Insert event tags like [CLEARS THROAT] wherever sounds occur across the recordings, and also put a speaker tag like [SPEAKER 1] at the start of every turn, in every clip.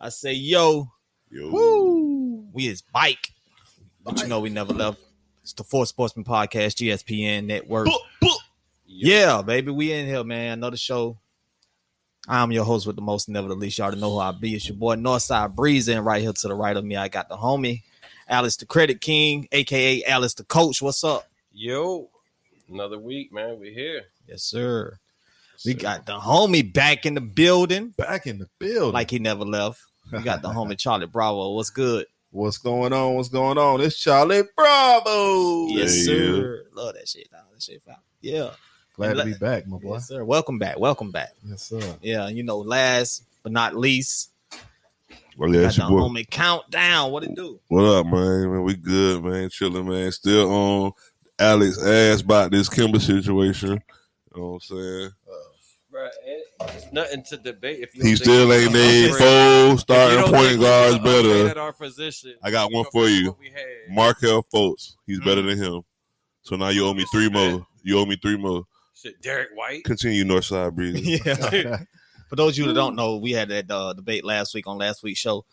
[SPEAKER 1] I say, yo,
[SPEAKER 2] Yo.
[SPEAKER 1] woo, we is bike. But you know we never left. It's the Four Sportsman Podcast, GSPN Network. Yeah, baby, we in here, man. Another show. I'm your host with the most, never the least. Y'all already know who I be. It's your boy Northside Breeze, and right here to the right of me, I got the homie, Alice the Credit King, aka Alice the Coach. What's up?
[SPEAKER 3] Yo, another week, man. We're here.
[SPEAKER 1] Yes, sir. We got the homie back in the building,
[SPEAKER 2] back in the building.
[SPEAKER 1] like he never left. We got [LAUGHS] the homie Charlie Bravo. What's good?
[SPEAKER 2] [LAUGHS] what's going on? What's going on? It's Charlie Bravo.
[SPEAKER 1] Yes,
[SPEAKER 2] Yeah.
[SPEAKER 1] sir. Love that shit. dog. That shit fire. Yeah.
[SPEAKER 2] Glad to be back,
[SPEAKER 4] Oh,
[SPEAKER 2] my boy.
[SPEAKER 1] Yes, sir. Welcome back. Welcome back.
[SPEAKER 2] Yes, sir.
[SPEAKER 1] Yeah, you know, last but not least,
[SPEAKER 4] Well,
[SPEAKER 1] got
[SPEAKER 4] that's
[SPEAKER 1] the
[SPEAKER 4] your boy.
[SPEAKER 1] homie countdown. What it do?
[SPEAKER 4] What up, man? Man, we good, man. Chilling, man. Still on Alex ass about this Kimber situation. You know what I'm saying?
[SPEAKER 3] Bruh, it- it's nothing to debate. If you
[SPEAKER 4] He
[SPEAKER 3] think
[SPEAKER 4] still
[SPEAKER 3] we
[SPEAKER 4] ain't
[SPEAKER 3] can
[SPEAKER 4] made
[SPEAKER 3] upgrade- if
[SPEAKER 4] four
[SPEAKER 3] you don't
[SPEAKER 4] starting
[SPEAKER 3] think
[SPEAKER 4] point
[SPEAKER 3] we can
[SPEAKER 4] guards
[SPEAKER 3] upgrade
[SPEAKER 4] better.
[SPEAKER 3] At our position,
[SPEAKER 4] I got one for you.
[SPEAKER 3] What we had.
[SPEAKER 4] Markel Fultz. He's
[SPEAKER 3] Mm.
[SPEAKER 4] better
[SPEAKER 1] Mm-hmm.
[SPEAKER 4] than him. So now you owe me three more. You owe me three more.
[SPEAKER 3] Shit, Derek White.
[SPEAKER 4] Continue, Northside Breeze.
[SPEAKER 1] [LAUGHS] Yeah. For those of you that don't know, we had that uh, debate last week on last week's show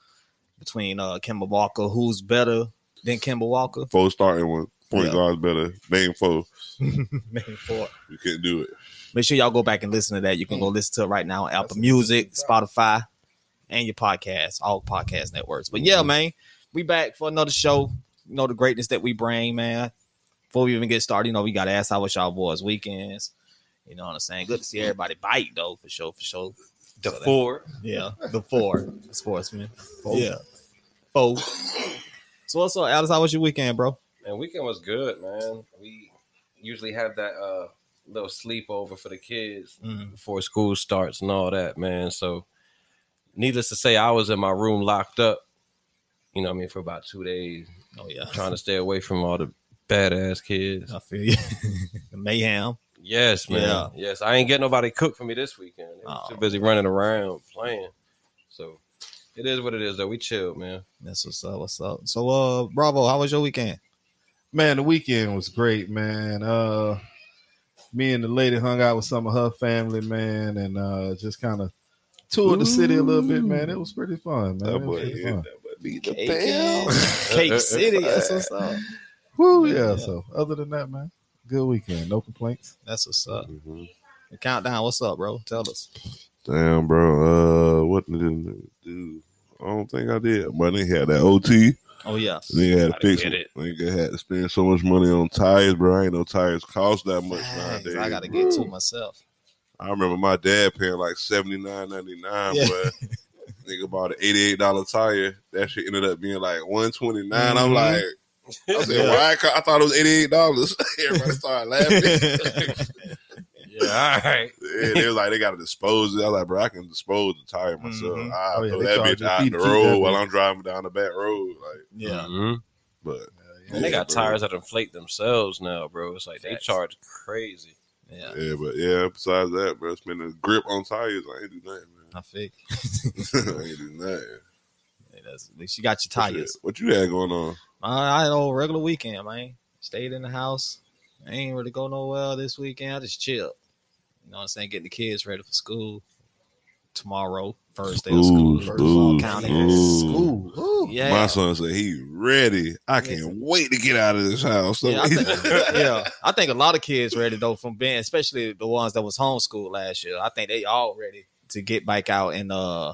[SPEAKER 1] between uh Kimba Walker, who's better than Kimba Walker. [LAUGHS]
[SPEAKER 4] Four starting one. Point
[SPEAKER 1] Yeah.
[SPEAKER 4] guards better. Name four.
[SPEAKER 1] Maybe four.
[SPEAKER 4] You can't do it.
[SPEAKER 1] Make sure y'all go back and listen to that. You can go listen to it right now on Apple Music, Spotify, and your podcast, all podcast networks. But yeah, man, we back for another show. You know the greatness that we bring, man. Before we even get started, you know, we gotta ask how was y'all boys weekends. You know what I'm saying? Good to see everybody bite though, for sure, for sure.
[SPEAKER 3] The four.
[SPEAKER 1] Yeah, the four sportsmen. Yeah. Four. So what's up, Alice? How was your weekend, bro?
[SPEAKER 3] Man, weekend was good, man. We usually have that uh little sleepover for the kids
[SPEAKER 1] Mm,
[SPEAKER 3] before school starts and all that, man. So, needless to say, I was in my room locked up. You know, what I mean, for about two days,
[SPEAKER 1] Oh yeah.
[SPEAKER 3] trying to stay away from all the badass kids.
[SPEAKER 1] I feel [LAUGHS] you. Mayhem.
[SPEAKER 3] Yes, man.
[SPEAKER 1] Yeah.
[SPEAKER 3] Yes, I ain't get nobody cook for me this weekend. They was
[SPEAKER 1] Oh.
[SPEAKER 3] Too busy running around playing. So it is what it is. Though we chilled, man.
[SPEAKER 1] That's what's up. What's up? So uh Bravo, how was your weekend?
[SPEAKER 2] Man, the weekend was great, man. Uh me and the lady hung out with some of her family, man, and uh just kind of toured the city a little bit, man. It was pretty fun, man.
[SPEAKER 4] That
[SPEAKER 2] It was
[SPEAKER 4] boy,
[SPEAKER 2] pretty
[SPEAKER 4] that
[SPEAKER 2] fun.
[SPEAKER 4] boy need the
[SPEAKER 1] Cake,
[SPEAKER 4] bell.
[SPEAKER 1] [LAUGHS] Cake City. That's what's up.
[SPEAKER 2] Woo, yeah.
[SPEAKER 1] Yeah.
[SPEAKER 2] So other than that, man, good weekend. No complaints.
[SPEAKER 1] [LAUGHS] That's what's up.
[SPEAKER 4] Mhm.
[SPEAKER 1] The countdown, what's up, bro? Tell us.
[SPEAKER 4] Damn, bro. Uh, what did it do? I don't think I did. But they had that OT.
[SPEAKER 1] Oh yeah.
[SPEAKER 4] They had to
[SPEAKER 3] Gotta
[SPEAKER 4] fix
[SPEAKER 3] get
[SPEAKER 4] it.
[SPEAKER 3] it.
[SPEAKER 4] Nigga had to spend so much money on tires, bro. Ain't no tires cost that much
[SPEAKER 1] Thanks,
[SPEAKER 4] nowadays.
[SPEAKER 1] I gotta
[SPEAKER 4] bro.
[SPEAKER 1] get to
[SPEAKER 4] [LAUGHS]
[SPEAKER 1] myself.
[SPEAKER 4] I remember my dad paying like seventy nine ninety nine,
[SPEAKER 1] Yeah.
[SPEAKER 4] but nigga bought an eighty eight dollar tire. That shit ended up being like one twenty nine.
[SPEAKER 1] Mhm.
[SPEAKER 4] I'm like, [LAUGHS] I said, why? I thought it was eighty eight dollars. [LAUGHS]
[SPEAKER 1] [LAUGHS]
[SPEAKER 4] Everybody started laughing.
[SPEAKER 3] Yeah, all right.
[SPEAKER 4] Yeah, they was like, they gotta dispose it. I was like, bro, I can dispose the tire myself.
[SPEAKER 1] Mhm.
[SPEAKER 4] I
[SPEAKER 2] Oh, yeah,
[SPEAKER 4] throw
[SPEAKER 2] they
[SPEAKER 4] that
[SPEAKER 2] charge
[SPEAKER 4] bitch
[SPEAKER 2] you
[SPEAKER 4] out
[SPEAKER 2] fee
[SPEAKER 4] in
[SPEAKER 2] to
[SPEAKER 4] the
[SPEAKER 2] keep
[SPEAKER 4] road
[SPEAKER 2] that
[SPEAKER 4] while
[SPEAKER 2] bitch.
[SPEAKER 4] I'm driving down the back road. Like,
[SPEAKER 1] yeah.
[SPEAKER 3] Mhm.
[SPEAKER 4] but
[SPEAKER 2] Uh,
[SPEAKER 3] And they got
[SPEAKER 4] Yeah, bro.
[SPEAKER 3] tires that inflate themselves now, bro. It's like they
[SPEAKER 1] Facts.
[SPEAKER 3] charge crazy.
[SPEAKER 1] Yeah.
[SPEAKER 4] yeah. but yeah. Besides that, bro, spending a grip on tires, I ain't do nothing,
[SPEAKER 1] I think.
[SPEAKER 4] man. [LAUGHS] I ain't do nothing.
[SPEAKER 1] Hey, that's- At least you got your
[SPEAKER 4] What
[SPEAKER 1] tires.
[SPEAKER 4] you- What you had going on?
[SPEAKER 1] I I had a regular weekend, man. Stayed in the house. I ain't really go nowhere this weekend. I just chilled. You know what I'm saying? Getting the kids ready for school tomorrow, first day of school.
[SPEAKER 4] Ooh,
[SPEAKER 1] First of all,
[SPEAKER 4] ooh,
[SPEAKER 1] county.
[SPEAKER 4] ooh.
[SPEAKER 2] Ooh, ooh.
[SPEAKER 1] Yeah.
[SPEAKER 4] My son said he ready. I can't
[SPEAKER 1] Listen.
[SPEAKER 4] wait to get out of this house. [LAUGHS]
[SPEAKER 1] Yeah I, think, [LAUGHS] yeah, I think a lot of kids ready though from being, especially the ones that was homeschooled last year. I think they all ready to get back out and uh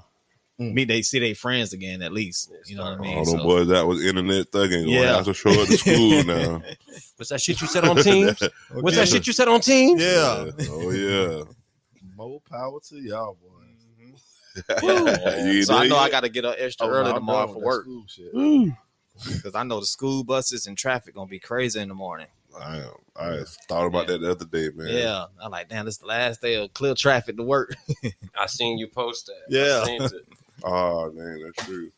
[SPEAKER 2] Mm.
[SPEAKER 1] meet they see their friends again at least. You know what I mean?
[SPEAKER 4] all them
[SPEAKER 1] So-
[SPEAKER 4] boys that was internet thugging going
[SPEAKER 1] Yeah.
[SPEAKER 4] out to show up
[SPEAKER 1] [LAUGHS]
[SPEAKER 4] to school now.
[SPEAKER 3] What's that shit you
[SPEAKER 4] [LAUGHS]
[SPEAKER 3] said on teams? What's that shit you said on teams?
[SPEAKER 1] Yeah.
[SPEAKER 4] Oh yeah.
[SPEAKER 2] More power to y'all, boys.
[SPEAKER 1] [LAUGHS]
[SPEAKER 4] Mm-hmm. [LAUGHS] You ain't
[SPEAKER 1] So I
[SPEAKER 4] did
[SPEAKER 1] know I
[SPEAKER 4] yet?
[SPEAKER 1] got to get up extra
[SPEAKER 2] Oh,
[SPEAKER 1] early
[SPEAKER 2] nah, I'm
[SPEAKER 1] tomorrow for
[SPEAKER 2] done with that
[SPEAKER 1] work
[SPEAKER 2] school shit.
[SPEAKER 1] because I know the school buses and traffic gonna be crazy in the morning.
[SPEAKER 4] I am. I thought about that the other day, man.
[SPEAKER 1] Yeah, I'm like, damn, this the last day of clear traffic to work. [LAUGHS]
[SPEAKER 3] I seen you post that.
[SPEAKER 1] Yeah.
[SPEAKER 3] I
[SPEAKER 4] [LAUGHS]
[SPEAKER 3] seen it.
[SPEAKER 4] Oh man, that's true.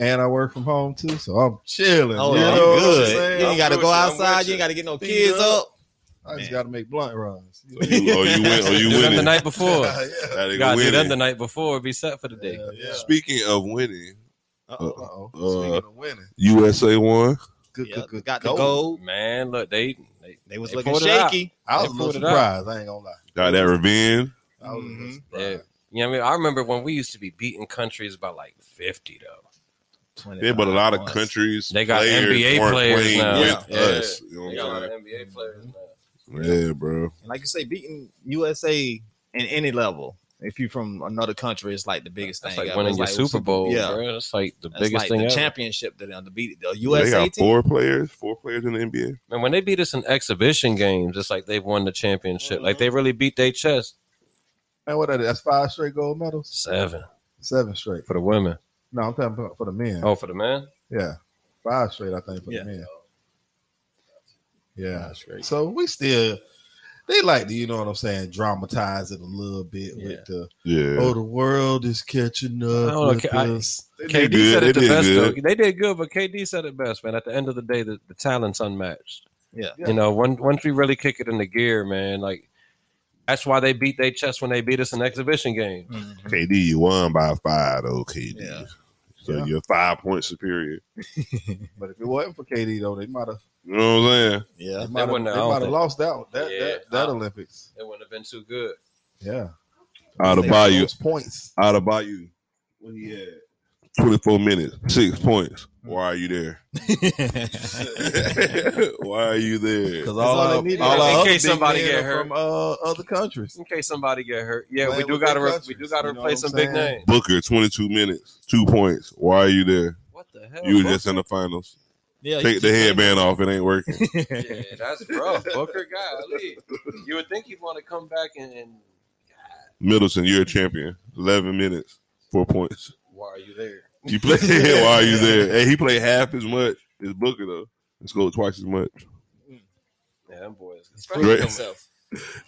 [SPEAKER 2] And I work from home too, so I'm chilling.
[SPEAKER 1] Oh,
[SPEAKER 2] you
[SPEAKER 1] I'm
[SPEAKER 2] know what I'm
[SPEAKER 1] good.
[SPEAKER 2] saying?
[SPEAKER 1] You ain't got to
[SPEAKER 3] I'm
[SPEAKER 1] go
[SPEAKER 3] with you, I'm
[SPEAKER 1] outside.
[SPEAKER 3] with
[SPEAKER 1] You ain't
[SPEAKER 3] you.
[SPEAKER 1] got to get no
[SPEAKER 2] Big
[SPEAKER 1] kids
[SPEAKER 2] up.
[SPEAKER 1] up.
[SPEAKER 2] I
[SPEAKER 1] Man.
[SPEAKER 2] just got to make blunt runs.
[SPEAKER 4] So you, oh, you win. Oh,
[SPEAKER 3] [LAUGHS]
[SPEAKER 4] you
[SPEAKER 3] Do them the
[SPEAKER 4] winning.
[SPEAKER 3] night before.
[SPEAKER 2] [LAUGHS] yeah.
[SPEAKER 4] That [LAUGHS]
[SPEAKER 3] You
[SPEAKER 4] nigga
[SPEAKER 3] gotta do them
[SPEAKER 4] winning.
[SPEAKER 3] the night before. Be set for the day.
[SPEAKER 2] Yeah, yeah.
[SPEAKER 4] Speaking of winning,
[SPEAKER 1] Uh-oh.
[SPEAKER 2] Uh-oh.
[SPEAKER 4] Uh,
[SPEAKER 2] Speaking of winning,
[SPEAKER 4] USA won.
[SPEAKER 2] good,
[SPEAKER 1] Yeah,
[SPEAKER 2] good, good.
[SPEAKER 1] got the
[SPEAKER 2] goal.
[SPEAKER 1] gold.
[SPEAKER 3] Man, look, they they,
[SPEAKER 1] They was
[SPEAKER 3] They
[SPEAKER 1] looking
[SPEAKER 3] pulled it out.
[SPEAKER 1] shaky.
[SPEAKER 2] I was
[SPEAKER 3] They
[SPEAKER 2] a little
[SPEAKER 3] pulled it up. Mm-hmm.
[SPEAKER 2] surprised. I ain't gonna lie.
[SPEAKER 4] Got that revenge.
[SPEAKER 2] I was a
[SPEAKER 1] Mhm.
[SPEAKER 2] little
[SPEAKER 3] they
[SPEAKER 2] surprised.
[SPEAKER 3] You know what I mean? I remember when we used to be beating countries by like 50, though.
[SPEAKER 4] Yeah, but a lot of
[SPEAKER 1] Once.
[SPEAKER 4] countries
[SPEAKER 3] They got
[SPEAKER 4] players
[SPEAKER 3] NBA
[SPEAKER 4] weren't
[SPEAKER 3] players
[SPEAKER 4] playing
[SPEAKER 3] now.
[SPEAKER 4] with
[SPEAKER 3] Yeah.
[SPEAKER 4] us. You know
[SPEAKER 3] We
[SPEAKER 4] what
[SPEAKER 3] got a lot
[SPEAKER 4] I'm
[SPEAKER 3] of NBA players now.
[SPEAKER 4] saying? Yeah, bro.
[SPEAKER 1] And like you say, beating USA in any level, if you're from another country, it's like the biggest
[SPEAKER 3] That's
[SPEAKER 1] thing.
[SPEAKER 3] like
[SPEAKER 1] ever.
[SPEAKER 3] winning
[SPEAKER 1] It's
[SPEAKER 3] your
[SPEAKER 1] like
[SPEAKER 3] Super Bowl.
[SPEAKER 1] Yeah.
[SPEAKER 3] Yeah, bro. that's like the
[SPEAKER 1] That's
[SPEAKER 3] biggest
[SPEAKER 1] like
[SPEAKER 3] thing
[SPEAKER 1] the
[SPEAKER 3] ever.
[SPEAKER 1] championship to them to beat the
[SPEAKER 4] they
[SPEAKER 1] USA
[SPEAKER 4] got
[SPEAKER 1] team.
[SPEAKER 4] four players, four players in the NBA.
[SPEAKER 3] Man, when they beat us in exhibition games, it's like they've won the championship. Like they really beat their chest.
[SPEAKER 2] And what are they? That's five straight gold medals,
[SPEAKER 3] Seven
[SPEAKER 2] seven straight.
[SPEAKER 3] for the women.
[SPEAKER 2] No, I'm talking about for the men.
[SPEAKER 3] Oh, for the men.
[SPEAKER 2] Yeah, five straight. I think for
[SPEAKER 1] Yeah.
[SPEAKER 2] the men. Yeah.
[SPEAKER 3] That's great.
[SPEAKER 2] So we still, they like to, you know what I'm saying, dramatize it a little bit
[SPEAKER 3] Yeah.
[SPEAKER 2] with the
[SPEAKER 4] Yeah.
[SPEAKER 2] oh, the world is catching
[SPEAKER 3] I
[SPEAKER 2] up
[SPEAKER 3] don't know,
[SPEAKER 2] with
[SPEAKER 3] K- I-
[SPEAKER 2] us.
[SPEAKER 4] They
[SPEAKER 3] KD
[SPEAKER 4] did good.
[SPEAKER 3] said it
[SPEAKER 4] They
[SPEAKER 3] the
[SPEAKER 4] did
[SPEAKER 3] best
[SPEAKER 4] good.
[SPEAKER 3] though. They did good, but KD said it best, man. At the end of the day, the, the talent's unmatched.
[SPEAKER 1] Yeah.
[SPEAKER 3] You know, when, once we really kick it into gear, man, like that's why they beat their chest when they beat us in exhibition games.
[SPEAKER 1] Mhm.
[SPEAKER 4] KD, you won by five, though, KD.
[SPEAKER 1] Yeah.
[SPEAKER 4] So
[SPEAKER 2] Yeah.
[SPEAKER 4] you're five points superior.
[SPEAKER 2] But if it wasn't for KD though, they might have
[SPEAKER 4] You know what I'm saying?
[SPEAKER 1] Yeah.
[SPEAKER 2] [LAUGHS] they might have
[SPEAKER 3] wouldn't have- I don't think-
[SPEAKER 2] lost that that
[SPEAKER 3] Yeah.
[SPEAKER 2] that, that Olympics.
[SPEAKER 3] It wouldn't have been too good.
[SPEAKER 2] Yeah,
[SPEAKER 4] Out of
[SPEAKER 1] They
[SPEAKER 4] Bayou.
[SPEAKER 2] Those points.
[SPEAKER 4] Out of Bayou. What he had? 24 minutes, six points. Why are you there? [LAUGHS] Why are you there?
[SPEAKER 2] Because
[SPEAKER 1] all
[SPEAKER 2] all,
[SPEAKER 1] they
[SPEAKER 2] our-
[SPEAKER 1] needed.
[SPEAKER 2] all
[SPEAKER 3] In case
[SPEAKER 2] our other big
[SPEAKER 3] somebody
[SPEAKER 2] men
[SPEAKER 3] get
[SPEAKER 2] are
[SPEAKER 3] hurt.
[SPEAKER 2] from uh, other countries.
[SPEAKER 3] [LAUGHS] In case somebody get hurt. Yeah,
[SPEAKER 2] Playing
[SPEAKER 3] we do
[SPEAKER 2] with
[SPEAKER 3] gotta
[SPEAKER 2] their
[SPEAKER 3] re- we
[SPEAKER 2] countries,
[SPEAKER 3] do gotta
[SPEAKER 2] you know
[SPEAKER 3] replace
[SPEAKER 2] what
[SPEAKER 3] some
[SPEAKER 2] I'm
[SPEAKER 3] big
[SPEAKER 2] saying?
[SPEAKER 3] names.
[SPEAKER 4] Booker, 22 minutes, two points. Why are you there?
[SPEAKER 3] What the hell?
[SPEAKER 4] You were just in the finals.
[SPEAKER 1] yeah.
[SPEAKER 4] Take
[SPEAKER 1] [LAUGHS]
[SPEAKER 4] the headband off. It ain't working.
[SPEAKER 3] yeah, that's rough. Booker golly. You would think he'd want to come back and, and
[SPEAKER 4] Middleton, you're a champion. 11 minutes, four points.
[SPEAKER 3] why are you there?
[SPEAKER 4] You play. [LAUGHS] why are you there? Hey, he played half as much as Booker, though. and scored twice as much.
[SPEAKER 3] Yeah, them boys.
[SPEAKER 4] Dray-
[SPEAKER 3] Especially himself.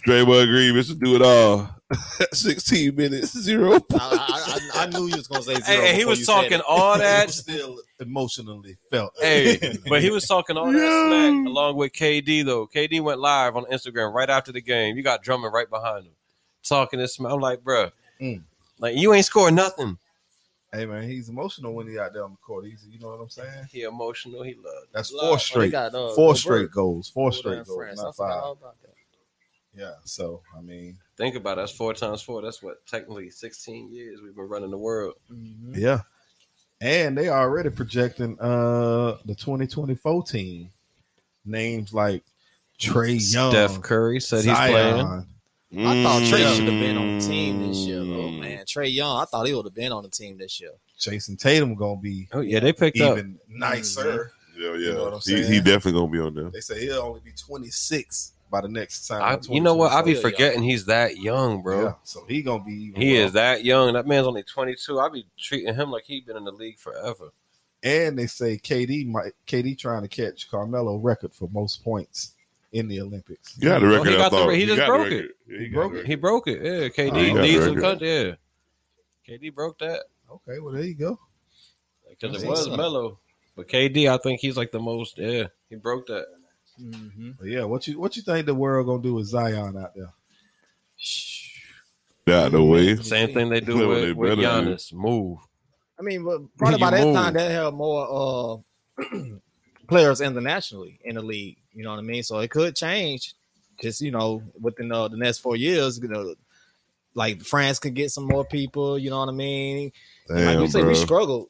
[SPEAKER 4] Draymond Green, Mr. Do It All. [LAUGHS] 16 minutes, zero
[SPEAKER 1] I,
[SPEAKER 4] points.
[SPEAKER 1] I, I, I knew you was gonna say zero.
[SPEAKER 3] Hey, hey, he
[SPEAKER 1] before
[SPEAKER 3] was
[SPEAKER 1] you said
[SPEAKER 3] talking
[SPEAKER 1] it.
[SPEAKER 3] all [LAUGHS]
[SPEAKER 2] That
[SPEAKER 3] that
[SPEAKER 2] still emotionally felt.
[SPEAKER 4] [LAUGHS]
[SPEAKER 3] [LAUGHS] Hey, but he was talking all that
[SPEAKER 4] Yeah.
[SPEAKER 3] smack along with KD though. KD went live on Instagram right after the game. You got Drummond right behind him, talking this smack. I'm like, bruh,
[SPEAKER 2] Mm.
[SPEAKER 3] like you ain't scored nothing.
[SPEAKER 2] Hey man, he's emotional when he out there on the court. He's, you know what I'm saying?
[SPEAKER 3] He emotional. He loved.
[SPEAKER 2] That's
[SPEAKER 3] Love.
[SPEAKER 2] four
[SPEAKER 5] Oh, they
[SPEAKER 2] straight,
[SPEAKER 5] got, uh,
[SPEAKER 2] four
[SPEAKER 5] Gobert
[SPEAKER 2] straight goals, four
[SPEAKER 5] over there
[SPEAKER 2] straight
[SPEAKER 5] in
[SPEAKER 2] goals,
[SPEAKER 5] France. I
[SPEAKER 2] not
[SPEAKER 5] forgot
[SPEAKER 2] five.
[SPEAKER 5] all about that.
[SPEAKER 2] Yeah, so I mean,
[SPEAKER 3] Think about it, that's four times four. That's what technically 16 years we've been running the world.
[SPEAKER 1] Mhm.
[SPEAKER 3] Mm-hmm.
[SPEAKER 2] yeah, and they already projecting uh the 2024 team names like Trey Young,
[SPEAKER 3] Steph Curry said he's
[SPEAKER 2] Zion.
[SPEAKER 3] playing.
[SPEAKER 1] I thought Trey
[SPEAKER 4] Mm.
[SPEAKER 1] should have been on the team this year, though,
[SPEAKER 3] Mm.
[SPEAKER 1] man. Trey Young, I thought he would have been on the team this year.
[SPEAKER 2] Jason Tatum gonna be
[SPEAKER 3] Oh yeah, they picked up.
[SPEAKER 2] even nicer.
[SPEAKER 4] Yeah, yeah.
[SPEAKER 2] You know what I'm
[SPEAKER 4] he,
[SPEAKER 2] saying?
[SPEAKER 4] he definitely gonna be on there.
[SPEAKER 2] They say he'll only be 26 by the next time.
[SPEAKER 3] I, you know what? I be
[SPEAKER 1] Yeah, yeah.
[SPEAKER 3] forgetting he's that young, bro.
[SPEAKER 2] Yeah, so he gonna be even
[SPEAKER 3] He
[SPEAKER 2] more.
[SPEAKER 3] is that young. That man's only 22. I be treating him like he been in the league forever.
[SPEAKER 2] And they say KD might KD trying to catch Carmelo record for most points in the Olympics.
[SPEAKER 4] You got the
[SPEAKER 3] Oh, he
[SPEAKER 4] record. I
[SPEAKER 3] got the
[SPEAKER 4] thought
[SPEAKER 3] re- he just
[SPEAKER 4] got the
[SPEAKER 3] broke
[SPEAKER 4] record. Yeah,
[SPEAKER 2] He
[SPEAKER 4] got
[SPEAKER 2] broke
[SPEAKER 4] the
[SPEAKER 2] it.
[SPEAKER 3] He broke it. Yeah,
[SPEAKER 2] Oh, he
[SPEAKER 3] KD
[SPEAKER 2] got
[SPEAKER 3] needs
[SPEAKER 4] very
[SPEAKER 3] some
[SPEAKER 4] good.
[SPEAKER 3] country. Yeah, KD broke that
[SPEAKER 2] Okay, well there you go.
[SPEAKER 3] because
[SPEAKER 2] That's
[SPEAKER 3] it was
[SPEAKER 2] what's up.
[SPEAKER 3] Melo. But KD, I think he's like the most. Yeah, he broke that.
[SPEAKER 1] Mm-hmm.
[SPEAKER 2] But yeah, what you what you think the world gonna do with Zion out there?
[SPEAKER 4] record. Out the way.
[SPEAKER 3] Same thing
[SPEAKER 4] Well,
[SPEAKER 3] they do
[SPEAKER 4] they
[SPEAKER 3] with, with
[SPEAKER 4] better do.
[SPEAKER 3] Giannis. Move.
[SPEAKER 1] I mean, but probably
[SPEAKER 3] [LAUGHS] You
[SPEAKER 1] by that
[SPEAKER 3] move.
[SPEAKER 1] time they have more uh, [CLEARS THROAT] players internationally in the league. You know what I mean? So it could change. Just you know, within uh, the next four years, you know, like France could get some more people. You know what I mean? like
[SPEAKER 4] Damn,
[SPEAKER 1] you say,
[SPEAKER 4] bro.
[SPEAKER 1] we
[SPEAKER 4] [CLEARS THROAT]
[SPEAKER 1] struggled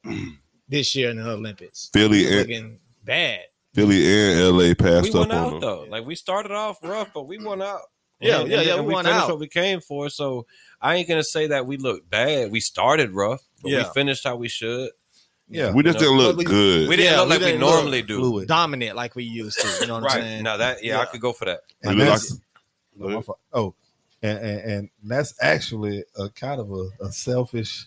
[SPEAKER 1] this year in the Olympics.
[SPEAKER 4] Philly
[SPEAKER 1] We
[SPEAKER 4] and-
[SPEAKER 1] looking bad.
[SPEAKER 4] Philly and LA
[SPEAKER 3] we
[SPEAKER 4] passed up
[SPEAKER 3] won
[SPEAKER 4] on
[SPEAKER 3] out
[SPEAKER 4] him.
[SPEAKER 3] though. Like we started off rough, but we won out.
[SPEAKER 1] Yeah, yeah, yeah,
[SPEAKER 3] and
[SPEAKER 1] we won
[SPEAKER 3] finished
[SPEAKER 1] out.
[SPEAKER 3] what we came for. So I ain't gonna say that we looked bad. We started rough, but we
[SPEAKER 1] Yeah.
[SPEAKER 3] finished how we should.
[SPEAKER 2] Yeah,
[SPEAKER 4] We just
[SPEAKER 3] You know,
[SPEAKER 4] didn't
[SPEAKER 1] but
[SPEAKER 4] look
[SPEAKER 1] we-
[SPEAKER 4] good.
[SPEAKER 3] We didn't
[SPEAKER 1] Yeah,
[SPEAKER 3] look
[SPEAKER 1] we
[SPEAKER 3] like we
[SPEAKER 1] didn't look
[SPEAKER 3] normally do.
[SPEAKER 2] fluid.
[SPEAKER 1] Dominant like we used to. You know what I'm
[SPEAKER 3] Right
[SPEAKER 1] saying?
[SPEAKER 3] now, that yeah, I
[SPEAKER 1] Yeah.
[SPEAKER 3] could go for that.
[SPEAKER 2] And
[SPEAKER 4] we look
[SPEAKER 2] that's,
[SPEAKER 4] like-
[SPEAKER 2] oh, my fault. oh, and, and and that's actually a kind of a, a selfish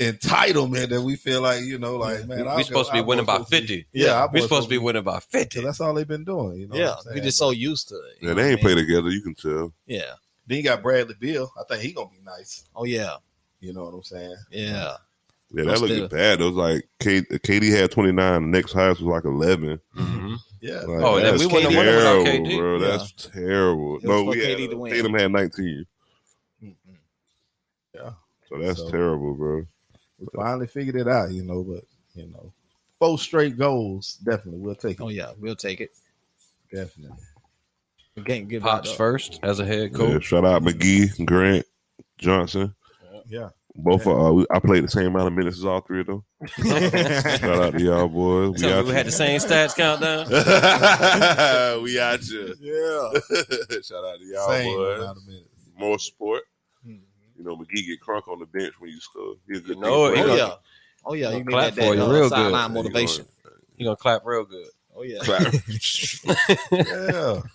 [SPEAKER 2] entitlement that we feel like you know, like man,
[SPEAKER 3] we
[SPEAKER 2] our
[SPEAKER 3] we supposed to
[SPEAKER 2] boy-
[SPEAKER 3] be
[SPEAKER 2] our
[SPEAKER 3] winning by
[SPEAKER 2] boy supposed to be-
[SPEAKER 3] fifty.
[SPEAKER 2] Yeah, our
[SPEAKER 3] we
[SPEAKER 2] boy
[SPEAKER 3] supposed to be winning by
[SPEAKER 2] 'cause
[SPEAKER 3] fifty.
[SPEAKER 2] that's all they've been doing. You know,
[SPEAKER 1] yeah,
[SPEAKER 2] what I'm
[SPEAKER 1] we
[SPEAKER 2] saying?
[SPEAKER 1] just so used to it. you know what
[SPEAKER 4] Yeah, they ain't
[SPEAKER 1] I mean?
[SPEAKER 4] play together. You can tell.
[SPEAKER 1] Yeah.
[SPEAKER 2] Then you got Bradley Bill. I think he gonna be nice.
[SPEAKER 1] Oh yeah.
[SPEAKER 2] You know what I'm saying?
[SPEAKER 1] Yeah.
[SPEAKER 4] Yeah,
[SPEAKER 1] I'm
[SPEAKER 4] that
[SPEAKER 1] still-
[SPEAKER 4] looked bad. It was like K- KD had 29. The next highest was like 11. Mm-hmm.
[SPEAKER 2] Yeah.
[SPEAKER 4] Like,
[SPEAKER 3] Oh, then
[SPEAKER 4] that's
[SPEAKER 3] we wouldn't have won
[SPEAKER 4] terrible,
[SPEAKER 3] without KD.
[SPEAKER 4] bro.
[SPEAKER 1] Yeah.
[SPEAKER 4] That's
[SPEAKER 1] It
[SPEAKER 4] terrible.
[SPEAKER 1] was
[SPEAKER 4] No,
[SPEAKER 1] for
[SPEAKER 4] we had,
[SPEAKER 1] KD to win.
[SPEAKER 4] Tatum had 19.
[SPEAKER 1] Mm-mm.
[SPEAKER 4] So that's
[SPEAKER 2] So-
[SPEAKER 4] terrible, bro.
[SPEAKER 2] We finally figured it out, you know, but you know, four straight goals, definitely we'll take
[SPEAKER 1] Oh
[SPEAKER 2] it.
[SPEAKER 1] yeah, we'll take it.
[SPEAKER 2] Definitely.
[SPEAKER 1] We can't give
[SPEAKER 3] Pops
[SPEAKER 1] up.
[SPEAKER 3] first as a head
[SPEAKER 4] Yeah,
[SPEAKER 3] coach.
[SPEAKER 4] shout out McGee, Grant, Johnson.
[SPEAKER 2] Yeah.
[SPEAKER 4] Both of uh, we, I played the same amount of minutes as all three of
[SPEAKER 3] [LAUGHS]
[SPEAKER 4] them. Shout out to y'all boys. We
[SPEAKER 3] Tell
[SPEAKER 4] out
[SPEAKER 3] me we had the same stats
[SPEAKER 1] [LAUGHS]
[SPEAKER 3] countdown.
[SPEAKER 4] you. [LAUGHS] we out you.
[SPEAKER 2] Yeah.
[SPEAKER 4] [LAUGHS] Shout out to y'all
[SPEAKER 2] Same
[SPEAKER 4] boys.
[SPEAKER 2] amount of minutes.
[SPEAKER 4] More support.
[SPEAKER 2] Hmm.
[SPEAKER 4] You know, McGee get crunk on the bench when you score. He's a good
[SPEAKER 3] You know
[SPEAKER 4] team
[SPEAKER 3] it.
[SPEAKER 4] player.
[SPEAKER 1] Oh yeah. Oh yeah. You need
[SPEAKER 3] Clap
[SPEAKER 1] that, that
[SPEAKER 3] for you
[SPEAKER 1] uh,
[SPEAKER 3] real good.
[SPEAKER 1] sideline
[SPEAKER 4] He
[SPEAKER 1] motivation.
[SPEAKER 3] You gonna clap real good.
[SPEAKER 1] Oh yeah.
[SPEAKER 4] Clap.
[SPEAKER 2] [LAUGHS]
[SPEAKER 3] [LAUGHS]
[SPEAKER 2] Yeah. Mm-hmm.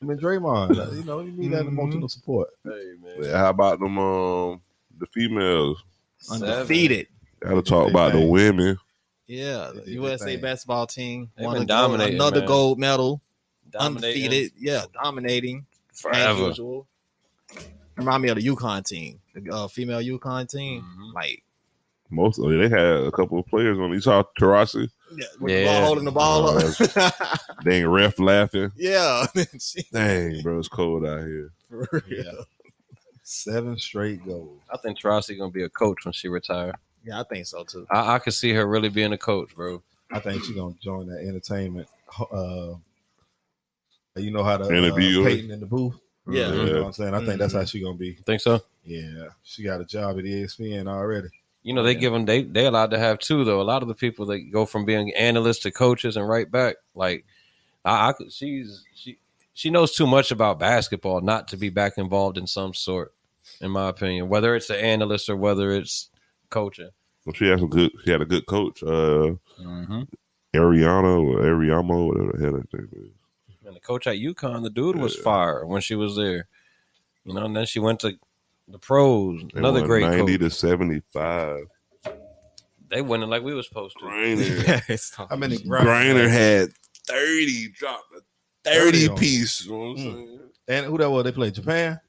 [SPEAKER 2] I mean, Draymond, you know, you need that
[SPEAKER 1] Mhm.
[SPEAKER 2] emotional support.
[SPEAKER 3] Hey man,
[SPEAKER 4] How about them um the females?
[SPEAKER 1] Undefeated.
[SPEAKER 4] Gotta talk about the women.
[SPEAKER 1] Yeah.
[SPEAKER 2] They did
[SPEAKER 1] The
[SPEAKER 2] their
[SPEAKER 1] USA
[SPEAKER 2] thing.
[SPEAKER 1] basketball team
[SPEAKER 3] They've
[SPEAKER 1] won
[SPEAKER 3] been
[SPEAKER 1] a gold-
[SPEAKER 3] dominating,
[SPEAKER 1] another
[SPEAKER 3] man.
[SPEAKER 1] gold medal.
[SPEAKER 3] Dominating
[SPEAKER 1] Undefeated. Yeah. Dominating. As
[SPEAKER 3] forever.
[SPEAKER 1] usual. Remind me of the Yukon team, the uh, female Yukon team.
[SPEAKER 3] Mhm.
[SPEAKER 1] Like,
[SPEAKER 4] Most of them, they had a couple of players on. You saw Tarasi.
[SPEAKER 1] yeah, with the
[SPEAKER 3] Yeah.
[SPEAKER 1] ball holding the ball
[SPEAKER 4] Oh,
[SPEAKER 1] up.
[SPEAKER 4] Dang, ref laughing.
[SPEAKER 1] [LAUGHS] yeah. [LAUGHS] She-
[SPEAKER 4] Dang, bro, it's cold out here.
[SPEAKER 1] for real.
[SPEAKER 2] Yeah. [LAUGHS] Seven straight goals.
[SPEAKER 3] I think Tarasi gonna be a coach when she retire.
[SPEAKER 1] yeah, I think so
[SPEAKER 3] [LAUGHS]
[SPEAKER 1] too.
[SPEAKER 3] I, I could see her really being a coach, bro.
[SPEAKER 2] I think she's gonna join that entertainment. Uh, you know how to uh,
[SPEAKER 4] Interview.
[SPEAKER 2] Peyton in the booth.
[SPEAKER 1] Yeah.
[SPEAKER 2] You know what I'm saying. I think that's
[SPEAKER 3] Mm-hmm.
[SPEAKER 1] Mhm.
[SPEAKER 2] how she's gonna be.
[SPEAKER 3] Think so?
[SPEAKER 2] Yeah, she got a job at E ESPN already.
[SPEAKER 3] You know they give 'em give them they they allowed to have two though. A lot of the people that go from being analysts to coaches and right back, like I, I could, she's she she knows too much about basketball not to be back involved in some sort, in my opinion. Whether it's an analyst or whether it's coaching.
[SPEAKER 4] Well, she had some good. She had a good coach, uh,
[SPEAKER 2] Mm-hmm.
[SPEAKER 4] Ariana or Ariamo, whatever the hell that name is.
[SPEAKER 3] And the coach at UConn, the dude was
[SPEAKER 4] Yeah.
[SPEAKER 3] fire when she was there. You know, and then she went to the pros.
[SPEAKER 4] They
[SPEAKER 3] Another
[SPEAKER 4] won
[SPEAKER 3] great
[SPEAKER 4] ninety to
[SPEAKER 3] coach.
[SPEAKER 4] seventy five.
[SPEAKER 3] They winning like we was supposed
[SPEAKER 1] [LAUGHS]
[SPEAKER 3] to.
[SPEAKER 4] Griner,
[SPEAKER 2] How many
[SPEAKER 4] Griner had thirty, dropped a thirty
[SPEAKER 2] 30 on.
[SPEAKER 4] piece. You know what I'm saying?
[SPEAKER 2] And who that was? They played Japan.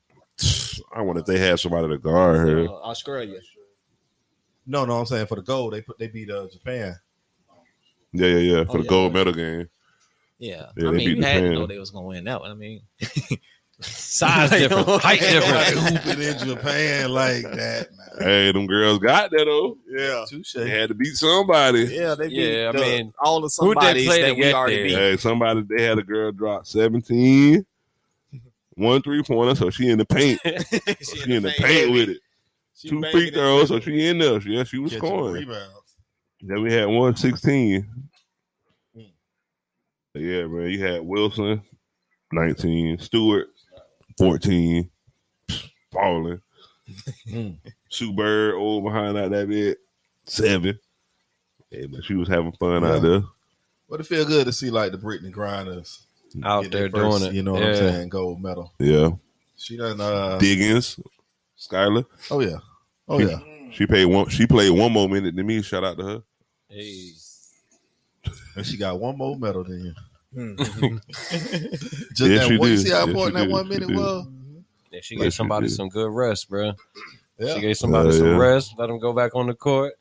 [SPEAKER 4] I wonder if they had somebody to guard her.
[SPEAKER 1] Uh, Australia.
[SPEAKER 2] No, no, I'm saying for the gold they put they beat uh,
[SPEAKER 3] [LAUGHS]
[SPEAKER 2] Japan.
[SPEAKER 4] Yeah, yeah, yeah. For
[SPEAKER 1] Oh,
[SPEAKER 4] the
[SPEAKER 1] yeah.
[SPEAKER 4] gold medal game.
[SPEAKER 1] Yeah.
[SPEAKER 4] Yeah,
[SPEAKER 1] I
[SPEAKER 4] they
[SPEAKER 1] mean,
[SPEAKER 4] beat
[SPEAKER 1] you had to
[SPEAKER 4] Japan.
[SPEAKER 1] know they was gonna win that one. I mean, [LAUGHS]
[SPEAKER 3] [LAUGHS] Size different, height
[SPEAKER 2] Like
[SPEAKER 3] different.
[SPEAKER 2] hooping in Japan like that, man.
[SPEAKER 4] Hey, them girls got that though.
[SPEAKER 1] Yeah.
[SPEAKER 2] Touche.
[SPEAKER 4] They had to beat somebody.
[SPEAKER 1] Yeah, they beat
[SPEAKER 3] Yeah, I
[SPEAKER 1] the-
[SPEAKER 3] mean,
[SPEAKER 1] all the
[SPEAKER 3] who'd
[SPEAKER 1] somebodies
[SPEAKER 3] they play to
[SPEAKER 1] that we
[SPEAKER 3] get
[SPEAKER 1] already
[SPEAKER 3] there?
[SPEAKER 1] beat.
[SPEAKER 4] Hey, somebody they had a girl drop 17, one three pointer, so she in the paint. [LAUGHS]
[SPEAKER 1] She
[SPEAKER 4] she in the paint with it.
[SPEAKER 1] She
[SPEAKER 4] Two
[SPEAKER 1] banging
[SPEAKER 4] free
[SPEAKER 1] it.
[SPEAKER 4] throws, so she in there. Yeah, she was
[SPEAKER 2] Catching
[SPEAKER 4] scoring.
[SPEAKER 2] rebounds.
[SPEAKER 4] Then we had one sixteen.
[SPEAKER 2] Mm.
[SPEAKER 4] Yeah, man. You had Wilson, 19, Stewart, 14, falling.
[SPEAKER 2] Mm.
[SPEAKER 4] Sue Bird, old behind out that bit, seven. Yeah, but she was having fun out
[SPEAKER 2] Yeah.
[SPEAKER 4] there.
[SPEAKER 2] But it feel good to see like the Brittany Grinders
[SPEAKER 3] Out
[SPEAKER 2] get
[SPEAKER 3] there
[SPEAKER 2] their first,
[SPEAKER 3] doing it.
[SPEAKER 2] You know what
[SPEAKER 3] Yeah.
[SPEAKER 2] I'm saying? Gold medal.
[SPEAKER 4] Yeah.
[SPEAKER 2] She done. Uh,
[SPEAKER 4] Diggins, Skylar.
[SPEAKER 2] oh yeah. Oh yeah.
[SPEAKER 3] Mm.
[SPEAKER 4] She paid one she played one more minute than me. Shout out to her. [LAUGHS]
[SPEAKER 3] Hey.
[SPEAKER 2] And she got one more medal than you.
[SPEAKER 3] Mm.
[SPEAKER 2] Just
[SPEAKER 4] Yes,
[SPEAKER 2] that
[SPEAKER 4] she
[SPEAKER 2] one, you
[SPEAKER 4] did.
[SPEAKER 2] see how
[SPEAKER 4] Yes,
[SPEAKER 2] important
[SPEAKER 4] she
[SPEAKER 2] that
[SPEAKER 4] did.
[SPEAKER 2] one
[SPEAKER 4] She
[SPEAKER 2] minute
[SPEAKER 4] did.
[SPEAKER 2] was?
[SPEAKER 3] Yeah, she
[SPEAKER 4] Like
[SPEAKER 3] gave
[SPEAKER 4] she
[SPEAKER 3] somebody
[SPEAKER 4] did.
[SPEAKER 3] some good rest, bro.
[SPEAKER 2] Yeah.
[SPEAKER 3] She gave somebody some
[SPEAKER 4] yeah.
[SPEAKER 3] rest, let them go back on the court.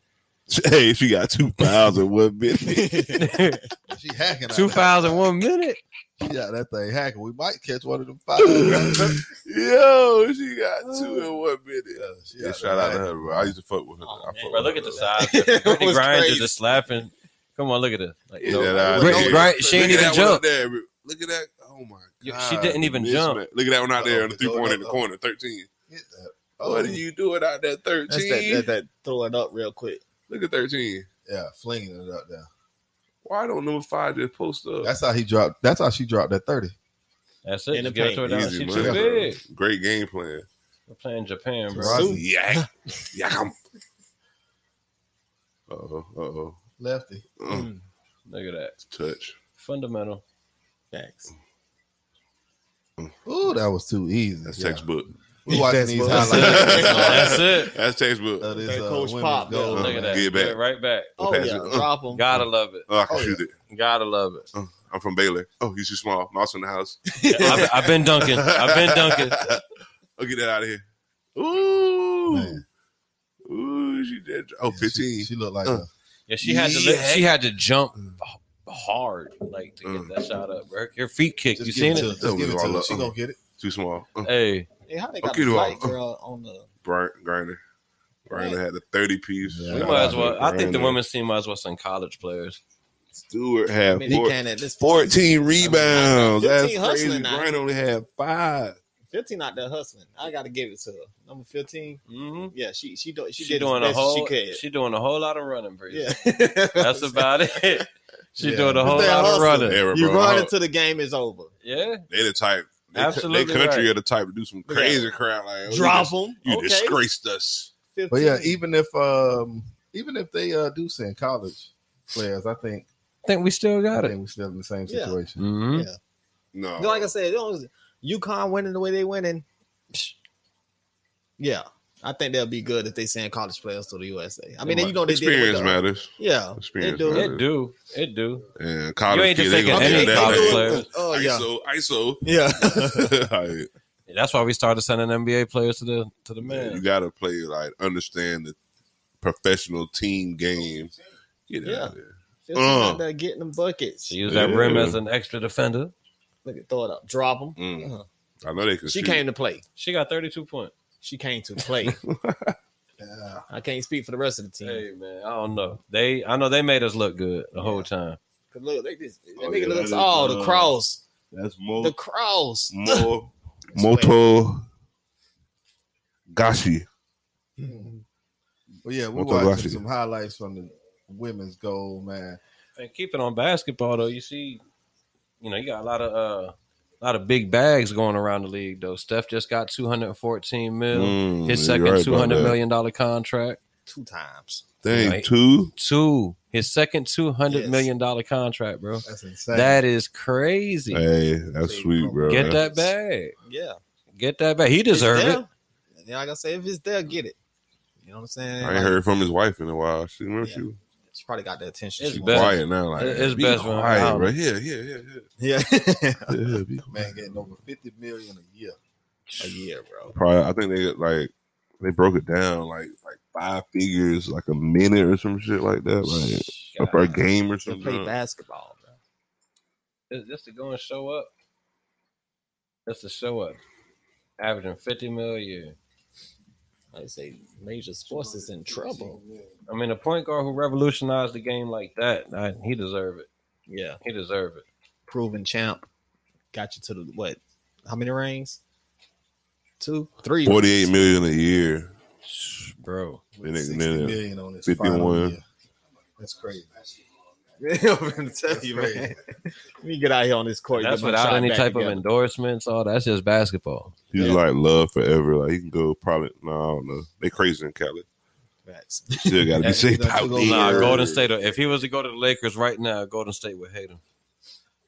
[SPEAKER 4] Hey, she got two fouls in one minute.
[SPEAKER 2] She hacking. out
[SPEAKER 3] Two
[SPEAKER 2] that-
[SPEAKER 3] fouls in one minute.
[SPEAKER 2] She got that thing hacking. We might catch one of them
[SPEAKER 4] [LAUGHS]
[SPEAKER 2] five.
[SPEAKER 4] Yo, she got two
[SPEAKER 3] Oh.
[SPEAKER 4] in one minute. Yeah, shout out to her, bro. I used to fuck with her. I fuck
[SPEAKER 3] Bro,
[SPEAKER 4] with
[SPEAKER 3] look
[SPEAKER 4] her,
[SPEAKER 3] at
[SPEAKER 4] bro.
[SPEAKER 3] the size.
[SPEAKER 1] It
[SPEAKER 3] Brittany
[SPEAKER 1] was
[SPEAKER 3] Grinders
[SPEAKER 1] crazy.
[SPEAKER 3] is slapping. Come on, look at this. Like,
[SPEAKER 4] Yeah,
[SPEAKER 3] no.
[SPEAKER 4] that-
[SPEAKER 2] Brit-
[SPEAKER 4] yeah.
[SPEAKER 3] Brit- she ain't
[SPEAKER 4] Look at that
[SPEAKER 3] even
[SPEAKER 4] one
[SPEAKER 3] jump.
[SPEAKER 4] up there. Look at that. Oh my
[SPEAKER 3] Yo,
[SPEAKER 4] god.
[SPEAKER 3] she didn't even
[SPEAKER 4] Mismatch.
[SPEAKER 3] jump.
[SPEAKER 4] Look at that one out there on the
[SPEAKER 2] Oh,
[SPEAKER 4] three point in the
[SPEAKER 2] oh, oh.
[SPEAKER 4] corner, thirteen.
[SPEAKER 2] Oh,
[SPEAKER 4] What are you doing out there,
[SPEAKER 1] [LAUGHS] That's that,
[SPEAKER 4] thirteen?
[SPEAKER 1] that, that throwing up real quick.
[SPEAKER 4] Look at thirteen.
[SPEAKER 2] yeah, flinging it up there.
[SPEAKER 4] Why don't number five just post up?
[SPEAKER 2] That's how he dropped. That's how she dropped that thirty.
[SPEAKER 3] That's it.
[SPEAKER 1] In the
[SPEAKER 3] Just give it to her down.
[SPEAKER 4] Easy
[SPEAKER 3] uh, She
[SPEAKER 4] money,
[SPEAKER 3] too
[SPEAKER 4] bro.
[SPEAKER 3] big.
[SPEAKER 4] Great game plan.
[SPEAKER 3] We're playing Japan, bro.
[SPEAKER 2] Right. Suit.
[SPEAKER 4] Yeah. Yeah. Uh oh. Uh oh.
[SPEAKER 2] Lefty.
[SPEAKER 1] Mm.
[SPEAKER 3] Look at that.
[SPEAKER 4] Touch.
[SPEAKER 3] Fundamental.
[SPEAKER 1] Thanks.
[SPEAKER 2] Ooh, that was too easy.
[SPEAKER 4] That's
[SPEAKER 2] Yeah.
[SPEAKER 4] textbook.
[SPEAKER 2] We watching
[SPEAKER 1] That's
[SPEAKER 2] these
[SPEAKER 1] what-
[SPEAKER 2] highlights
[SPEAKER 3] That's it.
[SPEAKER 4] That's
[SPEAKER 2] [LAUGHS]
[SPEAKER 4] textbook.
[SPEAKER 2] of this
[SPEAKER 1] That
[SPEAKER 2] uh,
[SPEAKER 1] Coach
[SPEAKER 2] women's
[SPEAKER 1] Pop,
[SPEAKER 2] gold.
[SPEAKER 4] yeah.
[SPEAKER 3] Look at that.
[SPEAKER 4] Get back.
[SPEAKER 3] Get right back.
[SPEAKER 1] Oh
[SPEAKER 4] pass
[SPEAKER 1] yeah,
[SPEAKER 4] it.
[SPEAKER 1] drop him.
[SPEAKER 3] Gotta love it.
[SPEAKER 4] Oh, I can
[SPEAKER 2] Oh, yeah.
[SPEAKER 4] shoot it.
[SPEAKER 3] Gotta love it.
[SPEAKER 4] Uh, I'm from Baylor. Oh, he's too small. Mouse in the house.
[SPEAKER 3] I've, I've been dunking. I've been dunking.
[SPEAKER 4] [LAUGHS] I'll get that out of here. Ooh.
[SPEAKER 2] Man.
[SPEAKER 4] Ooh, she did. Oh,
[SPEAKER 2] Yeah, she-
[SPEAKER 4] 15.
[SPEAKER 2] She, looked like
[SPEAKER 4] Uh.
[SPEAKER 2] a
[SPEAKER 3] Yeah, she had to.
[SPEAKER 4] Yeah.
[SPEAKER 3] Lift, she had to jump h- hard, like to
[SPEAKER 4] Mm.
[SPEAKER 3] get that shot up. Bro. Her feet kicked.
[SPEAKER 2] just
[SPEAKER 3] you seen
[SPEAKER 2] give to her.
[SPEAKER 3] it?
[SPEAKER 2] Just give it to
[SPEAKER 4] Oh,
[SPEAKER 2] her. She
[SPEAKER 4] uh,
[SPEAKER 2] gonna get it.
[SPEAKER 4] Too small. Uh,
[SPEAKER 3] Hey,
[SPEAKER 1] Hey, how they got
[SPEAKER 4] Okay,
[SPEAKER 1] the
[SPEAKER 4] do I-
[SPEAKER 1] white girl on the?
[SPEAKER 4] Brian Griner. Griner had the 30 piece.
[SPEAKER 2] Yeah.
[SPEAKER 3] we
[SPEAKER 2] Shout
[SPEAKER 3] might
[SPEAKER 2] out
[SPEAKER 3] as well.
[SPEAKER 4] Griner.
[SPEAKER 3] I think the women's team might as well send college players.
[SPEAKER 4] Stewart
[SPEAKER 1] I
[SPEAKER 4] had
[SPEAKER 1] mean,
[SPEAKER 4] four-
[SPEAKER 1] he can at this point.
[SPEAKER 4] 14 rebounds. That's
[SPEAKER 1] 15 hustling
[SPEAKER 4] crazy.
[SPEAKER 1] now.
[SPEAKER 4] Griner only had five.
[SPEAKER 1] 15 out there hustling. I gotta give it to her. Number 15.
[SPEAKER 3] hmm
[SPEAKER 1] Yeah, she she do, she,
[SPEAKER 3] She,
[SPEAKER 1] did
[SPEAKER 3] doing
[SPEAKER 1] as
[SPEAKER 3] a
[SPEAKER 1] best she
[SPEAKER 3] whole.
[SPEAKER 1] could.
[SPEAKER 3] She, doing a whole lot of running, Breeze.
[SPEAKER 1] yeah, [LAUGHS]
[SPEAKER 3] That's about it. She
[SPEAKER 2] Yeah.
[SPEAKER 3] doing a whole
[SPEAKER 1] They
[SPEAKER 3] lot of
[SPEAKER 1] hustle.
[SPEAKER 3] running.
[SPEAKER 4] Era,
[SPEAKER 1] You
[SPEAKER 4] bro.
[SPEAKER 1] run until the game is over.
[SPEAKER 3] Yeah.
[SPEAKER 4] They the type. They,
[SPEAKER 3] Absolutely
[SPEAKER 4] they country
[SPEAKER 3] right.
[SPEAKER 4] are the type to do some crazy crap. Like oh, you
[SPEAKER 1] Drop
[SPEAKER 4] dis-
[SPEAKER 1] them.
[SPEAKER 4] You
[SPEAKER 1] okay.
[SPEAKER 4] disgraced us.
[SPEAKER 1] 15.
[SPEAKER 2] But yeah, even if um even if they uh do send college players, I think
[SPEAKER 3] I think we still
[SPEAKER 2] I
[SPEAKER 3] got
[SPEAKER 2] think we're still in the same
[SPEAKER 1] Yeah.
[SPEAKER 2] situation.
[SPEAKER 3] hmm
[SPEAKER 1] Yeah.
[SPEAKER 4] No,
[SPEAKER 1] like I said, it was- UConn winning the way they winning. psh, Yeah, I think they'll be good if they send college players to the USA. I mean, you know they did it with
[SPEAKER 4] experience
[SPEAKER 1] the-
[SPEAKER 4] matters.
[SPEAKER 1] Yeah,
[SPEAKER 4] Experience
[SPEAKER 1] they do.
[SPEAKER 4] matters.
[SPEAKER 3] It do. It do.
[SPEAKER 4] And college
[SPEAKER 3] You ain't
[SPEAKER 4] kids,
[SPEAKER 3] just
[SPEAKER 4] they
[SPEAKER 3] taking
[SPEAKER 4] gonna
[SPEAKER 1] I mean,
[SPEAKER 3] any
[SPEAKER 4] get that
[SPEAKER 1] they
[SPEAKER 3] college
[SPEAKER 1] do it
[SPEAKER 4] thing.
[SPEAKER 3] player.
[SPEAKER 1] with- Oh yeah, yeah.
[SPEAKER 4] ISO, [LAUGHS]
[SPEAKER 1] [LAUGHS]
[SPEAKER 4] ISO. Like,
[SPEAKER 3] That's why we started sending NBA players to the to the
[SPEAKER 4] You
[SPEAKER 3] man.
[SPEAKER 4] gotta play like understand the professional team game. Get
[SPEAKER 1] Yeah.
[SPEAKER 4] out of there.
[SPEAKER 1] Fifteen
[SPEAKER 4] Uh-huh.
[SPEAKER 1] out there getting them buckets.
[SPEAKER 3] She use that
[SPEAKER 4] Yeah.
[SPEAKER 3] rim as an extra defender.
[SPEAKER 1] Look at throw it up, drop them.
[SPEAKER 4] Mm.
[SPEAKER 1] Uh-huh.
[SPEAKER 4] I know they can.
[SPEAKER 1] She
[SPEAKER 4] shoot.
[SPEAKER 1] came to play.
[SPEAKER 3] She got 32 points.
[SPEAKER 1] She came to
[SPEAKER 4] [LAUGHS]
[SPEAKER 1] play.
[SPEAKER 2] Yeah.
[SPEAKER 1] I can't speak for the rest of the team.
[SPEAKER 3] Hey man, I don't know. They I know they made us look good the whole time.
[SPEAKER 1] Cause look, they just they
[SPEAKER 4] Oh,
[SPEAKER 1] make it
[SPEAKER 4] yeah,
[SPEAKER 1] look.
[SPEAKER 4] that is,
[SPEAKER 1] Oh, the
[SPEAKER 4] uh, oh.
[SPEAKER 1] cross,
[SPEAKER 4] That's more,
[SPEAKER 1] the cross.
[SPEAKER 4] more,
[SPEAKER 1] [LAUGHS]
[SPEAKER 4] moto, gashi.
[SPEAKER 2] Mm-hmm. Well, yeah, we're
[SPEAKER 4] Moto
[SPEAKER 2] watching
[SPEAKER 4] Grashi.
[SPEAKER 2] some highlights from the women's goal, man.
[SPEAKER 3] And keeping on basketball though, you see, you know, you got a lot of uh a lot of big bags going around the league though. Steph just got 214 mil.
[SPEAKER 4] Mm,
[SPEAKER 3] his
[SPEAKER 4] you're
[SPEAKER 3] second
[SPEAKER 4] right about
[SPEAKER 3] 200
[SPEAKER 4] that.
[SPEAKER 3] million dollar contract.
[SPEAKER 1] Two times.
[SPEAKER 4] Dang,
[SPEAKER 3] Right.
[SPEAKER 4] two.
[SPEAKER 3] Two. His second two hundred
[SPEAKER 1] Yes.
[SPEAKER 3] million dollar contract, bro.
[SPEAKER 2] That's insane.
[SPEAKER 3] That is crazy.
[SPEAKER 4] Hey, that's sweet, bro.
[SPEAKER 3] Get
[SPEAKER 4] man.
[SPEAKER 3] that bag.
[SPEAKER 1] Yeah,
[SPEAKER 3] Get that bag. He deserve it.
[SPEAKER 1] it. Yeah, like I say, if it's there, get it. You know what I'm saying?
[SPEAKER 4] I ain't heard from his wife in a while. She remember
[SPEAKER 1] Yeah.
[SPEAKER 4] she was
[SPEAKER 1] She probably got the attention.
[SPEAKER 3] It's
[SPEAKER 1] she
[SPEAKER 3] better.
[SPEAKER 1] wanted.
[SPEAKER 4] quiet now. Like
[SPEAKER 3] It's
[SPEAKER 4] be
[SPEAKER 3] best when-
[SPEAKER 4] quiet,
[SPEAKER 3] um,
[SPEAKER 4] bro. Here, here, here, here.
[SPEAKER 1] Yeah, [LAUGHS]
[SPEAKER 4] [LAUGHS] Yeah,
[SPEAKER 3] [LAUGHS]
[SPEAKER 4] be quiet.
[SPEAKER 2] man getting over 50 million a year.
[SPEAKER 1] a year, bro.
[SPEAKER 4] Probably, I think they like they broke it down like like five figures, like a minute or some shit like that, like or for a game or
[SPEAKER 1] To
[SPEAKER 4] something.
[SPEAKER 1] play basketball, bro.
[SPEAKER 3] Just- just to go and show up. Just to show up. Averaging 50 mil a year.
[SPEAKER 1] I say major sports is in trouble.
[SPEAKER 3] I mean, a point guard who revolutionized the game like that, I, he deserve it.
[SPEAKER 1] Yeah,
[SPEAKER 3] He deserve it.
[SPEAKER 1] proven champ. Got you to the what? How many rings? Two, three.
[SPEAKER 4] Forty-eight million a year.
[SPEAKER 3] Bro.
[SPEAKER 4] They
[SPEAKER 2] With
[SPEAKER 4] nigga
[SPEAKER 2] 60
[SPEAKER 4] nigga
[SPEAKER 2] million on his
[SPEAKER 4] 51.
[SPEAKER 2] final year. That's crazy.
[SPEAKER 1] [LAUGHS] I'm gonna tell you, man. Let me get out here on this court.
[SPEAKER 3] That's
[SPEAKER 1] get my
[SPEAKER 3] without
[SPEAKER 1] shot
[SPEAKER 3] any
[SPEAKER 1] back
[SPEAKER 3] type of
[SPEAKER 1] together.
[SPEAKER 3] endorsements, all that's just basketball.
[SPEAKER 4] He's
[SPEAKER 1] Yeah.
[SPEAKER 4] like love forever. Like he can go probably no, I don't know. They crazy in Cali.
[SPEAKER 1] Facts.
[SPEAKER 3] [LAUGHS]
[SPEAKER 4] Still gotta be
[SPEAKER 2] That-
[SPEAKER 4] safe
[SPEAKER 2] that's
[SPEAKER 4] out
[SPEAKER 2] what goes on.
[SPEAKER 3] Oh, Nah,
[SPEAKER 2] Yeah.
[SPEAKER 4] there.
[SPEAKER 3] Golden State. If he was to go to the Lakers right now, Golden State would hate him.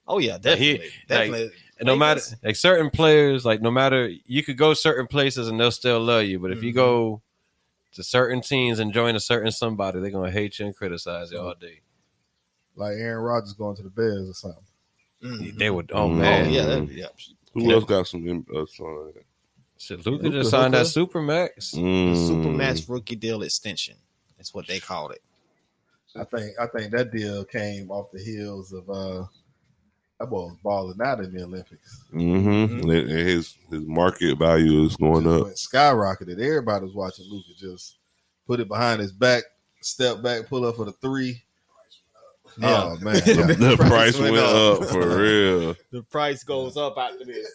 [SPEAKER 1] Oh yeah, definitely, definitely.
[SPEAKER 3] And no matter
[SPEAKER 1] Lakers-
[SPEAKER 3] like certain players, like no matter you could go certain places and they'll still love you, but if you
[SPEAKER 1] Mhm.
[SPEAKER 3] go to certain teams and join a certain somebody, they're gonna hate you and criticize you all day.
[SPEAKER 2] Like Aaron Rodgers going to the Bears or something.
[SPEAKER 1] Mm.
[SPEAKER 3] They would.
[SPEAKER 1] Oh
[SPEAKER 4] Mhm.
[SPEAKER 3] Oh man,
[SPEAKER 1] yeah, that, yeah.
[SPEAKER 4] Who else got some uh, song like that?
[SPEAKER 3] shit, Luka
[SPEAKER 2] Luka,
[SPEAKER 3] just signed that
[SPEAKER 2] Luka.
[SPEAKER 3] super max.
[SPEAKER 4] Mm.
[SPEAKER 1] Supermax rookie deal extension. That's what they called it.
[SPEAKER 2] I think I think that deal came off the heels of uh that boy was balling out in the Olympics.
[SPEAKER 4] Mm-hmm. And and his his market value is going
[SPEAKER 2] Just
[SPEAKER 4] up.
[SPEAKER 2] went skyrocketed. Everybody was watching Luca just put it behind his back, step back, pull up for the three.
[SPEAKER 1] Yeah.
[SPEAKER 2] Oh
[SPEAKER 3] [LAUGHS]
[SPEAKER 2] man,
[SPEAKER 4] [LAUGHS] The price went
[SPEAKER 1] up.
[SPEAKER 4] up for real.
[SPEAKER 1] The price goes up after this.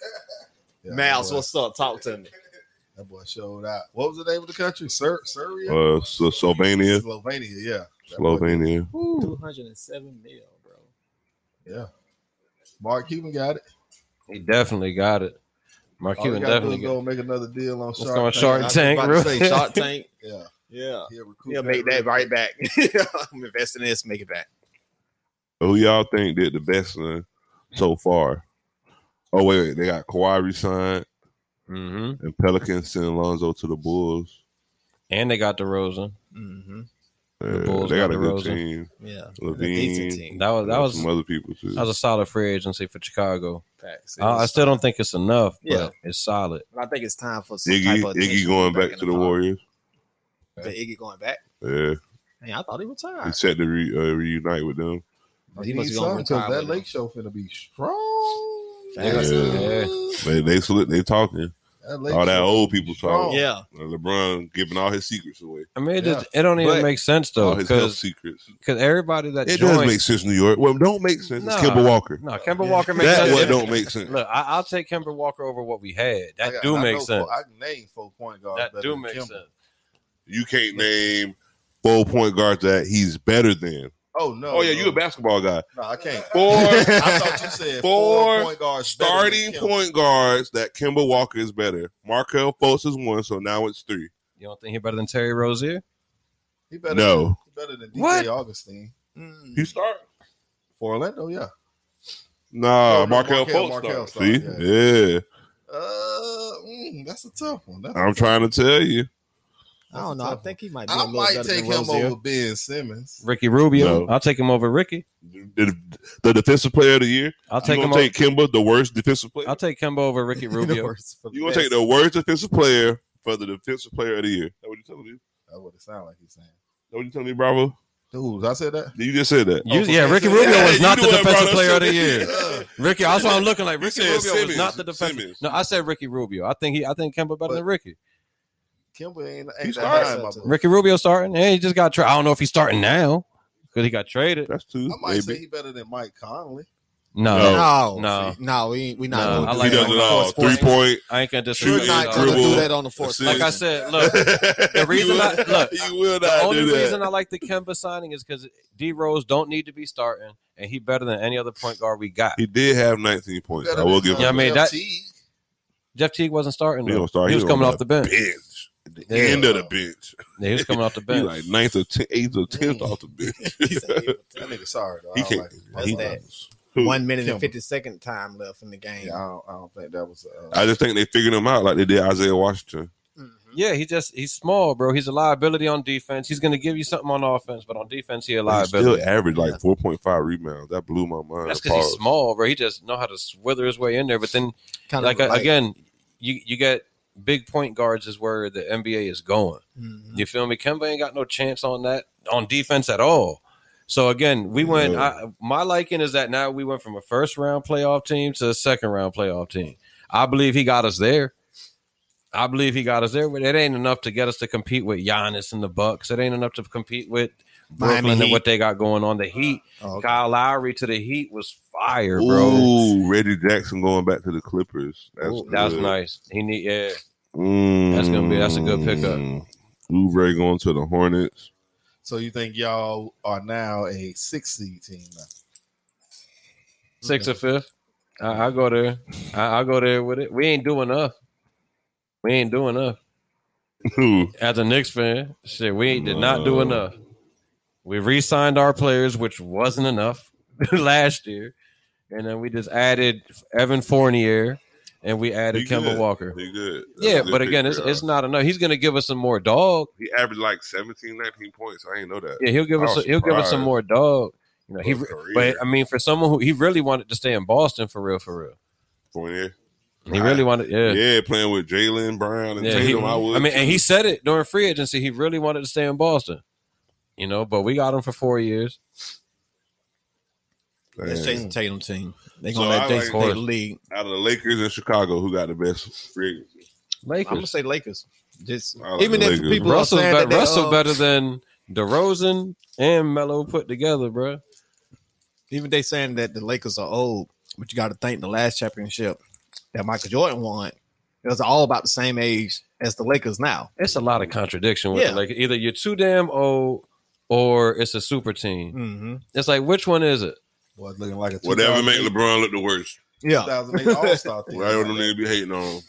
[SPEAKER 2] Yeah,
[SPEAKER 1] Mouse,
[SPEAKER 2] that boy-
[SPEAKER 1] what's up? Talk to me.
[SPEAKER 2] that boy showed out. What was the name of the country? Ser- Serbia,
[SPEAKER 4] Uh, so Slovenia,
[SPEAKER 2] Slovenia. Yeah, That boy-
[SPEAKER 4] Slovenia.
[SPEAKER 1] Two hundred and seven mil, bro.
[SPEAKER 2] Yeah, Mark Cuban got it.
[SPEAKER 3] He definitely got it. Mark
[SPEAKER 2] All you
[SPEAKER 3] Cuban
[SPEAKER 2] gotta do
[SPEAKER 3] definitely
[SPEAKER 2] is
[SPEAKER 3] got.
[SPEAKER 2] go make another deal on
[SPEAKER 3] Let's
[SPEAKER 2] Shark.
[SPEAKER 3] go on
[SPEAKER 2] Tank.
[SPEAKER 3] Shark
[SPEAKER 1] I was
[SPEAKER 3] Tank,
[SPEAKER 1] about to
[SPEAKER 3] bro.
[SPEAKER 1] say, [LAUGHS]
[SPEAKER 3] [LAUGHS]
[SPEAKER 1] Shark Tank.
[SPEAKER 2] Yeah,
[SPEAKER 1] Yeah,
[SPEAKER 2] he'll, recoup
[SPEAKER 1] he'll make that right back. [LAUGHS] I'm investing in this. Make it back.
[SPEAKER 4] Who y'all think did the best uh, so far? Oh wait, wait, they got Kawhi resigned
[SPEAKER 3] hmm
[SPEAKER 4] and Pelicans sent Lonzo to the Bulls.
[SPEAKER 3] And they got DeRozan.
[SPEAKER 1] Mm-hmm.
[SPEAKER 4] Uh,
[SPEAKER 3] Bulls
[SPEAKER 4] they got
[SPEAKER 3] got
[SPEAKER 4] a good
[SPEAKER 3] DeRozan.
[SPEAKER 4] team.
[SPEAKER 1] Yeah, And a decent
[SPEAKER 4] Levine,
[SPEAKER 1] team.
[SPEAKER 3] That was that
[SPEAKER 4] Yeah,
[SPEAKER 3] was
[SPEAKER 4] some other people too.
[SPEAKER 3] that was a solid free agency for Chicago.
[SPEAKER 1] Facts. It
[SPEAKER 3] I, I
[SPEAKER 1] was-
[SPEAKER 3] still don't think it's enough, but
[SPEAKER 1] Yeah.
[SPEAKER 3] it's solid.
[SPEAKER 1] I think it's time for some
[SPEAKER 4] Iggy,
[SPEAKER 1] type of
[SPEAKER 4] Iggy
[SPEAKER 1] attention
[SPEAKER 4] going
[SPEAKER 1] in
[SPEAKER 4] back to the
[SPEAKER 1] pocket.
[SPEAKER 4] Warriors.
[SPEAKER 1] The Iggy going back.
[SPEAKER 4] Yeah,
[SPEAKER 1] Man, I thought he
[SPEAKER 4] he
[SPEAKER 1] retired.
[SPEAKER 4] set to re, uh, reunite with them.
[SPEAKER 1] Oh,
[SPEAKER 2] He
[SPEAKER 1] he must
[SPEAKER 2] needs
[SPEAKER 1] be on
[SPEAKER 2] something 'cause
[SPEAKER 1] retire
[SPEAKER 2] that
[SPEAKER 1] with
[SPEAKER 2] Lake Show finna be strong.
[SPEAKER 1] Facts.
[SPEAKER 4] Yeah. They they sli- they talking.
[SPEAKER 2] That LA
[SPEAKER 4] All that old people talk.
[SPEAKER 2] Oh.
[SPEAKER 1] Yeah.
[SPEAKER 4] LeBron giving all his secrets away.
[SPEAKER 3] I mean, it,
[SPEAKER 2] Yeah.
[SPEAKER 3] just, it don't even
[SPEAKER 1] But-
[SPEAKER 3] make sense though,
[SPEAKER 4] all his health
[SPEAKER 3] because
[SPEAKER 4] secrets.
[SPEAKER 3] everybody that
[SPEAKER 4] Oh, It does
[SPEAKER 3] joined,
[SPEAKER 4] make sense, New York. Well, don't make sense. It's
[SPEAKER 3] Nah.
[SPEAKER 4] Kimber Walker.
[SPEAKER 3] no, Kemba
[SPEAKER 1] Yeah.
[SPEAKER 3] Walker makes
[SPEAKER 4] That
[SPEAKER 3] sense.
[SPEAKER 4] one don't make sense.
[SPEAKER 3] Look, I, I'll take Kemba Walker over what we had.
[SPEAKER 2] I
[SPEAKER 3] That
[SPEAKER 2] got-
[SPEAKER 3] do
[SPEAKER 2] I
[SPEAKER 3] make
[SPEAKER 2] know
[SPEAKER 3] sense.
[SPEAKER 2] Four, I can name four point guards.
[SPEAKER 3] That
[SPEAKER 2] better
[SPEAKER 3] do
[SPEAKER 2] than
[SPEAKER 3] make
[SPEAKER 2] Kemba.
[SPEAKER 3] sense.
[SPEAKER 4] You can't name four point guards that he's better than.
[SPEAKER 2] Oh no!
[SPEAKER 4] Oh yeah,
[SPEAKER 2] no.
[SPEAKER 4] you a basketball guy.
[SPEAKER 2] No, I can't.
[SPEAKER 4] [LAUGHS] Four
[SPEAKER 2] I thought you said four
[SPEAKER 4] [LAUGHS] Four
[SPEAKER 2] point guards. better than
[SPEAKER 4] starting
[SPEAKER 2] Kemba.
[SPEAKER 4] point guards that Kimber Walker is better. Markel Fultz is one, so now it's three.
[SPEAKER 3] You don't think he better than Terry Rozier?
[SPEAKER 2] He better
[SPEAKER 4] No.
[SPEAKER 2] Than, he better than DJ
[SPEAKER 3] What?
[SPEAKER 2] Augustine
[SPEAKER 4] Hmm. He start?
[SPEAKER 2] for Orlando. Yeah.
[SPEAKER 4] Nah,
[SPEAKER 2] No, no,
[SPEAKER 4] Markel,
[SPEAKER 2] Markel-
[SPEAKER 4] Fultz
[SPEAKER 2] Markel
[SPEAKER 4] start.
[SPEAKER 2] started,
[SPEAKER 4] See, yeah.
[SPEAKER 2] Uh, mm, that's a tough one. That's a
[SPEAKER 4] I'm
[SPEAKER 2] tough
[SPEAKER 4] trying to tell you.
[SPEAKER 1] I don't know. I think he might be a
[SPEAKER 2] I
[SPEAKER 1] little
[SPEAKER 2] might
[SPEAKER 1] better
[SPEAKER 2] take
[SPEAKER 1] than
[SPEAKER 2] him
[SPEAKER 1] Rozier. [LAUGHS]
[SPEAKER 2] over Ben Simmons.
[SPEAKER 3] Ricky Rubio.
[SPEAKER 4] No.
[SPEAKER 3] I'll take him over Ricky.
[SPEAKER 4] The, the defensive player of the year.
[SPEAKER 3] I'll
[SPEAKER 4] You
[SPEAKER 3] take him
[SPEAKER 4] gonna
[SPEAKER 3] over.
[SPEAKER 4] take Kimba, the worst defensive player.
[SPEAKER 3] I'll take Kemba over Ricky Rubio.
[SPEAKER 4] You gonna take the worst defensive player for the defensive player of the year? That what you telling me?
[SPEAKER 2] That's what it sounds like he's saying.
[SPEAKER 4] That what you telling me, Bravo?
[SPEAKER 2] Dude, I said that.
[SPEAKER 4] You just said that.
[SPEAKER 3] You-
[SPEAKER 2] Oh, for
[SPEAKER 3] yeah,
[SPEAKER 2] Ben
[SPEAKER 3] Ricky
[SPEAKER 2] Simmons.
[SPEAKER 3] Rubio
[SPEAKER 2] Yeah,
[SPEAKER 3] was
[SPEAKER 4] you
[SPEAKER 3] not
[SPEAKER 4] know
[SPEAKER 3] the
[SPEAKER 4] what, bro,
[SPEAKER 3] defensive player of the
[SPEAKER 4] that's-
[SPEAKER 3] year.
[SPEAKER 2] Yeah.
[SPEAKER 3] Ricky, that's what I'm looking like.
[SPEAKER 4] You
[SPEAKER 3] Ricky
[SPEAKER 4] said
[SPEAKER 3] Rubio was
[SPEAKER 4] Simmons.
[SPEAKER 3] not the defensive.
[SPEAKER 4] Simmons.
[SPEAKER 3] No, I said Ricky Rubio. I think he. I think Kemba better
[SPEAKER 2] But-
[SPEAKER 3] than Ricky.
[SPEAKER 2] Kimber ain't,
[SPEAKER 4] He
[SPEAKER 2] ain't that
[SPEAKER 4] started.
[SPEAKER 2] high in my book.
[SPEAKER 3] Ricky Rubio starting. Yeah, he just got traded. I don't know if he's starting now because he got traded.
[SPEAKER 4] Oh, That's two.
[SPEAKER 2] I might say
[SPEAKER 4] Maybe.
[SPEAKER 2] he better than Mike Conley.
[SPEAKER 3] No,
[SPEAKER 4] No.
[SPEAKER 1] No,
[SPEAKER 3] No.
[SPEAKER 1] no, we ain't, we not.
[SPEAKER 3] No,
[SPEAKER 1] gonna
[SPEAKER 3] I
[SPEAKER 1] do
[SPEAKER 3] like
[SPEAKER 4] he
[SPEAKER 1] that
[SPEAKER 4] does
[SPEAKER 1] on
[SPEAKER 4] it
[SPEAKER 1] the
[SPEAKER 4] all.
[SPEAKER 1] fourth sport.
[SPEAKER 4] Three point.
[SPEAKER 3] I ain't gonna disagree.
[SPEAKER 1] You're
[SPEAKER 3] with
[SPEAKER 1] not
[SPEAKER 3] you.
[SPEAKER 1] gonna do
[SPEAKER 4] Dribble.
[SPEAKER 1] that on the fourth.
[SPEAKER 4] Assist.
[SPEAKER 3] Like
[SPEAKER 1] [LAUGHS]
[SPEAKER 3] I
[SPEAKER 4] [LAUGHS]
[SPEAKER 3] said, look,
[SPEAKER 4] the [LAUGHS]
[SPEAKER 3] reason I- look,
[SPEAKER 4] you will not
[SPEAKER 3] the only
[SPEAKER 4] do that.
[SPEAKER 3] reason I like the Kemba signing is because D Rose don't need to be starting, and he better than any other point guard we got.
[SPEAKER 4] he did have 19 points. I
[SPEAKER 2] uh,
[SPEAKER 4] will give him.
[SPEAKER 3] Yeah, I mean,
[SPEAKER 2] that.
[SPEAKER 3] that- Jeff Teague wasn't starting.
[SPEAKER 4] He
[SPEAKER 3] though.
[SPEAKER 4] don't start.
[SPEAKER 3] He was
[SPEAKER 4] on
[SPEAKER 3] coming off
[SPEAKER 4] [LAUGHS]
[SPEAKER 3] the bench.
[SPEAKER 4] bench. At the
[SPEAKER 3] Yeah.
[SPEAKER 4] end of the bench.
[SPEAKER 3] Yeah, he was coming off the
[SPEAKER 4] He
[SPEAKER 3] bench.
[SPEAKER 4] like ninth or ten, eighth or tenth off the
[SPEAKER 3] [LAUGHS]
[SPEAKER 4] bench.
[SPEAKER 2] That nigga sorry though.
[SPEAKER 4] [LAUGHS]
[SPEAKER 2] I
[SPEAKER 3] "Oh,
[SPEAKER 4] He
[SPEAKER 2] don't
[SPEAKER 4] can't.
[SPEAKER 2] like him.
[SPEAKER 4] he-
[SPEAKER 2] That's
[SPEAKER 1] [LAUGHS]
[SPEAKER 4] Who?
[SPEAKER 1] One minute
[SPEAKER 2] Kimba.
[SPEAKER 1] and fifty second time left in the
[SPEAKER 2] not-
[SPEAKER 1] game.
[SPEAKER 2] yeah, I don't, I don't think that was. Uh,
[SPEAKER 4] I just think they figured him out like they did Isaiah Washington.
[SPEAKER 1] Mhm.
[SPEAKER 3] yeah, he just he's small, bro. He's a liability on defense. He's gonna give you something on offense, but on defense, he a
[SPEAKER 4] He
[SPEAKER 3] liability.
[SPEAKER 4] still averaged like 4.5 rebounds. That blew my mind.
[SPEAKER 3] That's
[SPEAKER 4] I
[SPEAKER 3] because he's
[SPEAKER 4] paused.
[SPEAKER 3] small, bro. He just know how to wither his way in there. But then,
[SPEAKER 1] Kind
[SPEAKER 3] like, uh, again, you you get big point guards is where the NBA is going.
[SPEAKER 1] Mhm.
[SPEAKER 3] You feel me? Kemba ain't got no chance on that on defense at all. So again, we went.
[SPEAKER 4] Yeah.
[SPEAKER 3] I, my liking is that now we went from a first round playoff team to a second round playoff team. I believe he got us there. I believe he got us there, but it ain't enough to get us to compete with Giannis and the Bucks. It ain't enough to compete with
[SPEAKER 1] Miami
[SPEAKER 3] Brooklyn and
[SPEAKER 1] Heat.
[SPEAKER 3] what they got going on. The Heat,
[SPEAKER 1] Oh, okay.
[SPEAKER 3] Kyle Lowry to the Heat was fire, bro.
[SPEAKER 4] Ooh, Reggie Jackson going back to the Clippers. That's
[SPEAKER 3] Ooh, that was
[SPEAKER 4] good.
[SPEAKER 3] nice. He need yeah.
[SPEAKER 4] Mm.
[SPEAKER 3] That's gonna be- that's a good pickup.
[SPEAKER 4] Oubre going to the Hornets. [LAUGHS]
[SPEAKER 2] so you think y'all are now a six seed team? Now?
[SPEAKER 3] six or fifth. I, I go there. I, I go there with it. We ain't doing enough. We ain't doing enough.
[SPEAKER 4] Who?
[SPEAKER 3] As a Knicks fan, shit, we ain't, did not do
[SPEAKER 4] No.
[SPEAKER 3] enough. We re-signed our players, which wasn't enough [LAUGHS] last year, and then we just added Evan Fournier, and we added
[SPEAKER 4] He
[SPEAKER 3] Kemba
[SPEAKER 4] good.
[SPEAKER 3] Walker.
[SPEAKER 4] He good. That's
[SPEAKER 3] yeah,
[SPEAKER 4] a good
[SPEAKER 3] but
[SPEAKER 4] pick
[SPEAKER 3] again,
[SPEAKER 4] for
[SPEAKER 3] it's,
[SPEAKER 4] y'all.
[SPEAKER 3] it's not enough. He's gonna give us some more dog.
[SPEAKER 4] He averaged like 17, 19 points. I ain't know that.
[SPEAKER 3] Yeah, he'll give
[SPEAKER 4] I
[SPEAKER 3] us
[SPEAKER 4] was
[SPEAKER 3] he'll give us some
[SPEAKER 4] surprised.
[SPEAKER 3] more dog. You know, he,
[SPEAKER 4] For his
[SPEAKER 3] but
[SPEAKER 4] career.
[SPEAKER 3] I mean, for someone who he really wanted to stay in Boston for real, for real,
[SPEAKER 4] Fournier.
[SPEAKER 3] he really wanted.
[SPEAKER 4] Yeah, playing with Jalen Brown and
[SPEAKER 3] Yeah, he-
[SPEAKER 4] Tatum. I would.
[SPEAKER 3] I mean, and he said it during free agency. He really wanted to stay in Boston, you know. But we got him for four years.
[SPEAKER 1] That's
[SPEAKER 4] Dang.
[SPEAKER 1] Jason Tatum team. They
[SPEAKER 4] So
[SPEAKER 1] gonna
[SPEAKER 4] I
[SPEAKER 1] let Jason
[SPEAKER 4] like-
[SPEAKER 1] take the league.
[SPEAKER 4] out of the Lakers and Chicago, who got the best free agency?
[SPEAKER 1] I'm gonna
[SPEAKER 3] Lakers.
[SPEAKER 1] say Lakers. Just
[SPEAKER 4] I like
[SPEAKER 1] even
[SPEAKER 4] the
[SPEAKER 1] if
[SPEAKER 4] Lakers.
[SPEAKER 1] people
[SPEAKER 3] Russell,
[SPEAKER 1] are saying
[SPEAKER 3] be-
[SPEAKER 1] that they,
[SPEAKER 3] Russell
[SPEAKER 1] uh,
[SPEAKER 3] better than DeRozan and Melo put together, bro.
[SPEAKER 1] even they saying that the Lakers are old, but you got to think the last championship that Michael Jordan won it was all about the same age as the Lakers now.
[SPEAKER 3] It's a lot of contradiction with
[SPEAKER 1] Yeah.
[SPEAKER 3] it. like either you're too damn old or it's a super team.
[SPEAKER 1] Mm-hmm.
[SPEAKER 3] It's like which one is it?
[SPEAKER 2] Boy, it's looking like a
[SPEAKER 4] Whatever make
[SPEAKER 2] 2008
[SPEAKER 4] LeBron look the worst.
[SPEAKER 1] Yeah,
[SPEAKER 2] 2008 All
[SPEAKER 4] [LAUGHS]
[SPEAKER 2] Star team.
[SPEAKER 4] Whatever them niggas be hating on. him.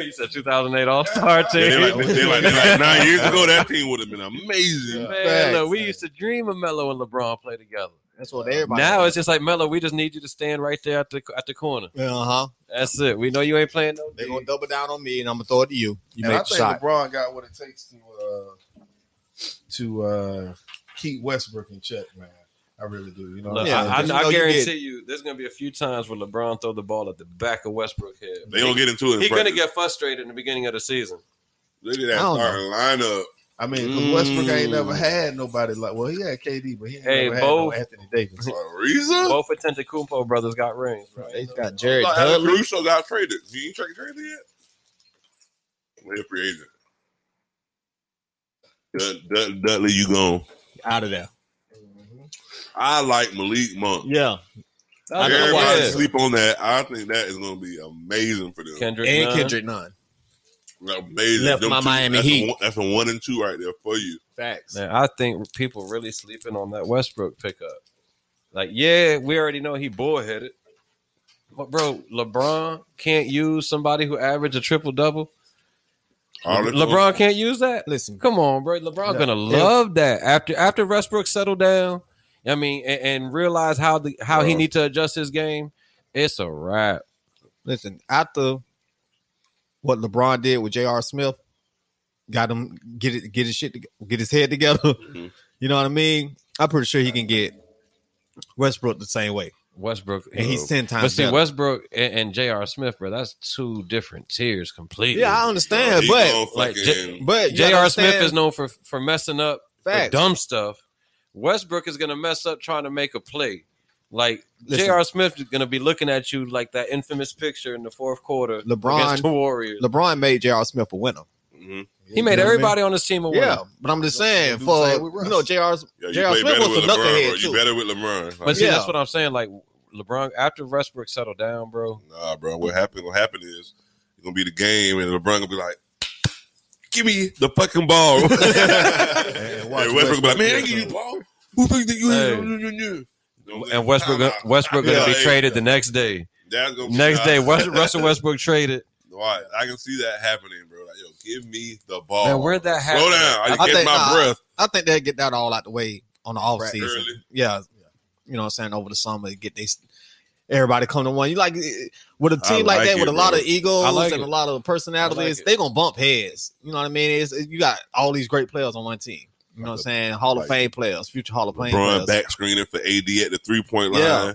[SPEAKER 3] you said 2008 All Star team.
[SPEAKER 4] Yeah, they like, they like, they like [LAUGHS] nine years ago, that team would have been amazing.
[SPEAKER 2] Yeah.
[SPEAKER 3] Man, look,
[SPEAKER 2] Facts,
[SPEAKER 3] we
[SPEAKER 2] man.
[SPEAKER 3] used to dream of Melo and LeBron play together.
[SPEAKER 1] that's what everybody.
[SPEAKER 3] Now it's just like Melo. We just need you to stand right there at the at the corner.
[SPEAKER 1] uh huh.
[SPEAKER 3] That's it. We know you ain't playing no.
[SPEAKER 1] They're
[SPEAKER 3] D.
[SPEAKER 1] gonna double down on me, and I'm gonna throw it to you. You
[SPEAKER 2] And I
[SPEAKER 1] make the
[SPEAKER 2] think
[SPEAKER 1] shot.
[SPEAKER 2] LeBron got what it takes to uh, to uh, keep Westbrook in check, man. I really do. You know, what
[SPEAKER 3] Look,
[SPEAKER 2] I'm
[SPEAKER 1] Yeah,
[SPEAKER 3] I,
[SPEAKER 2] saying?
[SPEAKER 3] I,
[SPEAKER 1] you
[SPEAKER 3] I
[SPEAKER 1] know you
[SPEAKER 3] guarantee
[SPEAKER 1] did.
[SPEAKER 3] you, there's gonna be a few times where LeBron throw the ball at the back of Westbrook head.
[SPEAKER 4] They don't get into it. in
[SPEAKER 3] He's gonna
[SPEAKER 4] practice.
[SPEAKER 3] get frustrated in the beginning of the season.
[SPEAKER 4] Look at
[SPEAKER 1] I
[SPEAKER 4] that
[SPEAKER 1] don't
[SPEAKER 4] starting lineup.
[SPEAKER 2] I mean, 'cause
[SPEAKER 4] Mm.
[SPEAKER 2] Westbrook ain't never had nobody like. Well, he had KD, but he ain't
[SPEAKER 3] Hey,
[SPEAKER 2] never
[SPEAKER 3] Bo.
[SPEAKER 2] had no Anthony [LAUGHS] Davis.
[SPEAKER 4] Ariza?
[SPEAKER 3] Both Kumpo brothers got rings, right?
[SPEAKER 1] They got Jared
[SPEAKER 4] Like, Alex
[SPEAKER 1] Dudley.
[SPEAKER 4] Caruso got traded. He ain't traded traded yet. He a free agent. Dud- Dud- Dudley, you gone.
[SPEAKER 1] out of there.
[SPEAKER 2] Mm-hmm.
[SPEAKER 4] I like Malik Monk.
[SPEAKER 1] Yeah, I know why.
[SPEAKER 4] Everybody
[SPEAKER 1] Yeah.
[SPEAKER 4] sleep on that. I think that is going to be amazing for them.
[SPEAKER 3] Kendrick
[SPEAKER 1] and
[SPEAKER 3] Nunn.
[SPEAKER 1] Kendrick Nunn.
[SPEAKER 4] Amazing.
[SPEAKER 1] Left
[SPEAKER 4] Them
[SPEAKER 1] my
[SPEAKER 4] two,
[SPEAKER 1] Miami
[SPEAKER 4] that's a
[SPEAKER 1] Heat.
[SPEAKER 4] one- that's a one and two right there for you.
[SPEAKER 1] Facts.
[SPEAKER 3] Man, I think people really sleeping on that Westbrook pickup. Like, yeah, we already know he bullheaded, but bro, LeBron can't use somebody who averaged a triple double.
[SPEAKER 4] All it's gonna-
[SPEAKER 3] LeBron can't use that.
[SPEAKER 1] Listen,
[SPEAKER 3] Come on, bro. LeBron's
[SPEAKER 1] Yeah.
[SPEAKER 3] gonna love that after after Westbrook settled down. I mean, and, and realize how the how he
[SPEAKER 4] Bro.
[SPEAKER 3] need to adjust his game. It's a wrap.
[SPEAKER 1] listen. After what LeBron did with J.R. Smith, got him get it, get his shit, to, get his head together.
[SPEAKER 3] Mm-hmm.
[SPEAKER 4] Mhm.
[SPEAKER 1] [LAUGHS] You know what I mean? I'm pretty sure he can get Westbrook the same way,
[SPEAKER 3] Westbrook,
[SPEAKER 1] and he's ten times.
[SPEAKER 3] but see,
[SPEAKER 1] better.
[SPEAKER 3] Westbrook and, and J.R. Smith, bro, that's two different tiers completely.
[SPEAKER 1] yeah, I understand,
[SPEAKER 4] He
[SPEAKER 1] but
[SPEAKER 4] gonna
[SPEAKER 3] like,
[SPEAKER 4] fucking-
[SPEAKER 1] but you
[SPEAKER 3] J.R. Smith
[SPEAKER 1] understand-
[SPEAKER 3] is known for for messing up for
[SPEAKER 1] Facts.
[SPEAKER 3] dumb stuff. Westbrook is gonna mess up trying to make a play. Like
[SPEAKER 1] Listen.
[SPEAKER 3] J.R. Smith is gonna be looking at you like that infamous picture in the fourth quarter
[SPEAKER 1] LeBron-
[SPEAKER 3] against the Warriors.
[SPEAKER 1] LeBron made J.R. Smith a winner.
[SPEAKER 4] Mhm.
[SPEAKER 3] he made
[SPEAKER 1] You know what I mean?
[SPEAKER 3] everybody on his team a winner.
[SPEAKER 1] Yeah, but I'm just saying,
[SPEAKER 2] Do the
[SPEAKER 1] for
[SPEAKER 2] same with Russ.
[SPEAKER 1] you know, J.R.
[SPEAKER 4] Yeah, you
[SPEAKER 1] J.R.
[SPEAKER 4] play
[SPEAKER 1] Smith
[SPEAKER 4] better
[SPEAKER 1] was
[SPEAKER 4] with
[SPEAKER 1] a
[SPEAKER 4] LeBron,
[SPEAKER 1] knucklehead,
[SPEAKER 4] bro. You
[SPEAKER 1] too.
[SPEAKER 4] better with LeBron.
[SPEAKER 3] But see,
[SPEAKER 1] Yeah.
[SPEAKER 3] that's what I'm saying. Like LeBron, after Westbrook settled down, bro,
[SPEAKER 4] Nah, bro. What happened? What happened is it's gonna be the game, and LeBron gonna be like, "Give me the fucking ball."
[SPEAKER 3] [LAUGHS]
[SPEAKER 4] [LAUGHS] and
[SPEAKER 2] And watch
[SPEAKER 4] Westbrook gonna be like, "Man, I
[SPEAKER 2] Westbrook.
[SPEAKER 4] give you the ball. Who think that you
[SPEAKER 3] Hey.
[SPEAKER 4] is?"
[SPEAKER 3] and Westbrook Westbrook gonna
[SPEAKER 4] Oh, Yeah,
[SPEAKER 3] be
[SPEAKER 4] yeah.
[SPEAKER 3] traded the next day.
[SPEAKER 4] That's gonna be
[SPEAKER 3] Next
[SPEAKER 4] nice.
[SPEAKER 3] day, West, Russell Westbrook traded.
[SPEAKER 4] Why? I can see that happening, bro. Like, yo, give me the ball.
[SPEAKER 3] Man, where'd that happen?
[SPEAKER 4] Oh, Slow down. I,
[SPEAKER 1] I
[SPEAKER 4] catch
[SPEAKER 1] think-
[SPEAKER 4] my
[SPEAKER 1] nah,
[SPEAKER 4] breath.
[SPEAKER 1] I think they'll get that all out the way on the off season.
[SPEAKER 4] Early.
[SPEAKER 1] Yeah. You know what I'm saying? Over the summer, get they everybody come to one. You like eh, with a team like,
[SPEAKER 4] like
[SPEAKER 1] that
[SPEAKER 4] it,
[SPEAKER 1] with a lot
[SPEAKER 4] bro.
[SPEAKER 1] of egos
[SPEAKER 3] I like
[SPEAKER 1] and
[SPEAKER 3] it.
[SPEAKER 1] a lot of personalities,
[SPEAKER 3] I like it.
[SPEAKER 1] they gonna bump heads. You know what I mean? It's, you got all these great players on one team. You know what I'm saying? Hall of
[SPEAKER 4] like-
[SPEAKER 1] Fame players, future Hall of Fame
[SPEAKER 4] LeBron
[SPEAKER 1] players.
[SPEAKER 4] back screening for AD at the three point line.
[SPEAKER 1] Yeah.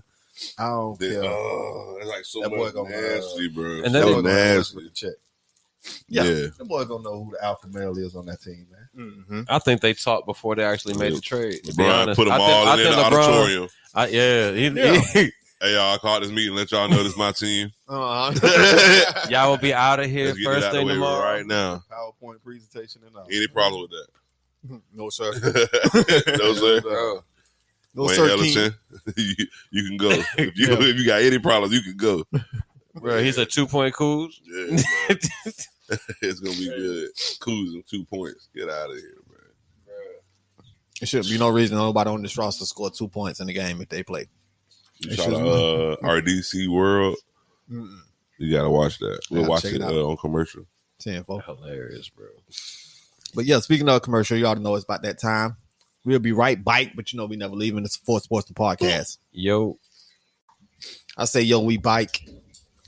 [SPEAKER 2] I don't
[SPEAKER 4] Then,
[SPEAKER 2] care.
[SPEAKER 4] oh, it's like so
[SPEAKER 2] That boy
[SPEAKER 4] much
[SPEAKER 2] gonna, uh,
[SPEAKER 4] nasty, bro.
[SPEAKER 3] and
[SPEAKER 4] And
[SPEAKER 3] that
[SPEAKER 2] boy
[SPEAKER 4] so
[SPEAKER 3] is-
[SPEAKER 2] gonna have Westbrook
[SPEAKER 4] nasty.
[SPEAKER 2] to check.
[SPEAKER 1] Yeah.
[SPEAKER 4] yeah.
[SPEAKER 2] That boy gonna know who the alpha male is on that team, man.
[SPEAKER 4] [LAUGHS]
[SPEAKER 1] Mhm.
[SPEAKER 3] I think they talked before they actually made the trade. to be
[SPEAKER 4] LeBron
[SPEAKER 3] honest.
[SPEAKER 4] put them
[SPEAKER 3] I think-
[SPEAKER 4] all
[SPEAKER 3] I
[SPEAKER 4] in
[SPEAKER 3] think
[SPEAKER 4] the auditorium.
[SPEAKER 3] I, yeah, he- he-
[SPEAKER 4] Hey, y'all, I called this meeting. Let y'all know this my
[SPEAKER 1] [LAUGHS]
[SPEAKER 4] team.
[SPEAKER 1] Uh-huh.
[SPEAKER 3] [LAUGHS] y'all will be out of here
[SPEAKER 4] Let's get it
[SPEAKER 3] first
[SPEAKER 4] out the
[SPEAKER 3] thing
[SPEAKER 4] way
[SPEAKER 3] tomorrow.
[SPEAKER 4] right now.
[SPEAKER 2] PowerPoint presentation and all.
[SPEAKER 4] Any problem with
[SPEAKER 1] [LAUGHS]
[SPEAKER 4] [LAUGHS]
[SPEAKER 1] no sir.
[SPEAKER 4] that?
[SPEAKER 1] [LAUGHS]
[SPEAKER 4] no,
[SPEAKER 2] [LAUGHS]
[SPEAKER 4] sir.
[SPEAKER 3] Bro,
[SPEAKER 1] No
[SPEAKER 4] Wayne
[SPEAKER 1] sir. King.
[SPEAKER 4] Ellington, [LAUGHS] you, you
[SPEAKER 1] [LAUGHS]
[SPEAKER 4] can go. If you, if you got any problems, you can go.
[SPEAKER 3] bro, he's a two point coos.
[SPEAKER 4] Yeah,
[SPEAKER 1] [LAUGHS]
[SPEAKER 4] bro. it's gonna be good. Kuz and two points. Get out of here, man.
[SPEAKER 1] It should be no reason nobody on this roster score two points in the game if they play.
[SPEAKER 4] You
[SPEAKER 1] It
[SPEAKER 4] try to
[SPEAKER 1] shouldn't
[SPEAKER 4] uh, RDC World.
[SPEAKER 1] Mm-mm.
[SPEAKER 4] You gotta watch that. We'll
[SPEAKER 1] I'll
[SPEAKER 4] watch
[SPEAKER 1] check
[SPEAKER 4] it,
[SPEAKER 1] it out.
[SPEAKER 4] uh, on commercial.
[SPEAKER 1] Ten four.
[SPEAKER 3] Hilarious, bro.
[SPEAKER 1] But yeah, speaking of commercial, you already know it's about that time. We'll be right back, but you know we never leaving. It's for sports the podcast.
[SPEAKER 3] Yo,
[SPEAKER 1] I say yo, we bike,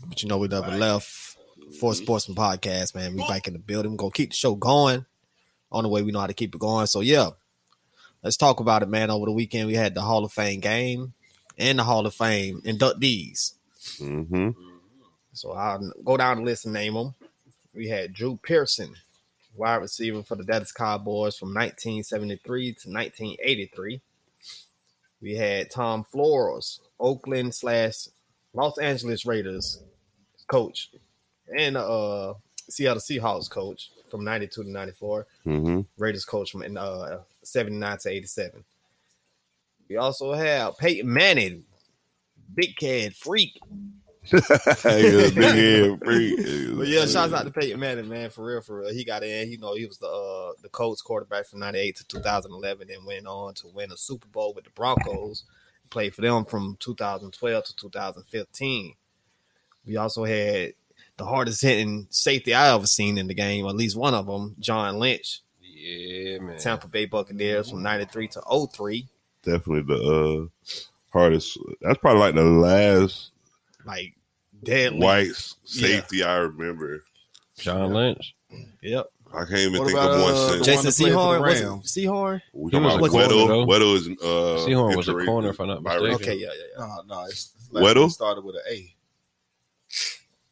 [SPEAKER 1] but you know we never left. For sportsman podcast, man, we bike in the building. We're gonna keep the show going. On the way, we know how to keep it going. So yeah, let's talk about it, man. Over the weekend, we had the Hall of Fame game and the Hall of Fame inductees.
[SPEAKER 4] Mm-hmm.
[SPEAKER 1] So I'll go down the list and name them. We had Drew Pearson, wide receiver for the Dallas Cowboys from 1973 to 1983. We had Tom Flores, Oakland slash Los Angeles Raiders coach, and uh Seattle Seahawks coach from 92 to 94.
[SPEAKER 4] Mm-hmm.
[SPEAKER 1] Raiders coach from uh, 79 to 87. We also have Peyton Manning, big kid freak,
[SPEAKER 2] [LAUGHS]
[SPEAKER 4] big head freak. [LAUGHS]
[SPEAKER 1] But yeah, shouts out to Peyton Manning, man, for real, for real. He got in. You know, he was the uh, the Colts quarterback from '98 to 2011, and went on to win a Super Bowl with the Broncos. Played for them from 2012 to 2015. We also had the hardest hitting safety I ever seen in the game, at least one of them, John Lynch,
[SPEAKER 3] yeah, man.
[SPEAKER 1] Tampa Bay Buccaneers from '93 to 03.
[SPEAKER 4] definitely the uh, hardest. That's probably like the last
[SPEAKER 1] Like deadly.
[SPEAKER 4] white s- safety I remember.
[SPEAKER 3] John Lynch.
[SPEAKER 1] Yep.
[SPEAKER 4] I can't even
[SPEAKER 2] What
[SPEAKER 4] think
[SPEAKER 2] about,
[SPEAKER 4] of one
[SPEAKER 2] uh,
[SPEAKER 4] since.
[SPEAKER 2] Jay-
[SPEAKER 1] Jason
[SPEAKER 2] that played for
[SPEAKER 1] Seahorn.
[SPEAKER 2] the
[SPEAKER 1] Was it
[SPEAKER 2] Rams.
[SPEAKER 1] Seahorn?
[SPEAKER 4] we
[SPEAKER 3] He
[SPEAKER 4] talking about
[SPEAKER 3] was a corner,
[SPEAKER 4] Weddle.
[SPEAKER 3] though.
[SPEAKER 4] Weddle is uh,
[SPEAKER 3] Seahorn was a
[SPEAKER 4] injury-
[SPEAKER 3] corner, if I'm not
[SPEAKER 4] virus.
[SPEAKER 3] mistaken.
[SPEAKER 1] Okay, yeah, yeah, yeah.
[SPEAKER 2] No, no, it's
[SPEAKER 4] Weddle?
[SPEAKER 2] It started with an A.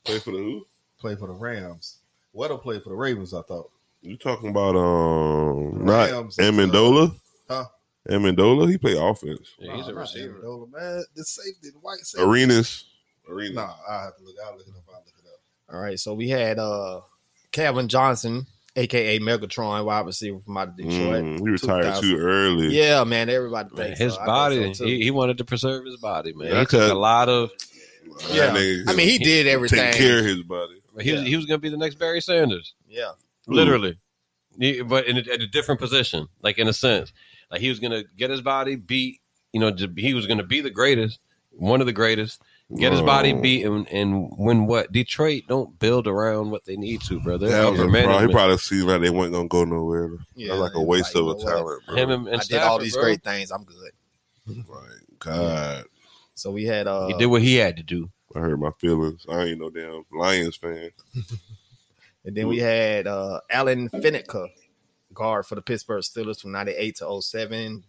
[SPEAKER 4] Play for the who?
[SPEAKER 2] Play for the Rams. Weddle played for the Ravens, I thought.
[SPEAKER 4] You talking about um not
[SPEAKER 2] Rams, uh,
[SPEAKER 4] Amendola?
[SPEAKER 2] huh?
[SPEAKER 4] Amendola? He play offense.
[SPEAKER 3] Yeah, he's
[SPEAKER 2] Nah,
[SPEAKER 3] a
[SPEAKER 2] not
[SPEAKER 3] receiver.
[SPEAKER 2] Amendola, man. The safety, the white safety.
[SPEAKER 4] Arenas. Arenas.
[SPEAKER 2] Nah, I have to look. I'll look it up. I'll look it up.
[SPEAKER 1] All right, so we had uh Calvin Johnson, aka Megatron, wide receiver from out of Detroit.
[SPEAKER 4] Mm, he retired too early.
[SPEAKER 1] Yeah, man, everybody
[SPEAKER 3] Man,
[SPEAKER 1] thinks
[SPEAKER 3] his
[SPEAKER 1] so. I think
[SPEAKER 3] body,
[SPEAKER 1] so, too.
[SPEAKER 3] he, he wanted to preserve his body, man.
[SPEAKER 4] Yeah,
[SPEAKER 3] he
[SPEAKER 4] I
[SPEAKER 3] took
[SPEAKER 4] tell-
[SPEAKER 3] a lot of.
[SPEAKER 4] That
[SPEAKER 1] yeah.
[SPEAKER 4] nigga
[SPEAKER 1] I mean, he did everything.
[SPEAKER 4] take care of his body.
[SPEAKER 3] He was,
[SPEAKER 1] Yeah.
[SPEAKER 3] he was going to be the next Barry Sanders,
[SPEAKER 1] Yeah,
[SPEAKER 4] Mm-hmm.
[SPEAKER 3] literally, He- but in a, at a different position, like in a sense, like he was going to get his body beat. You know, to- he was going to be the greatest, one of the greatest. Get his body
[SPEAKER 4] Oh.
[SPEAKER 3] beat and, and win what? Detroit don't build around what they need to, brother.
[SPEAKER 4] That was a problem. He
[SPEAKER 3] management.
[SPEAKER 4] probably seen like they weren't gonna go nowhere.
[SPEAKER 1] yeah.
[SPEAKER 4] that was like a
[SPEAKER 1] He's
[SPEAKER 4] waste
[SPEAKER 1] you
[SPEAKER 4] of
[SPEAKER 1] know
[SPEAKER 4] a
[SPEAKER 1] what?
[SPEAKER 4] talent, bro.
[SPEAKER 3] Him and, and
[SPEAKER 1] I did all
[SPEAKER 3] Stafford,
[SPEAKER 1] these
[SPEAKER 3] bro.
[SPEAKER 1] great things. I'm good.
[SPEAKER 4] Like, God,
[SPEAKER 1] So we had uh,
[SPEAKER 3] He did what he had to do.
[SPEAKER 4] I hurt my feelings. I ain't no damn Lions fan.
[SPEAKER 1] and then we had uh, Alan Finneker, guard for the Pittsburgh Steelers from '98 to 07.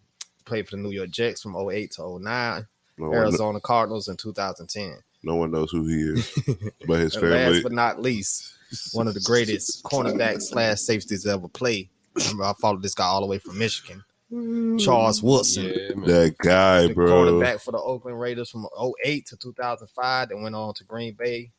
[SPEAKER 1] Played for the New York Jets from 08 to 09,
[SPEAKER 4] Oh, No one,
[SPEAKER 1] Arizona Cardinals in 2010.
[SPEAKER 4] no one knows who he is, but
[SPEAKER 1] [LAUGHS]
[SPEAKER 4] his
[SPEAKER 1] And last
[SPEAKER 4] family.
[SPEAKER 1] but not least, one of the
[SPEAKER 4] [LAUGHS]
[SPEAKER 1] greatest cornerbacks slash safeties to ever play. Remember, I followed this guy all the way from Michigan, Charles Woodson,
[SPEAKER 3] Yeah, man.
[SPEAKER 4] That guy,
[SPEAKER 1] the
[SPEAKER 4] bro.
[SPEAKER 1] cornerback for the Oakland Raiders from 08 to 2005, and went on to Green Bay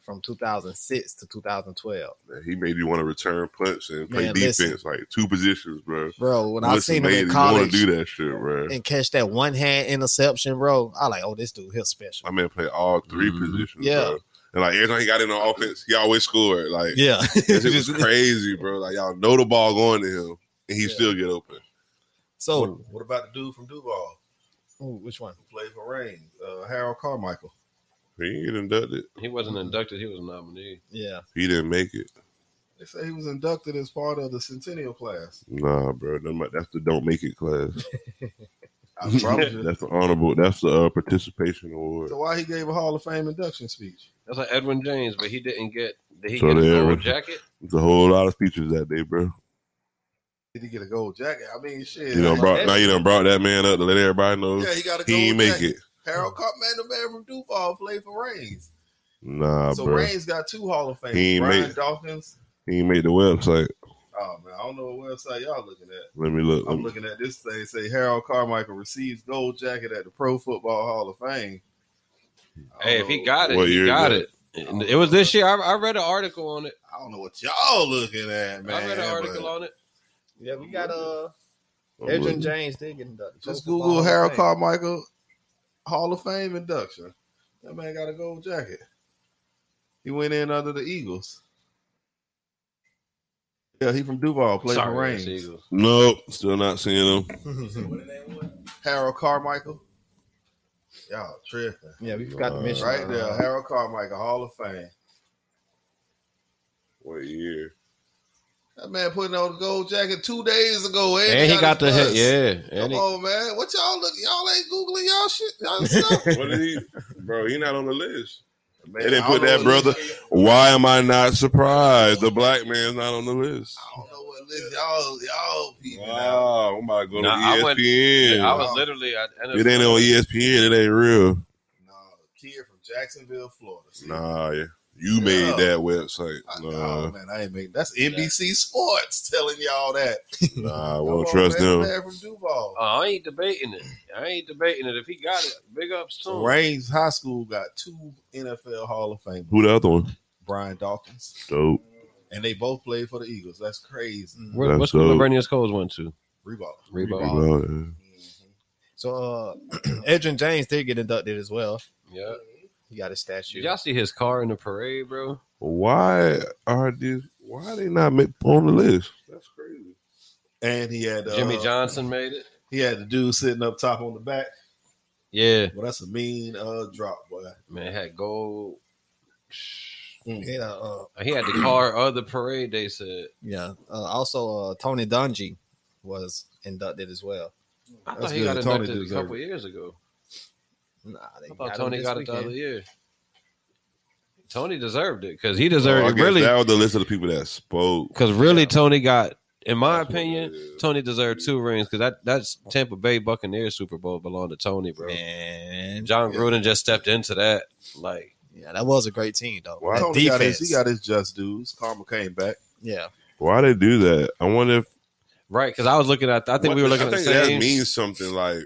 [SPEAKER 1] from 2006 to 2012.
[SPEAKER 4] Man, He made you want to return punts and play
[SPEAKER 1] Man,
[SPEAKER 4] defense,
[SPEAKER 1] listen.
[SPEAKER 4] like two positions, bro.
[SPEAKER 1] Bro, when I
[SPEAKER 4] Listen,
[SPEAKER 1] seen him
[SPEAKER 4] man,
[SPEAKER 1] in
[SPEAKER 4] You want
[SPEAKER 1] college
[SPEAKER 4] to do that shit, bro.
[SPEAKER 1] and catch that one hand interception, bro, I like, oh, this dude, he's special.
[SPEAKER 4] My man played all 3
[SPEAKER 3] Mhm.
[SPEAKER 1] Mm-hmm.
[SPEAKER 4] positions,
[SPEAKER 1] Yeah.
[SPEAKER 4] bro. And like every time he got in the offense, he always scored.
[SPEAKER 1] [LAUGHS]
[SPEAKER 4] Like [LAUGHS]
[SPEAKER 1] Yeah,
[SPEAKER 4] it
[SPEAKER 1] [LAUGHS]
[SPEAKER 4] was crazy, bro. Like y'all know the ball going to him, and he
[SPEAKER 1] Yeah.
[SPEAKER 4] still get open.
[SPEAKER 1] so
[SPEAKER 2] What about the dude from Duval
[SPEAKER 1] ooh, which one?
[SPEAKER 2] who played for Rain? Uh, Harold Carmichael.
[SPEAKER 4] He didn't get inducted.
[SPEAKER 3] He wasn't inducted. He was a nominee.
[SPEAKER 1] Yeah,
[SPEAKER 4] He didn't make it.
[SPEAKER 2] They say he was inducted as part of the Centennial class.
[SPEAKER 4] Nah, bro. that might- That's the don't make it class. [LAUGHS]
[SPEAKER 2] I promise you.
[SPEAKER 4] that's the honorable. That's the uh, participation award.
[SPEAKER 2] So why he gave a Hall of Fame induction speech?
[SPEAKER 3] That's like Edwin James, but he didn't get. Did he
[SPEAKER 4] So
[SPEAKER 3] get
[SPEAKER 4] they
[SPEAKER 3] his gold
[SPEAKER 4] average-
[SPEAKER 3] jacket?
[SPEAKER 4] It's a whole lot of features that day, bro.
[SPEAKER 2] Did he get a gold jacket? I mean, shit.
[SPEAKER 4] You done
[SPEAKER 2] like,
[SPEAKER 4] brought now. You done brought that man up to let everybody know
[SPEAKER 2] yeah, he got a gold
[SPEAKER 4] he ain't make
[SPEAKER 2] jacket.
[SPEAKER 4] it.
[SPEAKER 2] Harold Carmichael, the man from Duval, played for Reigns.
[SPEAKER 4] Nah,
[SPEAKER 2] so
[SPEAKER 4] bro.
[SPEAKER 2] Reigns got two Hall of Fame.
[SPEAKER 4] Ah, He ain't
[SPEAKER 2] Brian
[SPEAKER 4] made it.
[SPEAKER 2] Dawkins.
[SPEAKER 4] He ain't made the website.
[SPEAKER 2] Oh man, I don't know what website y'all looking at.
[SPEAKER 4] Let me look.
[SPEAKER 2] I'm looking at this thing. Say Harold Carmichael receives gold jacket at the Pro Football Hall of Fame. I
[SPEAKER 3] Hey,
[SPEAKER 2] don't
[SPEAKER 3] if he
[SPEAKER 1] Oh,
[SPEAKER 2] know-
[SPEAKER 3] got it,
[SPEAKER 4] What year
[SPEAKER 3] he
[SPEAKER 4] is
[SPEAKER 3] got
[SPEAKER 4] that?
[SPEAKER 3] it. And It was this year. I, I read an article on it.
[SPEAKER 2] I don't know what y'all looking at, man.
[SPEAKER 3] I read an article
[SPEAKER 2] but
[SPEAKER 3] on it.
[SPEAKER 1] yeah, we got uh,
[SPEAKER 4] I'm
[SPEAKER 1] Adrian
[SPEAKER 4] looking.
[SPEAKER 1] James did get inducted.
[SPEAKER 2] Just
[SPEAKER 1] Pro Football
[SPEAKER 2] Google
[SPEAKER 1] Hall of
[SPEAKER 2] Harold
[SPEAKER 1] Fame.
[SPEAKER 2] Carmichael Hall of Fame induction. That man got a gold jacket. He went in under the Eagles. Yeah, he from Duval, played
[SPEAKER 3] Sorry,
[SPEAKER 2] for
[SPEAKER 3] Reigns
[SPEAKER 2] Reigns.
[SPEAKER 3] Eagles.
[SPEAKER 4] Nope, still not seeing him.
[SPEAKER 1] [LAUGHS]
[SPEAKER 2] Harold Carmichael. Y'all tripping.
[SPEAKER 1] yeah, we forgot to mention
[SPEAKER 2] Right there, Harold Carmichael, Hall of Fame.
[SPEAKER 4] What [LAUGHS] year?
[SPEAKER 2] That man putting on the gold jacket two days ago. And,
[SPEAKER 3] And he got the
[SPEAKER 2] his
[SPEAKER 3] hit.
[SPEAKER 2] bus.
[SPEAKER 3] [LAUGHS] Yeah.
[SPEAKER 2] Come
[SPEAKER 3] And he,
[SPEAKER 2] on, man. What y'all look? Y'all ain't googling y'all shit.
[SPEAKER 4] [LAUGHS]
[SPEAKER 2] Y'all stuff.
[SPEAKER 4] What did he? bro, he not on the list.
[SPEAKER 2] Man,
[SPEAKER 4] didn't
[SPEAKER 2] I
[SPEAKER 4] put
[SPEAKER 2] don't
[SPEAKER 4] that,
[SPEAKER 2] know
[SPEAKER 4] brother.
[SPEAKER 2] what-
[SPEAKER 4] Why am I not surprised? The black man's not on the list.
[SPEAKER 2] I don't know what list y'all y'all people. out.
[SPEAKER 4] Wow, I'm about to go
[SPEAKER 3] Nah, I
[SPEAKER 4] to
[SPEAKER 3] went-
[SPEAKER 4] ESPN.
[SPEAKER 3] I was literally. I ended
[SPEAKER 4] it ain't on E ESPN. It ain't real.
[SPEAKER 2] No, kid from Jacksonville, Florida. See?
[SPEAKER 4] Nah, yeah. You made
[SPEAKER 2] Yeah.
[SPEAKER 4] that website.
[SPEAKER 2] I, oh [LAUGHS]
[SPEAKER 4] Nah,
[SPEAKER 2] man, I ain't making. That's NBC Sports telling y'all that.
[SPEAKER 4] nah, I
[SPEAKER 2] [LAUGHS] Come
[SPEAKER 4] won't
[SPEAKER 2] on,
[SPEAKER 4] trust
[SPEAKER 2] man,
[SPEAKER 4] them.
[SPEAKER 2] Man from Duval.
[SPEAKER 3] Uh, I ain't debating it. I ain't debating it. If he got it, big ups to
[SPEAKER 4] Oh.
[SPEAKER 3] him.
[SPEAKER 2] Reigns High School got two NFL Hall of Fame.
[SPEAKER 4] Who the other one?
[SPEAKER 2] Brian Dawkins,
[SPEAKER 4] Dope.
[SPEAKER 2] and they both played for the Eagles. That's crazy.
[SPEAKER 1] Mm.
[SPEAKER 3] Where, what
[SPEAKER 4] That's
[SPEAKER 3] school
[SPEAKER 4] dope.
[SPEAKER 3] Lavernius Coles went to?
[SPEAKER 2] Reebok.
[SPEAKER 3] Reebok.
[SPEAKER 2] Oh.
[SPEAKER 4] You know, yeah.
[SPEAKER 1] So uh [CLEARS THROAT] Edrin James did get inducted as well.
[SPEAKER 3] Yeah.
[SPEAKER 1] He got his statue.
[SPEAKER 3] Did y'all see his car in the parade, bro?
[SPEAKER 4] Why are these? Why they not ma- on the list? That's crazy.
[SPEAKER 2] And he had uh,
[SPEAKER 3] Jimmy Johnson made it.
[SPEAKER 2] He had the dude sitting up top on the back.
[SPEAKER 3] Yeah.
[SPEAKER 2] Well, that's a mean uh drop, boy.
[SPEAKER 3] Man, it had gold.
[SPEAKER 1] Yeah, uh,
[SPEAKER 3] He had the car of the parade. They said.
[SPEAKER 1] yeah. Uh, also uh Tony Dungy was inducted as well.
[SPEAKER 3] I
[SPEAKER 2] That's
[SPEAKER 3] thought he
[SPEAKER 2] good.
[SPEAKER 3] got
[SPEAKER 2] Tony
[SPEAKER 3] inducted
[SPEAKER 2] deserved
[SPEAKER 3] a couple years ago.
[SPEAKER 1] Nah, they
[SPEAKER 3] I thought
[SPEAKER 1] him
[SPEAKER 3] Tony
[SPEAKER 1] this
[SPEAKER 3] got it the
[SPEAKER 1] weekend.
[SPEAKER 3] other year. Tony deserved it because he
[SPEAKER 2] Oh,
[SPEAKER 4] Well, Oh, I
[SPEAKER 3] deserved
[SPEAKER 4] guess
[SPEAKER 3] really
[SPEAKER 4] that was the list of the people that spoke.
[SPEAKER 3] because really Tony got, in my
[SPEAKER 4] That's what
[SPEAKER 3] opinion,
[SPEAKER 4] it is.
[SPEAKER 3] Tony deserved two rings because that that's Tampa Bay Buccaneers Super Bowl belonged to Tony, bro.
[SPEAKER 1] Man,
[SPEAKER 3] John Gruden just stepped into that. Like
[SPEAKER 1] yeah, that was a great team though.
[SPEAKER 4] Why-
[SPEAKER 1] That
[SPEAKER 2] Tony got his,
[SPEAKER 1] defense,
[SPEAKER 2] he got his just dues. Karma came back.
[SPEAKER 1] yeah,
[SPEAKER 4] Why they do that? I wonder if
[SPEAKER 3] right because I was looking at I think we were looking
[SPEAKER 4] I
[SPEAKER 3] at the
[SPEAKER 4] think
[SPEAKER 3] same.
[SPEAKER 4] that means something like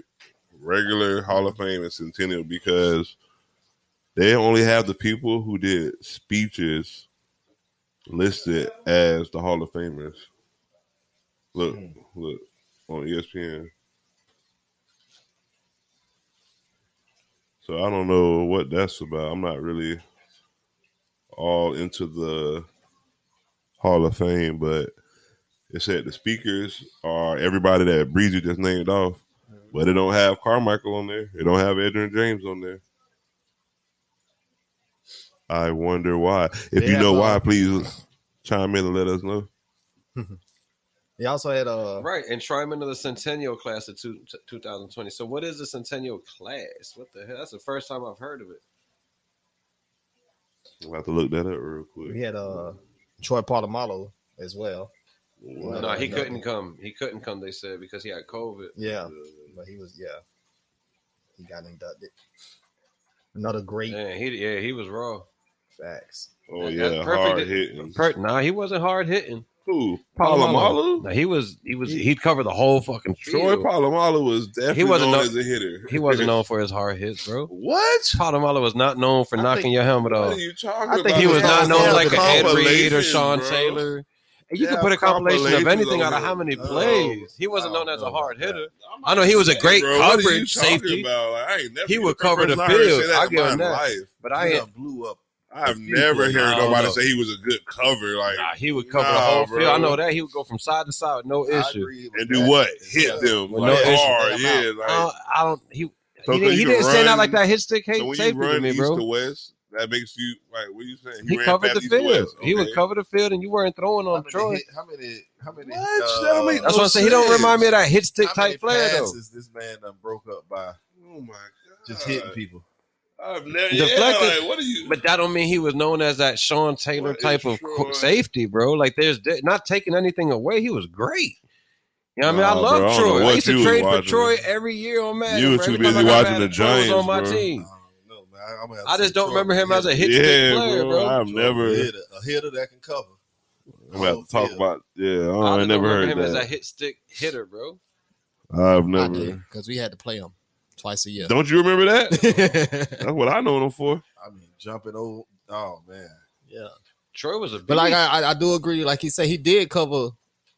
[SPEAKER 4] regular Hall of Fame and Centennial because they only have the people who did speeches listed as the Hall of Famers. Look, look on E ESPN. So I don't know what that's about. I'm not really all into the Hall of Fame, but it said the speakers are everybody that Breezy just named off, but it don't have Carmichael on there. It don't have Edrin James on there. I wonder why. If
[SPEAKER 1] They
[SPEAKER 4] you
[SPEAKER 1] have,
[SPEAKER 4] know
[SPEAKER 1] uh,
[SPEAKER 4] why, please chime in and let us know.
[SPEAKER 1] They also had uh
[SPEAKER 3] Right, and Triman of the Centennial class of two, t- 2020. So, what is the Centennial class? What the hell? That's the first time I've heard of it.
[SPEAKER 4] I'll have to look that up real
[SPEAKER 1] we
[SPEAKER 4] quick.
[SPEAKER 1] had uh Troy Polamalu as well.
[SPEAKER 4] Wow.
[SPEAKER 3] no, he
[SPEAKER 1] no.
[SPEAKER 3] couldn't come. He couldn't come. They said because he had COVID.
[SPEAKER 1] Yeah, but he was yeah. He got inducted. Another great
[SPEAKER 3] Yeah, he yeah he was raw.
[SPEAKER 1] facts.
[SPEAKER 4] Oh
[SPEAKER 3] That- that's
[SPEAKER 4] yeah,
[SPEAKER 3] perfect.
[SPEAKER 4] hard hitting.
[SPEAKER 3] Per- nah, he wasn't hard hitting.
[SPEAKER 4] Who?
[SPEAKER 3] Polamalu?
[SPEAKER 4] Palomalu?
[SPEAKER 3] Nah, he was he was he'd cover the whole fucking
[SPEAKER 4] Troy
[SPEAKER 3] field.
[SPEAKER 4] Polamalu was definitely
[SPEAKER 3] wasn't
[SPEAKER 4] known
[SPEAKER 3] no-
[SPEAKER 4] as a hitter.
[SPEAKER 3] he wasn't known for his hard hits, bro.
[SPEAKER 4] What?
[SPEAKER 3] Polamalu was not known for
[SPEAKER 1] I
[SPEAKER 3] knocking
[SPEAKER 1] think-
[SPEAKER 3] your helmet
[SPEAKER 4] What
[SPEAKER 3] off.
[SPEAKER 4] are you talking
[SPEAKER 1] I think
[SPEAKER 4] about?
[SPEAKER 3] He was not
[SPEAKER 1] That's
[SPEAKER 3] known
[SPEAKER 1] not
[SPEAKER 3] like an Ed Reed or
[SPEAKER 4] Compilations,
[SPEAKER 3] Sean
[SPEAKER 4] bro.
[SPEAKER 3] Taylor. And you
[SPEAKER 4] Yeah,
[SPEAKER 3] can put a compilation of
[SPEAKER 4] compilations
[SPEAKER 3] anything
[SPEAKER 4] on
[SPEAKER 3] out of
[SPEAKER 4] him.
[SPEAKER 3] how many
[SPEAKER 4] No.
[SPEAKER 3] plays. He wasn't
[SPEAKER 1] I don't
[SPEAKER 3] known as a
[SPEAKER 1] know
[SPEAKER 3] hard
[SPEAKER 1] about that.
[SPEAKER 3] hitter. I know he was a great
[SPEAKER 4] Bro, what are you
[SPEAKER 3] coverage
[SPEAKER 4] talking
[SPEAKER 3] safety,
[SPEAKER 4] about? Like, I ain't never
[SPEAKER 3] He
[SPEAKER 4] the
[SPEAKER 3] would
[SPEAKER 4] first
[SPEAKER 3] cover the
[SPEAKER 4] person I heard
[SPEAKER 3] field.
[SPEAKER 4] say that
[SPEAKER 3] I'll
[SPEAKER 4] in
[SPEAKER 3] give
[SPEAKER 4] my
[SPEAKER 3] him that.
[SPEAKER 4] life.
[SPEAKER 3] but I ain't.
[SPEAKER 2] blew up.
[SPEAKER 4] I've
[SPEAKER 2] People,
[SPEAKER 4] never
[SPEAKER 2] I
[SPEAKER 4] heard
[SPEAKER 2] don't
[SPEAKER 4] nobody
[SPEAKER 2] know.
[SPEAKER 4] say he was a good cover. Like,
[SPEAKER 3] Nah, he would cover the
[SPEAKER 4] Nah,
[SPEAKER 3] whole
[SPEAKER 4] bro.
[SPEAKER 3] field. I know that he would go from side to side, with no
[SPEAKER 2] I
[SPEAKER 3] issue.
[SPEAKER 2] agree with
[SPEAKER 4] and do
[SPEAKER 2] that.
[SPEAKER 4] what? Hit
[SPEAKER 2] Yeah.
[SPEAKER 4] them
[SPEAKER 3] With
[SPEAKER 4] like,
[SPEAKER 3] no issue.
[SPEAKER 4] hard.
[SPEAKER 2] Take 'em
[SPEAKER 4] Yeah, like
[SPEAKER 3] I don't. I don't he
[SPEAKER 4] So
[SPEAKER 3] he
[SPEAKER 4] can
[SPEAKER 3] didn't, he
[SPEAKER 4] you
[SPEAKER 3] didn't stand out
[SPEAKER 4] run-
[SPEAKER 3] like that. Hit stick hate
[SPEAKER 4] so when you
[SPEAKER 3] safety to
[SPEAKER 4] run
[SPEAKER 3] me,
[SPEAKER 4] east
[SPEAKER 3] bro.
[SPEAKER 4] to west, that makes you like what you saying?
[SPEAKER 3] he
[SPEAKER 4] ran
[SPEAKER 3] covered the
[SPEAKER 4] past east to
[SPEAKER 3] field.
[SPEAKER 4] west.
[SPEAKER 3] He would
[SPEAKER 4] Okay.
[SPEAKER 3] cover the field, and you weren't throwing
[SPEAKER 2] How
[SPEAKER 3] on
[SPEAKER 2] many
[SPEAKER 3] Troy.
[SPEAKER 2] hit- How many? How many?
[SPEAKER 4] What? That don't make
[SPEAKER 3] That's
[SPEAKER 4] no
[SPEAKER 3] what I'm saying. He don't
[SPEAKER 4] sense.
[SPEAKER 3] remind me of that hit stick
[SPEAKER 2] how many
[SPEAKER 3] type player though.
[SPEAKER 2] passes This man done broke up by
[SPEAKER 4] Oh my god!
[SPEAKER 2] just hitting people.
[SPEAKER 4] I've never.
[SPEAKER 3] Deflected.
[SPEAKER 4] Yeah, like, what are you?
[SPEAKER 3] But that don't mean he was known as that Sean Taylor
[SPEAKER 4] What is
[SPEAKER 3] type of qu-
[SPEAKER 4] Troy?
[SPEAKER 3] safety, bro. Like there's de- not taking anything away. He was great. You know what I
[SPEAKER 4] Nah,
[SPEAKER 3] mean? I love
[SPEAKER 4] bro, I don't know
[SPEAKER 3] Troy. I
[SPEAKER 4] what
[SPEAKER 3] used
[SPEAKER 4] you
[SPEAKER 3] to
[SPEAKER 4] was
[SPEAKER 3] trade for
[SPEAKER 4] watching.
[SPEAKER 3] Troy every year on Madden.
[SPEAKER 4] You were
[SPEAKER 3] bro.
[SPEAKER 4] too
[SPEAKER 3] Every time
[SPEAKER 4] busy
[SPEAKER 3] I got
[SPEAKER 4] watching
[SPEAKER 3] Madden,
[SPEAKER 4] the
[SPEAKER 3] Troy was
[SPEAKER 4] Giants,
[SPEAKER 3] on my
[SPEAKER 4] bro.
[SPEAKER 2] I
[SPEAKER 3] team.
[SPEAKER 2] don't know, man. I, I'm gonna have to
[SPEAKER 3] I
[SPEAKER 2] say
[SPEAKER 3] just don't
[SPEAKER 2] Troy
[SPEAKER 3] remember him
[SPEAKER 2] Hill-
[SPEAKER 3] as a hit
[SPEAKER 4] yeah,
[SPEAKER 3] stick player,
[SPEAKER 4] bro.
[SPEAKER 3] bro.
[SPEAKER 4] I've
[SPEAKER 2] Troy
[SPEAKER 4] never.
[SPEAKER 2] Hill, a hitter that can cover. Oh,
[SPEAKER 4] I'm about to talk
[SPEAKER 2] Hill.
[SPEAKER 4] about. Yeah, oh,
[SPEAKER 3] I
[SPEAKER 4] I,
[SPEAKER 3] just don't
[SPEAKER 4] never
[SPEAKER 3] remember
[SPEAKER 4] heard
[SPEAKER 3] him as a
[SPEAKER 4] that.
[SPEAKER 3] hit stick hitter, bro.
[SPEAKER 4] I've
[SPEAKER 5] I
[SPEAKER 4] never.
[SPEAKER 5] did because we had to play them twice a year.
[SPEAKER 4] Don't you remember
[SPEAKER 3] [LAUGHS]
[SPEAKER 4] that?
[SPEAKER 5] yeah,
[SPEAKER 4] That's what I know them for.
[SPEAKER 2] I mean, jumping over. Oh man,
[SPEAKER 3] Troy was
[SPEAKER 5] [LAUGHS]
[SPEAKER 3] a
[SPEAKER 5] but like
[SPEAKER 3] beast.
[SPEAKER 5] I, I- I do agree. Like he said, he did cover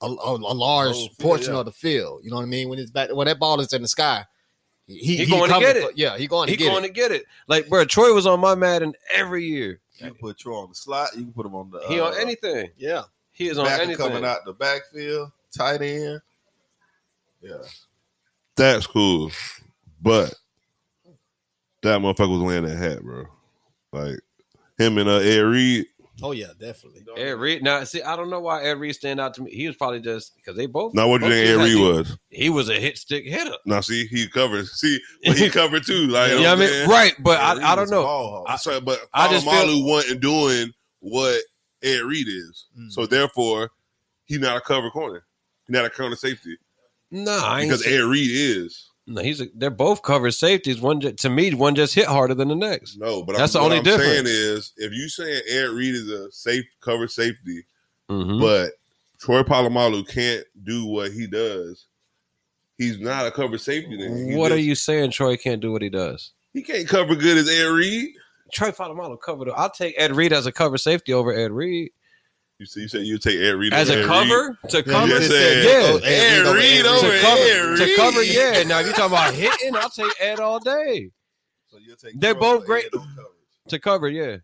[SPEAKER 5] a, a, a large
[SPEAKER 2] Whole field,
[SPEAKER 5] portion
[SPEAKER 2] yeah.
[SPEAKER 5] of the field. You know what I mean? When it's back, when that ball is in the sky, he, he,
[SPEAKER 3] He going to
[SPEAKER 5] covered
[SPEAKER 3] get
[SPEAKER 5] for- yeah, he going to
[SPEAKER 3] he
[SPEAKER 5] get
[SPEAKER 3] going
[SPEAKER 5] it.
[SPEAKER 3] to get it. Like, bro, Troy was on my Madden every year.
[SPEAKER 2] you can put Troy on the slot. You can put him on the.
[SPEAKER 3] He
[SPEAKER 2] uh,
[SPEAKER 3] on anything.
[SPEAKER 1] Yeah.
[SPEAKER 3] He is on
[SPEAKER 2] backer
[SPEAKER 3] anything.
[SPEAKER 2] coming out the backfield, tight end. Yeah,
[SPEAKER 4] That's cool, but that motherfucker was wearing that hat, bro. Like him and uh, Ed Reed.
[SPEAKER 1] Oh yeah, definitely.
[SPEAKER 3] Ed Reed. Now, see, I don't know why Ed Reed stand out to me. He was probably just because they both.
[SPEAKER 4] Now what do you
[SPEAKER 3] both
[SPEAKER 4] think Ed
[SPEAKER 3] just had-
[SPEAKER 4] Reed was?
[SPEAKER 3] He was a hit stick hitter.
[SPEAKER 4] Now see, he covered. See, but
[SPEAKER 3] [LAUGHS]
[SPEAKER 4] he covered too. Like
[SPEAKER 3] you know what I mean? Right, but
[SPEAKER 2] Reed
[SPEAKER 3] I, I don't
[SPEAKER 2] was a
[SPEAKER 3] know.
[SPEAKER 2] ball hog.
[SPEAKER 4] I, so, but
[SPEAKER 3] I
[SPEAKER 4] I just
[SPEAKER 3] just
[SPEAKER 4] Malu wasn't doing what Ed Reed is.
[SPEAKER 1] Mm.
[SPEAKER 4] So therefore, he not a cover corner. He not a corner safety
[SPEAKER 3] Nah, I ain't
[SPEAKER 4] because
[SPEAKER 3] say-
[SPEAKER 4] Ed Reed is.
[SPEAKER 3] no, he's a, they're both covered safeties. One ju- to me, one just hit harder than the next.
[SPEAKER 4] No, but
[SPEAKER 3] That's
[SPEAKER 4] I'm,
[SPEAKER 3] the only
[SPEAKER 4] what I'm saying
[SPEAKER 3] difference.
[SPEAKER 4] is if you saying Ed Reed is a safe cover safety,
[SPEAKER 3] Mhm.
[SPEAKER 4] but Troy Polamalu can't do what he does. He's not a cover safety. Then. He
[SPEAKER 3] what are
[SPEAKER 4] just-
[SPEAKER 3] you saying? Troy can't do what he does.
[SPEAKER 4] He can't cover good as Ed Reed.
[SPEAKER 3] Troy Polamalu covered. I'll take Ed Reed as a cover safety over Ed Reed
[SPEAKER 4] You said you said you take Ed Reed
[SPEAKER 3] as
[SPEAKER 4] over
[SPEAKER 3] a
[SPEAKER 4] Ed Reed.
[SPEAKER 3] cover to cover.
[SPEAKER 4] yes,
[SPEAKER 3] yeah.
[SPEAKER 5] Oh,
[SPEAKER 4] Ed
[SPEAKER 5] over
[SPEAKER 4] Reed
[SPEAKER 5] Ed
[SPEAKER 4] over
[SPEAKER 3] to cover,
[SPEAKER 4] Ed
[SPEAKER 3] to
[SPEAKER 4] Reed.
[SPEAKER 3] cover, yeah. Now, if you're talking about hitting, I'll take Ed all day
[SPEAKER 2] So you'll take
[SPEAKER 3] They're
[SPEAKER 2] Troy
[SPEAKER 3] both
[SPEAKER 2] for
[SPEAKER 3] great.
[SPEAKER 2] Ed on coverage.
[SPEAKER 3] to cover, yeah,
[SPEAKER 5] I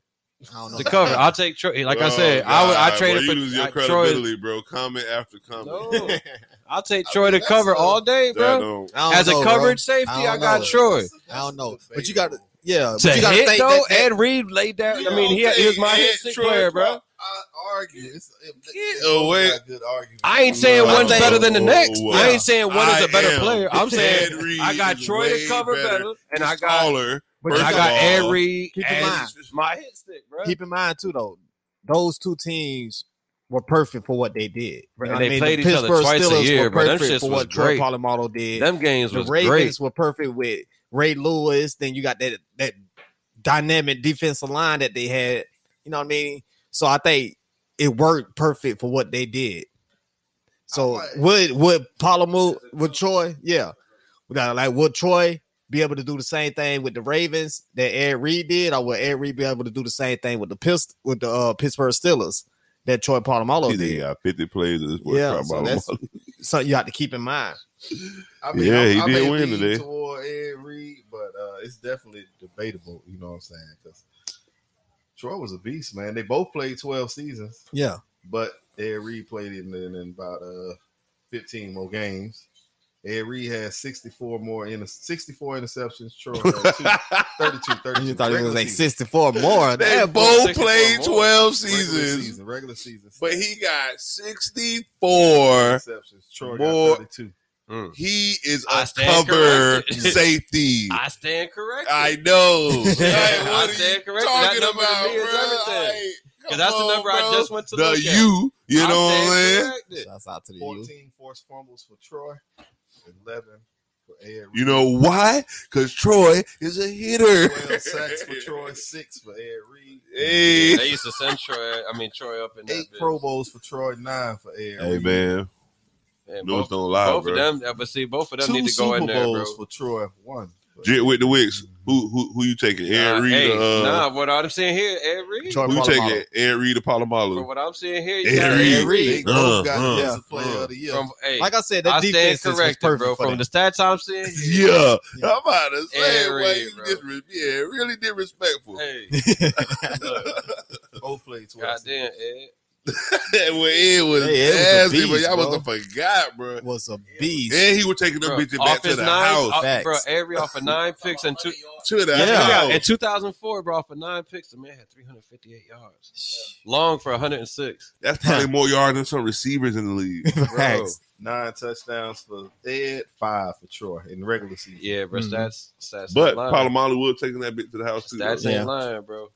[SPEAKER 5] don't know.
[SPEAKER 3] to cover. I'll take Troy. Like I said,
[SPEAKER 4] Oh,
[SPEAKER 3] I would. I
[SPEAKER 4] God, bro,
[SPEAKER 3] traded for
[SPEAKER 4] you lose your
[SPEAKER 3] I- Troy.
[SPEAKER 4] credibility, bro. Comment after comment.
[SPEAKER 3] No, I'll take
[SPEAKER 2] I
[SPEAKER 3] Troy
[SPEAKER 2] mean,
[SPEAKER 3] to
[SPEAKER 2] that's
[SPEAKER 3] cover
[SPEAKER 2] a-
[SPEAKER 3] all day,
[SPEAKER 4] That
[SPEAKER 3] bro.
[SPEAKER 4] don't-
[SPEAKER 5] [LAUGHS] I don't
[SPEAKER 3] As a
[SPEAKER 5] know, bro.
[SPEAKER 3] coverage safety,
[SPEAKER 5] I
[SPEAKER 3] I,
[SPEAKER 5] don't
[SPEAKER 3] got
[SPEAKER 5] know.
[SPEAKER 3] Troy.
[SPEAKER 5] I don't know, but you got to yeah.
[SPEAKER 3] To
[SPEAKER 5] but you gotta
[SPEAKER 3] hit
[SPEAKER 5] think
[SPEAKER 3] though,
[SPEAKER 5] that- that-
[SPEAKER 3] Ed Reed laid down.
[SPEAKER 4] You
[SPEAKER 3] I mean, he,
[SPEAKER 4] don't
[SPEAKER 3] he was my
[SPEAKER 4] think
[SPEAKER 3] hit
[SPEAKER 4] Ed
[SPEAKER 3] stick
[SPEAKER 4] Troy
[SPEAKER 3] player, bro.
[SPEAKER 4] Polamalu-
[SPEAKER 2] I argue. It's, it, it's
[SPEAKER 4] away.
[SPEAKER 2] not a Good argument.
[SPEAKER 3] I ain't saying
[SPEAKER 5] No,
[SPEAKER 3] one's
[SPEAKER 5] I
[SPEAKER 3] better
[SPEAKER 5] think-
[SPEAKER 3] than the
[SPEAKER 4] Oh,
[SPEAKER 3] next.
[SPEAKER 4] wow.
[SPEAKER 3] I ain't saying one is
[SPEAKER 4] I
[SPEAKER 3] a better
[SPEAKER 4] am.
[SPEAKER 3] player. I'm
[SPEAKER 4] [LAUGHS]
[SPEAKER 3] saying
[SPEAKER 4] Ed Reed
[SPEAKER 3] I got
[SPEAKER 4] is
[SPEAKER 3] Troy to
[SPEAKER 4] way
[SPEAKER 3] cover better, and I got
[SPEAKER 4] taller.
[SPEAKER 5] but
[SPEAKER 4] First
[SPEAKER 5] you
[SPEAKER 3] I
[SPEAKER 4] of
[SPEAKER 3] got
[SPEAKER 4] all,
[SPEAKER 3] Ed Reed
[SPEAKER 5] keep in
[SPEAKER 3] as
[SPEAKER 5] mind.
[SPEAKER 3] my hit stick, bro.
[SPEAKER 5] keep in mind too though, those two teams were perfect for what they did. You know
[SPEAKER 3] And
[SPEAKER 5] what
[SPEAKER 3] they
[SPEAKER 5] I mean?
[SPEAKER 3] played
[SPEAKER 5] the
[SPEAKER 3] each other
[SPEAKER 5] Pittsburgh
[SPEAKER 3] twice a
[SPEAKER 5] Steelers
[SPEAKER 3] year,
[SPEAKER 5] were
[SPEAKER 3] bro. Them
[SPEAKER 5] perfect
[SPEAKER 3] shits
[SPEAKER 5] for
[SPEAKER 3] was
[SPEAKER 5] what Troy
[SPEAKER 3] great.
[SPEAKER 5] Polamalu did.
[SPEAKER 3] Them games
[SPEAKER 5] the
[SPEAKER 3] was
[SPEAKER 5] Ravens
[SPEAKER 3] great.
[SPEAKER 5] were perfect with Ray Lewis. Then you got that that dynamic defensive line that they had. You know what I mean? So I think it worked perfect for what they did. So
[SPEAKER 2] I like-
[SPEAKER 5] would would Palamu would Troy? Yeah, like would Troy be able to do the same thing with the Ravens that Ed Reed did, or would Ed Reed be able to do the same thing with the Pist- with the uh, Pittsburgh Steelers?
[SPEAKER 1] that Troy Polamalu
[SPEAKER 4] He
[SPEAKER 1] did.
[SPEAKER 4] got 50 uh, plays of this boy.
[SPEAKER 1] Yeah,
[SPEAKER 4] Yeah,
[SPEAKER 1] so that's- Something you have to keep in mind.
[SPEAKER 2] I
[SPEAKER 4] Yeah,
[SPEAKER 2] I-
[SPEAKER 4] he
[SPEAKER 2] I
[SPEAKER 4] did
[SPEAKER 2] may
[SPEAKER 4] win
[SPEAKER 2] lean
[SPEAKER 4] today.
[SPEAKER 2] Toward Ed Reed, but uh, it's definitely debatable. You know what I'm saying? Because Troy was a beast, man. They both played 12 seasons,
[SPEAKER 1] Yeah.
[SPEAKER 2] but Ed Reed played in, in, in about uh, 15 more games. Ed Reed had 64 more in 64 interceptions. Troy had two,
[SPEAKER 4] [LAUGHS]
[SPEAKER 2] 32, 32.
[SPEAKER 1] You thought it was
[SPEAKER 2] regular
[SPEAKER 1] like
[SPEAKER 2] season.
[SPEAKER 1] 64 more.
[SPEAKER 4] They
[SPEAKER 1] That
[SPEAKER 4] both
[SPEAKER 3] 64
[SPEAKER 4] played
[SPEAKER 3] more.
[SPEAKER 4] 12
[SPEAKER 2] regular
[SPEAKER 4] seasons,
[SPEAKER 2] season, regular season.
[SPEAKER 4] but he got 64.
[SPEAKER 2] interceptions. Troy
[SPEAKER 4] Boy.
[SPEAKER 2] got 32.
[SPEAKER 4] He is
[SPEAKER 3] I
[SPEAKER 4] a
[SPEAKER 3] stand
[SPEAKER 4] cover
[SPEAKER 3] corrected. [LAUGHS]
[SPEAKER 4] safety.
[SPEAKER 3] I stand corrected.
[SPEAKER 4] I know. Like,
[SPEAKER 3] [LAUGHS] I
[SPEAKER 4] what are you
[SPEAKER 3] stand corrected.
[SPEAKER 4] talking
[SPEAKER 3] That number to
[SPEAKER 4] about,
[SPEAKER 3] me is
[SPEAKER 4] bro?
[SPEAKER 3] everything.
[SPEAKER 4] Like,
[SPEAKER 3] Because that's
[SPEAKER 4] come
[SPEAKER 3] the
[SPEAKER 4] on,
[SPEAKER 3] number
[SPEAKER 4] bro.
[SPEAKER 3] I just went to
[SPEAKER 4] The
[SPEAKER 3] look at.
[SPEAKER 4] you, you
[SPEAKER 3] I
[SPEAKER 4] know what I'm
[SPEAKER 3] stand
[SPEAKER 4] saying?
[SPEAKER 3] corrected.
[SPEAKER 1] Shouts out to the U.
[SPEAKER 2] 14 forced fumbles for Troy, 11 for Ed Reed.
[SPEAKER 4] You know why? Because Troy is a hitter.
[SPEAKER 2] 12
[SPEAKER 3] [LAUGHS]
[SPEAKER 2] sacks for Troy, 6 for Ed Reed.
[SPEAKER 4] [LAUGHS] Hey.
[SPEAKER 3] They used to send Troy, I mean Troy up in that
[SPEAKER 2] 8
[SPEAKER 3] bitch.
[SPEAKER 2] Pro Bowls for Troy, 9 for Ed
[SPEAKER 4] Hey,
[SPEAKER 3] [LAUGHS]
[SPEAKER 2] Reed.
[SPEAKER 4] man.
[SPEAKER 3] And
[SPEAKER 4] News
[SPEAKER 3] both,
[SPEAKER 4] don't lie,
[SPEAKER 3] both
[SPEAKER 4] bro.
[SPEAKER 3] of them, uh, but see, both of them
[SPEAKER 2] Two
[SPEAKER 3] need to go
[SPEAKER 2] Super
[SPEAKER 3] in there, bro.
[SPEAKER 2] Bowls for Troy, 1. for-
[SPEAKER 4] Jit with the Wicks. Who who who you taking? Aaron
[SPEAKER 3] Nah,
[SPEAKER 4] Reed.
[SPEAKER 3] hey,
[SPEAKER 4] or, uh,
[SPEAKER 3] nah, what I'm seeing here, Ed Reed.
[SPEAKER 1] Troy
[SPEAKER 4] who you
[SPEAKER 1] Polamalu.
[SPEAKER 4] taking? Aaron Reed or
[SPEAKER 3] From
[SPEAKER 4] Palomalu?
[SPEAKER 3] what I'm seeing here,
[SPEAKER 4] Ed
[SPEAKER 3] you got
[SPEAKER 4] Reed.
[SPEAKER 3] Ed Reed.
[SPEAKER 2] They both
[SPEAKER 4] Uh,
[SPEAKER 2] got
[SPEAKER 4] uh,
[SPEAKER 2] Defensive Player of the Year.
[SPEAKER 3] From, hey,
[SPEAKER 1] Like I said, that
[SPEAKER 3] I stand
[SPEAKER 1] defense is was
[SPEAKER 3] corrected,
[SPEAKER 1] perfect
[SPEAKER 3] bro.
[SPEAKER 1] for
[SPEAKER 3] From
[SPEAKER 1] them.
[SPEAKER 3] the stats I'm seeing
[SPEAKER 4] [LAUGHS]
[SPEAKER 3] here,
[SPEAKER 4] Yeah. I'm about to say,
[SPEAKER 3] Aaron
[SPEAKER 4] boy,
[SPEAKER 3] Reed,
[SPEAKER 4] you
[SPEAKER 3] bro.
[SPEAKER 4] disres- yeah, really disrespectful.
[SPEAKER 3] hey,
[SPEAKER 1] [LAUGHS]
[SPEAKER 3] look,
[SPEAKER 2] Both played 12.
[SPEAKER 3] goddamn, Ed.
[SPEAKER 4] [LAUGHS] That well, it was
[SPEAKER 1] Hey, it was a
[SPEAKER 4] nasty, but
[SPEAKER 1] beast,
[SPEAKER 4] y'all
[SPEAKER 1] bro.
[SPEAKER 4] must have forgot, bro.
[SPEAKER 1] was a beast.
[SPEAKER 4] And he was taking them
[SPEAKER 3] Bro,
[SPEAKER 4] bitches
[SPEAKER 3] off
[SPEAKER 4] back to
[SPEAKER 3] his
[SPEAKER 4] the
[SPEAKER 3] nine, uh,
[SPEAKER 4] house.
[SPEAKER 3] off- bro,
[SPEAKER 1] Facts.
[SPEAKER 3] Ed Reed off of nine picks and two.
[SPEAKER 4] [LAUGHS] to the
[SPEAKER 1] Yeah.
[SPEAKER 3] Yeah, in
[SPEAKER 4] house.
[SPEAKER 3] 2004, bro, off of nine picks, the man had 358 yards. Long for 106.
[SPEAKER 4] That's
[SPEAKER 1] [LAUGHS]
[SPEAKER 4] probably more yards than some receivers in the league.
[SPEAKER 1] Facts.
[SPEAKER 2] 9 touchdowns for Ed, 5 for Troy in the regular season.
[SPEAKER 3] Yeah, bro,
[SPEAKER 1] Mhm.
[SPEAKER 3] stats, stats.
[SPEAKER 4] But
[SPEAKER 3] ain't lying.
[SPEAKER 4] Palomalu was taking that bitch to the house too. though.
[SPEAKER 3] Stats
[SPEAKER 1] Yeah.
[SPEAKER 3] ain't lying, bro.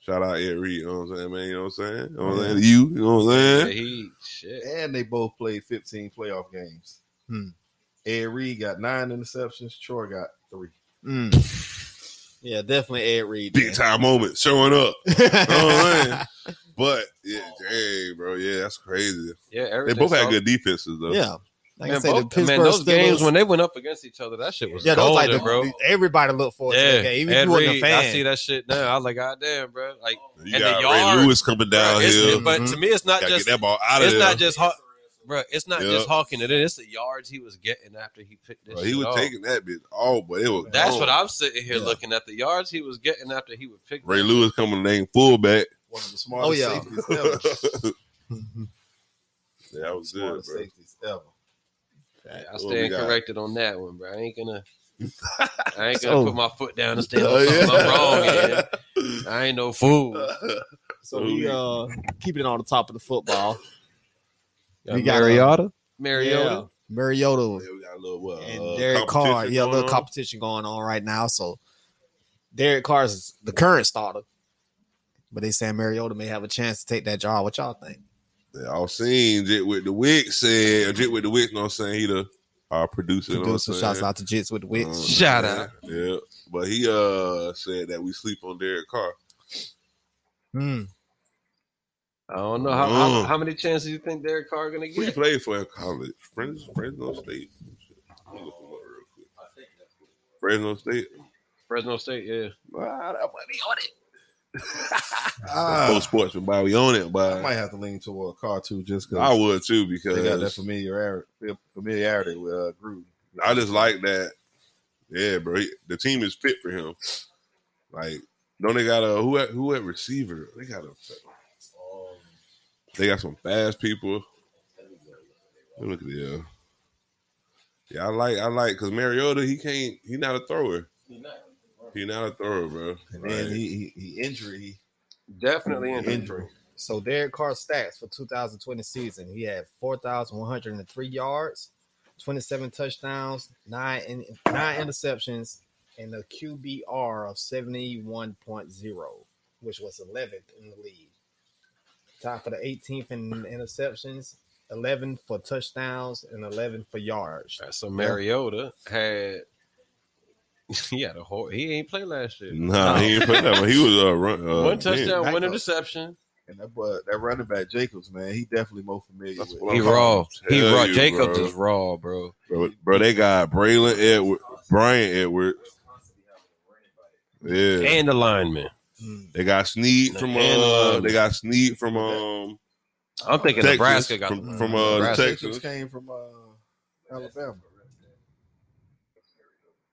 [SPEAKER 4] Shout out Ed Reed, you know what I'm saying, man. You know what I'm saying? You know what I'm saying? You, you know what I'm
[SPEAKER 3] Yeah,
[SPEAKER 4] saying?
[SPEAKER 3] he shit.
[SPEAKER 2] and they both played 15 playoff games.
[SPEAKER 1] Hmm.
[SPEAKER 2] Ed Reed got nine interceptions. Troy got three.
[SPEAKER 1] Mm. Yeah, definitely Ed Reed.
[SPEAKER 4] Big time moment showing up. [LAUGHS] You know what I'm saying?
[SPEAKER 1] yeah, [LAUGHS]
[SPEAKER 4] But yeah,
[SPEAKER 3] Oh.
[SPEAKER 4] dang, bro, yeah, that's crazy.
[SPEAKER 3] Yeah,
[SPEAKER 4] They
[SPEAKER 3] everything
[SPEAKER 4] both had
[SPEAKER 3] soft.
[SPEAKER 4] good defenses though.
[SPEAKER 1] like I
[SPEAKER 3] Man,
[SPEAKER 1] said,
[SPEAKER 3] both-
[SPEAKER 1] the Pittsburgh
[SPEAKER 3] man, those
[SPEAKER 1] Steelers-
[SPEAKER 3] games when they went up against each other, that shit was
[SPEAKER 1] yeah,
[SPEAKER 3] yeah,
[SPEAKER 1] those
[SPEAKER 3] golden,
[SPEAKER 1] like the,
[SPEAKER 3] bro.
[SPEAKER 1] everybody looked forward to
[SPEAKER 3] Yeah,
[SPEAKER 1] that game. Even if
[SPEAKER 3] Ed
[SPEAKER 1] you wasn't a
[SPEAKER 3] Reed, I
[SPEAKER 1] fan, [LAUGHS]
[SPEAKER 3] see that shit now. I was like, God damn, bro. Like,
[SPEAKER 4] You
[SPEAKER 3] And
[SPEAKER 4] got
[SPEAKER 3] the
[SPEAKER 4] Ray
[SPEAKER 3] yards-
[SPEAKER 4] Lewis coming down
[SPEAKER 3] it's-
[SPEAKER 4] here.
[SPEAKER 3] but
[SPEAKER 1] Mm-hmm.
[SPEAKER 3] to me, it's not
[SPEAKER 4] Gotta
[SPEAKER 3] just
[SPEAKER 4] get that ball out of
[SPEAKER 3] it's
[SPEAKER 4] there.
[SPEAKER 3] not just Haw- bro. It's not
[SPEAKER 4] Yeah.
[SPEAKER 3] just hawking it in. It's the yards he was getting after he picked this.
[SPEAKER 4] Bro, he
[SPEAKER 3] shit
[SPEAKER 4] was
[SPEAKER 3] off.
[SPEAKER 4] taking that bitch. Oh, but it was
[SPEAKER 3] That's
[SPEAKER 4] gone.
[SPEAKER 3] what I'm sitting here
[SPEAKER 1] Yeah.
[SPEAKER 3] looking at the yards he was getting after he would pick.
[SPEAKER 4] Ray
[SPEAKER 3] that.
[SPEAKER 4] Lewis coming to name fullback.
[SPEAKER 2] One of the smartest
[SPEAKER 1] Oh, yeah.
[SPEAKER 2] safeties
[SPEAKER 4] yeah, [LAUGHS]
[SPEAKER 2] ever.
[SPEAKER 4] that was good,
[SPEAKER 2] smartest
[SPEAKER 4] bro.
[SPEAKER 2] safeties ever.
[SPEAKER 3] Yeah, I
[SPEAKER 4] What we
[SPEAKER 3] stand
[SPEAKER 4] got?
[SPEAKER 3] corrected on that one, bro. I ain't gonna.
[SPEAKER 4] [LAUGHS]
[SPEAKER 3] I ain't gonna
[SPEAKER 1] So-
[SPEAKER 3] put my foot down and stand
[SPEAKER 4] Oh,
[SPEAKER 3] on something
[SPEAKER 4] yeah.
[SPEAKER 3] I'm wrong.
[SPEAKER 4] [LAUGHS]
[SPEAKER 3] in. I ain't no fool.
[SPEAKER 1] so we uh keeping it on the top of the football.
[SPEAKER 3] Yeah,
[SPEAKER 1] we got
[SPEAKER 3] Mariota.
[SPEAKER 1] Yeah, Mariota
[SPEAKER 4] Yeah, we got a little what?
[SPEAKER 1] and
[SPEAKER 4] uh,
[SPEAKER 1] Derek Carr.
[SPEAKER 4] competition
[SPEAKER 1] Yeah, a little
[SPEAKER 4] going on?
[SPEAKER 1] competition going on right now. So Derek Carr is the current starter, but they saying Mariota may have a chance to take that job. What y'all think?
[SPEAKER 4] Y'all seen Jit with the Wick said Jit with the Wick, you know what I'm saying? He the our producer, you know
[SPEAKER 1] Producer,
[SPEAKER 4] what I'm
[SPEAKER 1] shouts
[SPEAKER 4] saying?
[SPEAKER 1] out to Jits with the
[SPEAKER 4] Uh,
[SPEAKER 1] Wicks.
[SPEAKER 3] Shout
[SPEAKER 4] yeah,
[SPEAKER 3] out.
[SPEAKER 4] Yeah. But he uh said that we sleep on Derek Carr.
[SPEAKER 1] Mm.
[SPEAKER 3] I don't know how,
[SPEAKER 4] Mm.
[SPEAKER 3] how how many chances you think Derek Carr gonna
[SPEAKER 4] Who you
[SPEAKER 3] get.
[SPEAKER 4] played for in college? Fresno, Fresno State. Let me look him up real quick. Fresno State.
[SPEAKER 3] Fresno State, yeah.
[SPEAKER 4] Ah, that money on it.
[SPEAKER 2] [LAUGHS]
[SPEAKER 4] Pro sportsman, but we own it,
[SPEAKER 2] Ah. I might
[SPEAKER 4] but
[SPEAKER 2] have to lean toward Car too, just
[SPEAKER 4] I
[SPEAKER 2] because
[SPEAKER 4] would too
[SPEAKER 2] they got that
[SPEAKER 4] because
[SPEAKER 2] familiarity, familiarity with uh, Groove.
[SPEAKER 4] I just like that. Yeah, bro. He- the team is fit for him. Like, don't they got a who at who at receiver? They got a they got some fast people. Let me look at the uh, yeah. I like I like because Mariota he can't he not a thrower. He not a thrower, bro.
[SPEAKER 2] And
[SPEAKER 4] Like,
[SPEAKER 2] then he, he, he injury.
[SPEAKER 3] Definitely in
[SPEAKER 2] Injury.
[SPEAKER 1] So Derek Carr's stats for 2020 season, he had 4,103 yards, 27 touchdowns, nine in, nine interceptions, and a QBR of 71.0, which was 11th in the league. Tied for the 18th in interceptions, 11 for touchdowns, and 11 for yards.
[SPEAKER 3] So Mariota had [LAUGHS] he had a whole he ain't played last year.
[SPEAKER 4] Nah, he ain't put that one. He was uh, run, uh
[SPEAKER 3] one touchdown,
[SPEAKER 4] man.
[SPEAKER 3] one interception.
[SPEAKER 2] And that boy, that running back Jacobs, man, he definitely more familiar
[SPEAKER 4] That's
[SPEAKER 2] with.
[SPEAKER 4] what
[SPEAKER 3] He
[SPEAKER 4] I'm
[SPEAKER 3] raw. He
[SPEAKER 4] tell
[SPEAKER 3] raw.
[SPEAKER 4] you,
[SPEAKER 3] Jacobs
[SPEAKER 4] bro.
[SPEAKER 3] is raw, bro.
[SPEAKER 4] Bro, bro, they got Braylon Edwards, Brian Edwards. Yeah,
[SPEAKER 3] And the lineman.
[SPEAKER 1] Mm.
[SPEAKER 4] They got Snead from uh, they got Snead from um
[SPEAKER 3] I'm thinking
[SPEAKER 4] Texas,
[SPEAKER 3] Nebraska got
[SPEAKER 4] from, from uh
[SPEAKER 2] Nebraska
[SPEAKER 4] Texas.
[SPEAKER 2] came from uh, Alabama.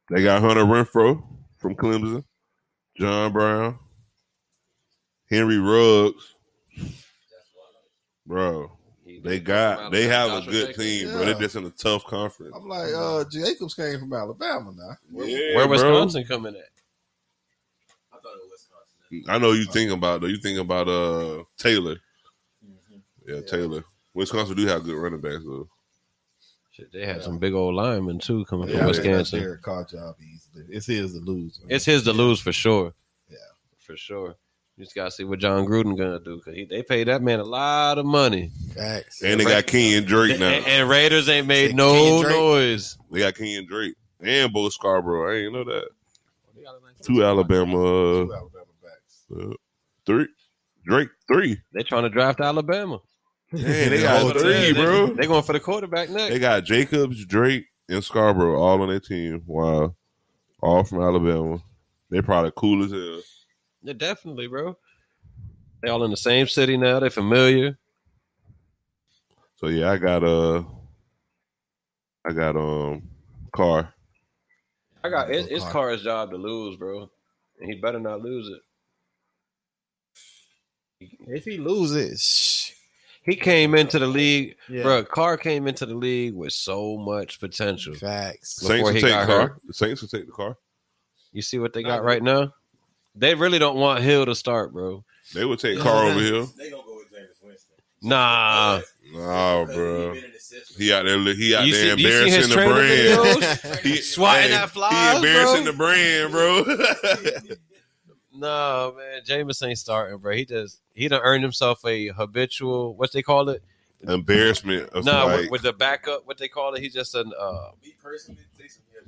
[SPEAKER 4] They got Hunter Renfro from Clemson, John Brown, Henry Ruggs. Bro, they got they have a good team, bro. They're just in a tough conference.
[SPEAKER 2] I'm like, uh, Jacobs came from Alabama now.
[SPEAKER 4] Yeah,
[SPEAKER 3] Where
[SPEAKER 4] bro.
[SPEAKER 3] Wisconsin coming at? I thought it was Wisconsin.
[SPEAKER 4] I know you thinking about though. You thinking about uh Taylor. Yeah,
[SPEAKER 2] Yeah.
[SPEAKER 4] Taylor. Wisconsin do have good running backs though.
[SPEAKER 3] Shit, they had some big old linemen too coming
[SPEAKER 2] Yeah,
[SPEAKER 3] from
[SPEAKER 2] I think that's
[SPEAKER 3] Wisconsin.
[SPEAKER 2] Derek Carr job easily. It's his to lose. man.
[SPEAKER 3] It's his to lose for sure.
[SPEAKER 2] Yeah.
[SPEAKER 3] for sure. You just gotta see what John Gruden gonna do because they paid that man a lot of money,
[SPEAKER 2] Facts.
[SPEAKER 4] And they got Kenyon Drake
[SPEAKER 3] and,
[SPEAKER 4] now.
[SPEAKER 3] and Raiders ain't made
[SPEAKER 2] Say
[SPEAKER 3] no
[SPEAKER 2] Kenyon Drake.
[SPEAKER 3] noise.
[SPEAKER 4] They got Kenyon Drake and Bo Scarborough. I ain't know that. Two Alabama,
[SPEAKER 2] Two Alabama backs.
[SPEAKER 4] uh, three Drake three.
[SPEAKER 3] They're trying to draft Alabama.
[SPEAKER 4] Hey, they
[SPEAKER 2] Oh,
[SPEAKER 4] got
[SPEAKER 2] damn.
[SPEAKER 4] three, bro.
[SPEAKER 3] They're going for the quarterback next.
[SPEAKER 4] They got Jacobs, Drake, and Scarborough all on their team. Wow, all from Alabama. They probably cool as hell.
[SPEAKER 3] Yeah, definitely, bro. They all in the same city now. They're familiar.
[SPEAKER 4] So yeah, I got uh, I got um, Carr.
[SPEAKER 3] I got it's, it's Carr's job to lose, bro, and he better not lose it.
[SPEAKER 5] If he loses, shh,
[SPEAKER 3] He came into the league,
[SPEAKER 5] yeah,
[SPEAKER 3] bro. Carr came into the league with so much
[SPEAKER 5] Mm-hmm.
[SPEAKER 3] potential.
[SPEAKER 5] facts.
[SPEAKER 4] Saints
[SPEAKER 3] Before
[SPEAKER 4] will
[SPEAKER 3] he
[SPEAKER 4] take
[SPEAKER 3] got
[SPEAKER 4] Carr.
[SPEAKER 3] hurt.
[SPEAKER 4] The Saints will take the Carr.
[SPEAKER 3] You see what they got right now? They really don't want Hill to start, bro.
[SPEAKER 4] They would take Carr over here.
[SPEAKER 6] They gonna go with James Winston.
[SPEAKER 3] Nah.
[SPEAKER 4] Nah, bro. He out there. He out
[SPEAKER 3] you
[SPEAKER 4] there
[SPEAKER 3] see, you see
[SPEAKER 4] embarrassing
[SPEAKER 3] his
[SPEAKER 4] the
[SPEAKER 3] training
[SPEAKER 4] brand.
[SPEAKER 3] videos?
[SPEAKER 5] [LAUGHS]
[SPEAKER 4] He,
[SPEAKER 3] Swatting at flies,
[SPEAKER 4] He embarrassing
[SPEAKER 3] bro.
[SPEAKER 4] the brand, bro.
[SPEAKER 3] no, man. Jameis ain't starting, bro. He just he done earned himself a habitual what they call it?
[SPEAKER 4] [LAUGHS] Embarrassment of
[SPEAKER 3] nah,
[SPEAKER 4] like,
[SPEAKER 3] with, with the backup, what they call it. He just an uh
[SPEAKER 6] Me personally, Taysom Hill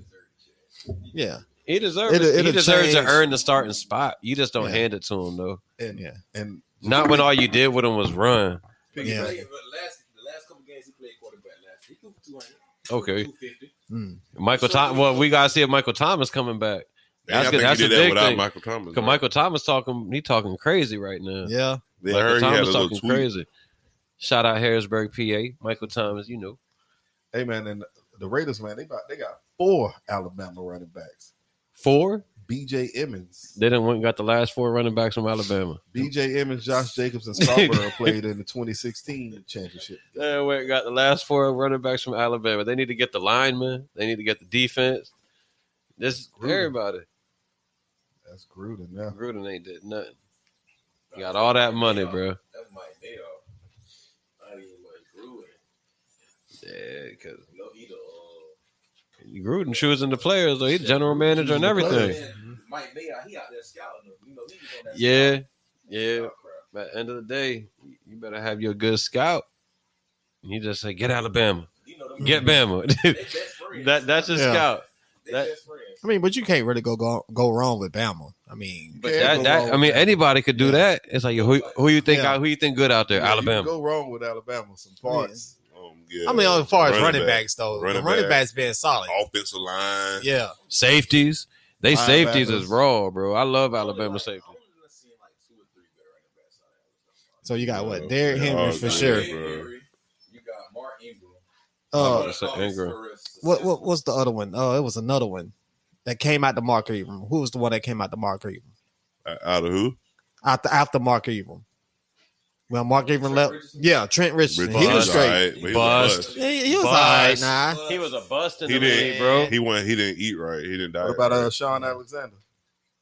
[SPEAKER 6] deserved it.
[SPEAKER 5] Yeah,
[SPEAKER 3] He deserves.
[SPEAKER 5] It'll-
[SPEAKER 3] he
[SPEAKER 5] it'll
[SPEAKER 3] deserves
[SPEAKER 5] change.
[SPEAKER 3] to earn the starting spot. You just don't
[SPEAKER 5] Yeah.
[SPEAKER 3] hand it to him though.
[SPEAKER 2] And,
[SPEAKER 5] Yeah.
[SPEAKER 2] and
[SPEAKER 3] Not when all you did with him was run.
[SPEAKER 6] But
[SPEAKER 5] Yeah.
[SPEAKER 6] he played, but last the last couple games he played quarterback last, he threw for 200,
[SPEAKER 3] Okay,
[SPEAKER 6] 250.
[SPEAKER 3] Michael Thomas. Well, we gotta see if Michael Thomas coming back.
[SPEAKER 4] And
[SPEAKER 3] That's
[SPEAKER 4] I
[SPEAKER 3] good-
[SPEAKER 4] think
[SPEAKER 3] that's
[SPEAKER 4] he
[SPEAKER 3] the
[SPEAKER 4] did that
[SPEAKER 3] big
[SPEAKER 4] without
[SPEAKER 3] thing.
[SPEAKER 4] Michael Thomas.
[SPEAKER 3] Cause Michael Thomas talking. He talking crazy right now.
[SPEAKER 5] yeah.
[SPEAKER 4] Yeah, I
[SPEAKER 3] Michael
[SPEAKER 4] heard he had a
[SPEAKER 3] Thomas
[SPEAKER 4] little
[SPEAKER 3] talking
[SPEAKER 4] tweet.
[SPEAKER 3] crazy. Shout out Harrisburg, PA. Michael Thomas. You know.
[SPEAKER 2] hey man, and the Raiders man, they about, they got four Alabama running backs.
[SPEAKER 3] Four.
[SPEAKER 2] B.J. Emmons,
[SPEAKER 3] They didn't went and got the last four running backs from Alabama.
[SPEAKER 2] B.J. Emmons, Josh Jacobs,
[SPEAKER 5] [LAUGHS]
[SPEAKER 2] and Scarborough played in the 2016 championship.
[SPEAKER 3] They went and got the last four running backs from Alabama. They need to get the linemen. They need to get the defense. Just
[SPEAKER 2] Gruden.
[SPEAKER 3] everybody.
[SPEAKER 2] That's Gruden. Yeah,
[SPEAKER 3] Gruden ain't did nothing. He got all that money, bro.
[SPEAKER 6] That was Mike Mayoff. Not even Mike Gruden.
[SPEAKER 3] Yeah, because
[SPEAKER 6] No, he the uh,
[SPEAKER 3] Gruden choosing the players, though. He's general manager and everything.
[SPEAKER 6] man, Mike Mayoff. He out there scouting them. You know, he was on that
[SPEAKER 3] Yeah,
[SPEAKER 6] scout-
[SPEAKER 3] yeah.
[SPEAKER 6] scout crowd.
[SPEAKER 3] But end of the day, you better have your good scout. You just say, get Alabama,
[SPEAKER 6] You know them.
[SPEAKER 3] get Bama. [LAUGHS]
[SPEAKER 6] They best friends.
[SPEAKER 3] that that's your
[SPEAKER 5] Yeah.
[SPEAKER 3] scout.
[SPEAKER 6] They
[SPEAKER 3] that-
[SPEAKER 6] best friends.
[SPEAKER 5] I mean, but you can't really go go, go wrong with Bama. I mean,
[SPEAKER 3] But
[SPEAKER 2] Can't
[SPEAKER 3] that,
[SPEAKER 2] go
[SPEAKER 3] that
[SPEAKER 2] wrong
[SPEAKER 3] I
[SPEAKER 2] with
[SPEAKER 3] mean,
[SPEAKER 2] that.
[SPEAKER 3] anybody could do
[SPEAKER 5] Yeah.
[SPEAKER 3] that. It's like who who you think
[SPEAKER 5] Yeah.
[SPEAKER 3] out, who you think good out there,
[SPEAKER 2] Yeah, you
[SPEAKER 3] Alabama.
[SPEAKER 2] can go wrong with Alabama some parts.
[SPEAKER 4] Um, yeah,
[SPEAKER 5] I mean, as far as running,
[SPEAKER 4] back,
[SPEAKER 5] backs though, running,
[SPEAKER 4] Running
[SPEAKER 5] the running
[SPEAKER 4] back.
[SPEAKER 5] backs being solid.
[SPEAKER 4] offensive line.
[SPEAKER 5] Yeah,
[SPEAKER 3] Safeties, they
[SPEAKER 2] Linebackers.
[SPEAKER 3] safeties is raw, bro. I love Alabama
[SPEAKER 6] Like,
[SPEAKER 3] safety.
[SPEAKER 6] I only done seen like two or three good running backs out of Alabama.
[SPEAKER 5] so you got
[SPEAKER 4] Yeah.
[SPEAKER 5] what Derrick
[SPEAKER 4] Yeah,
[SPEAKER 5] Henry
[SPEAKER 4] all
[SPEAKER 5] for
[SPEAKER 4] good.
[SPEAKER 5] sure.
[SPEAKER 6] Derrick
[SPEAKER 4] bro.
[SPEAKER 6] Henry, You got Mark Ingram.
[SPEAKER 5] Uh,
[SPEAKER 3] It's Oh, an Ingram.
[SPEAKER 5] what what what's the other one? Oh, it was another one that came out the Mark Ingram. Who was the one that came out the Mark Ingram?
[SPEAKER 4] Uh, Out of who?
[SPEAKER 5] After after Mark Ingram, when Mark Ingram left, yeah, Trent Richardson.
[SPEAKER 4] Richardson
[SPEAKER 5] He was
[SPEAKER 3] Bust.
[SPEAKER 5] straight.
[SPEAKER 4] alright, but he was
[SPEAKER 3] Bust.
[SPEAKER 4] bust.
[SPEAKER 5] He, he was all right.
[SPEAKER 3] Bust.
[SPEAKER 5] Nah,
[SPEAKER 3] He was a bust in
[SPEAKER 4] He
[SPEAKER 3] the
[SPEAKER 4] didn't-
[SPEAKER 3] league, bro.
[SPEAKER 4] He went. He didn't eat right. He didn't die.
[SPEAKER 2] What about
[SPEAKER 4] right.
[SPEAKER 2] uh, Sean Alexander?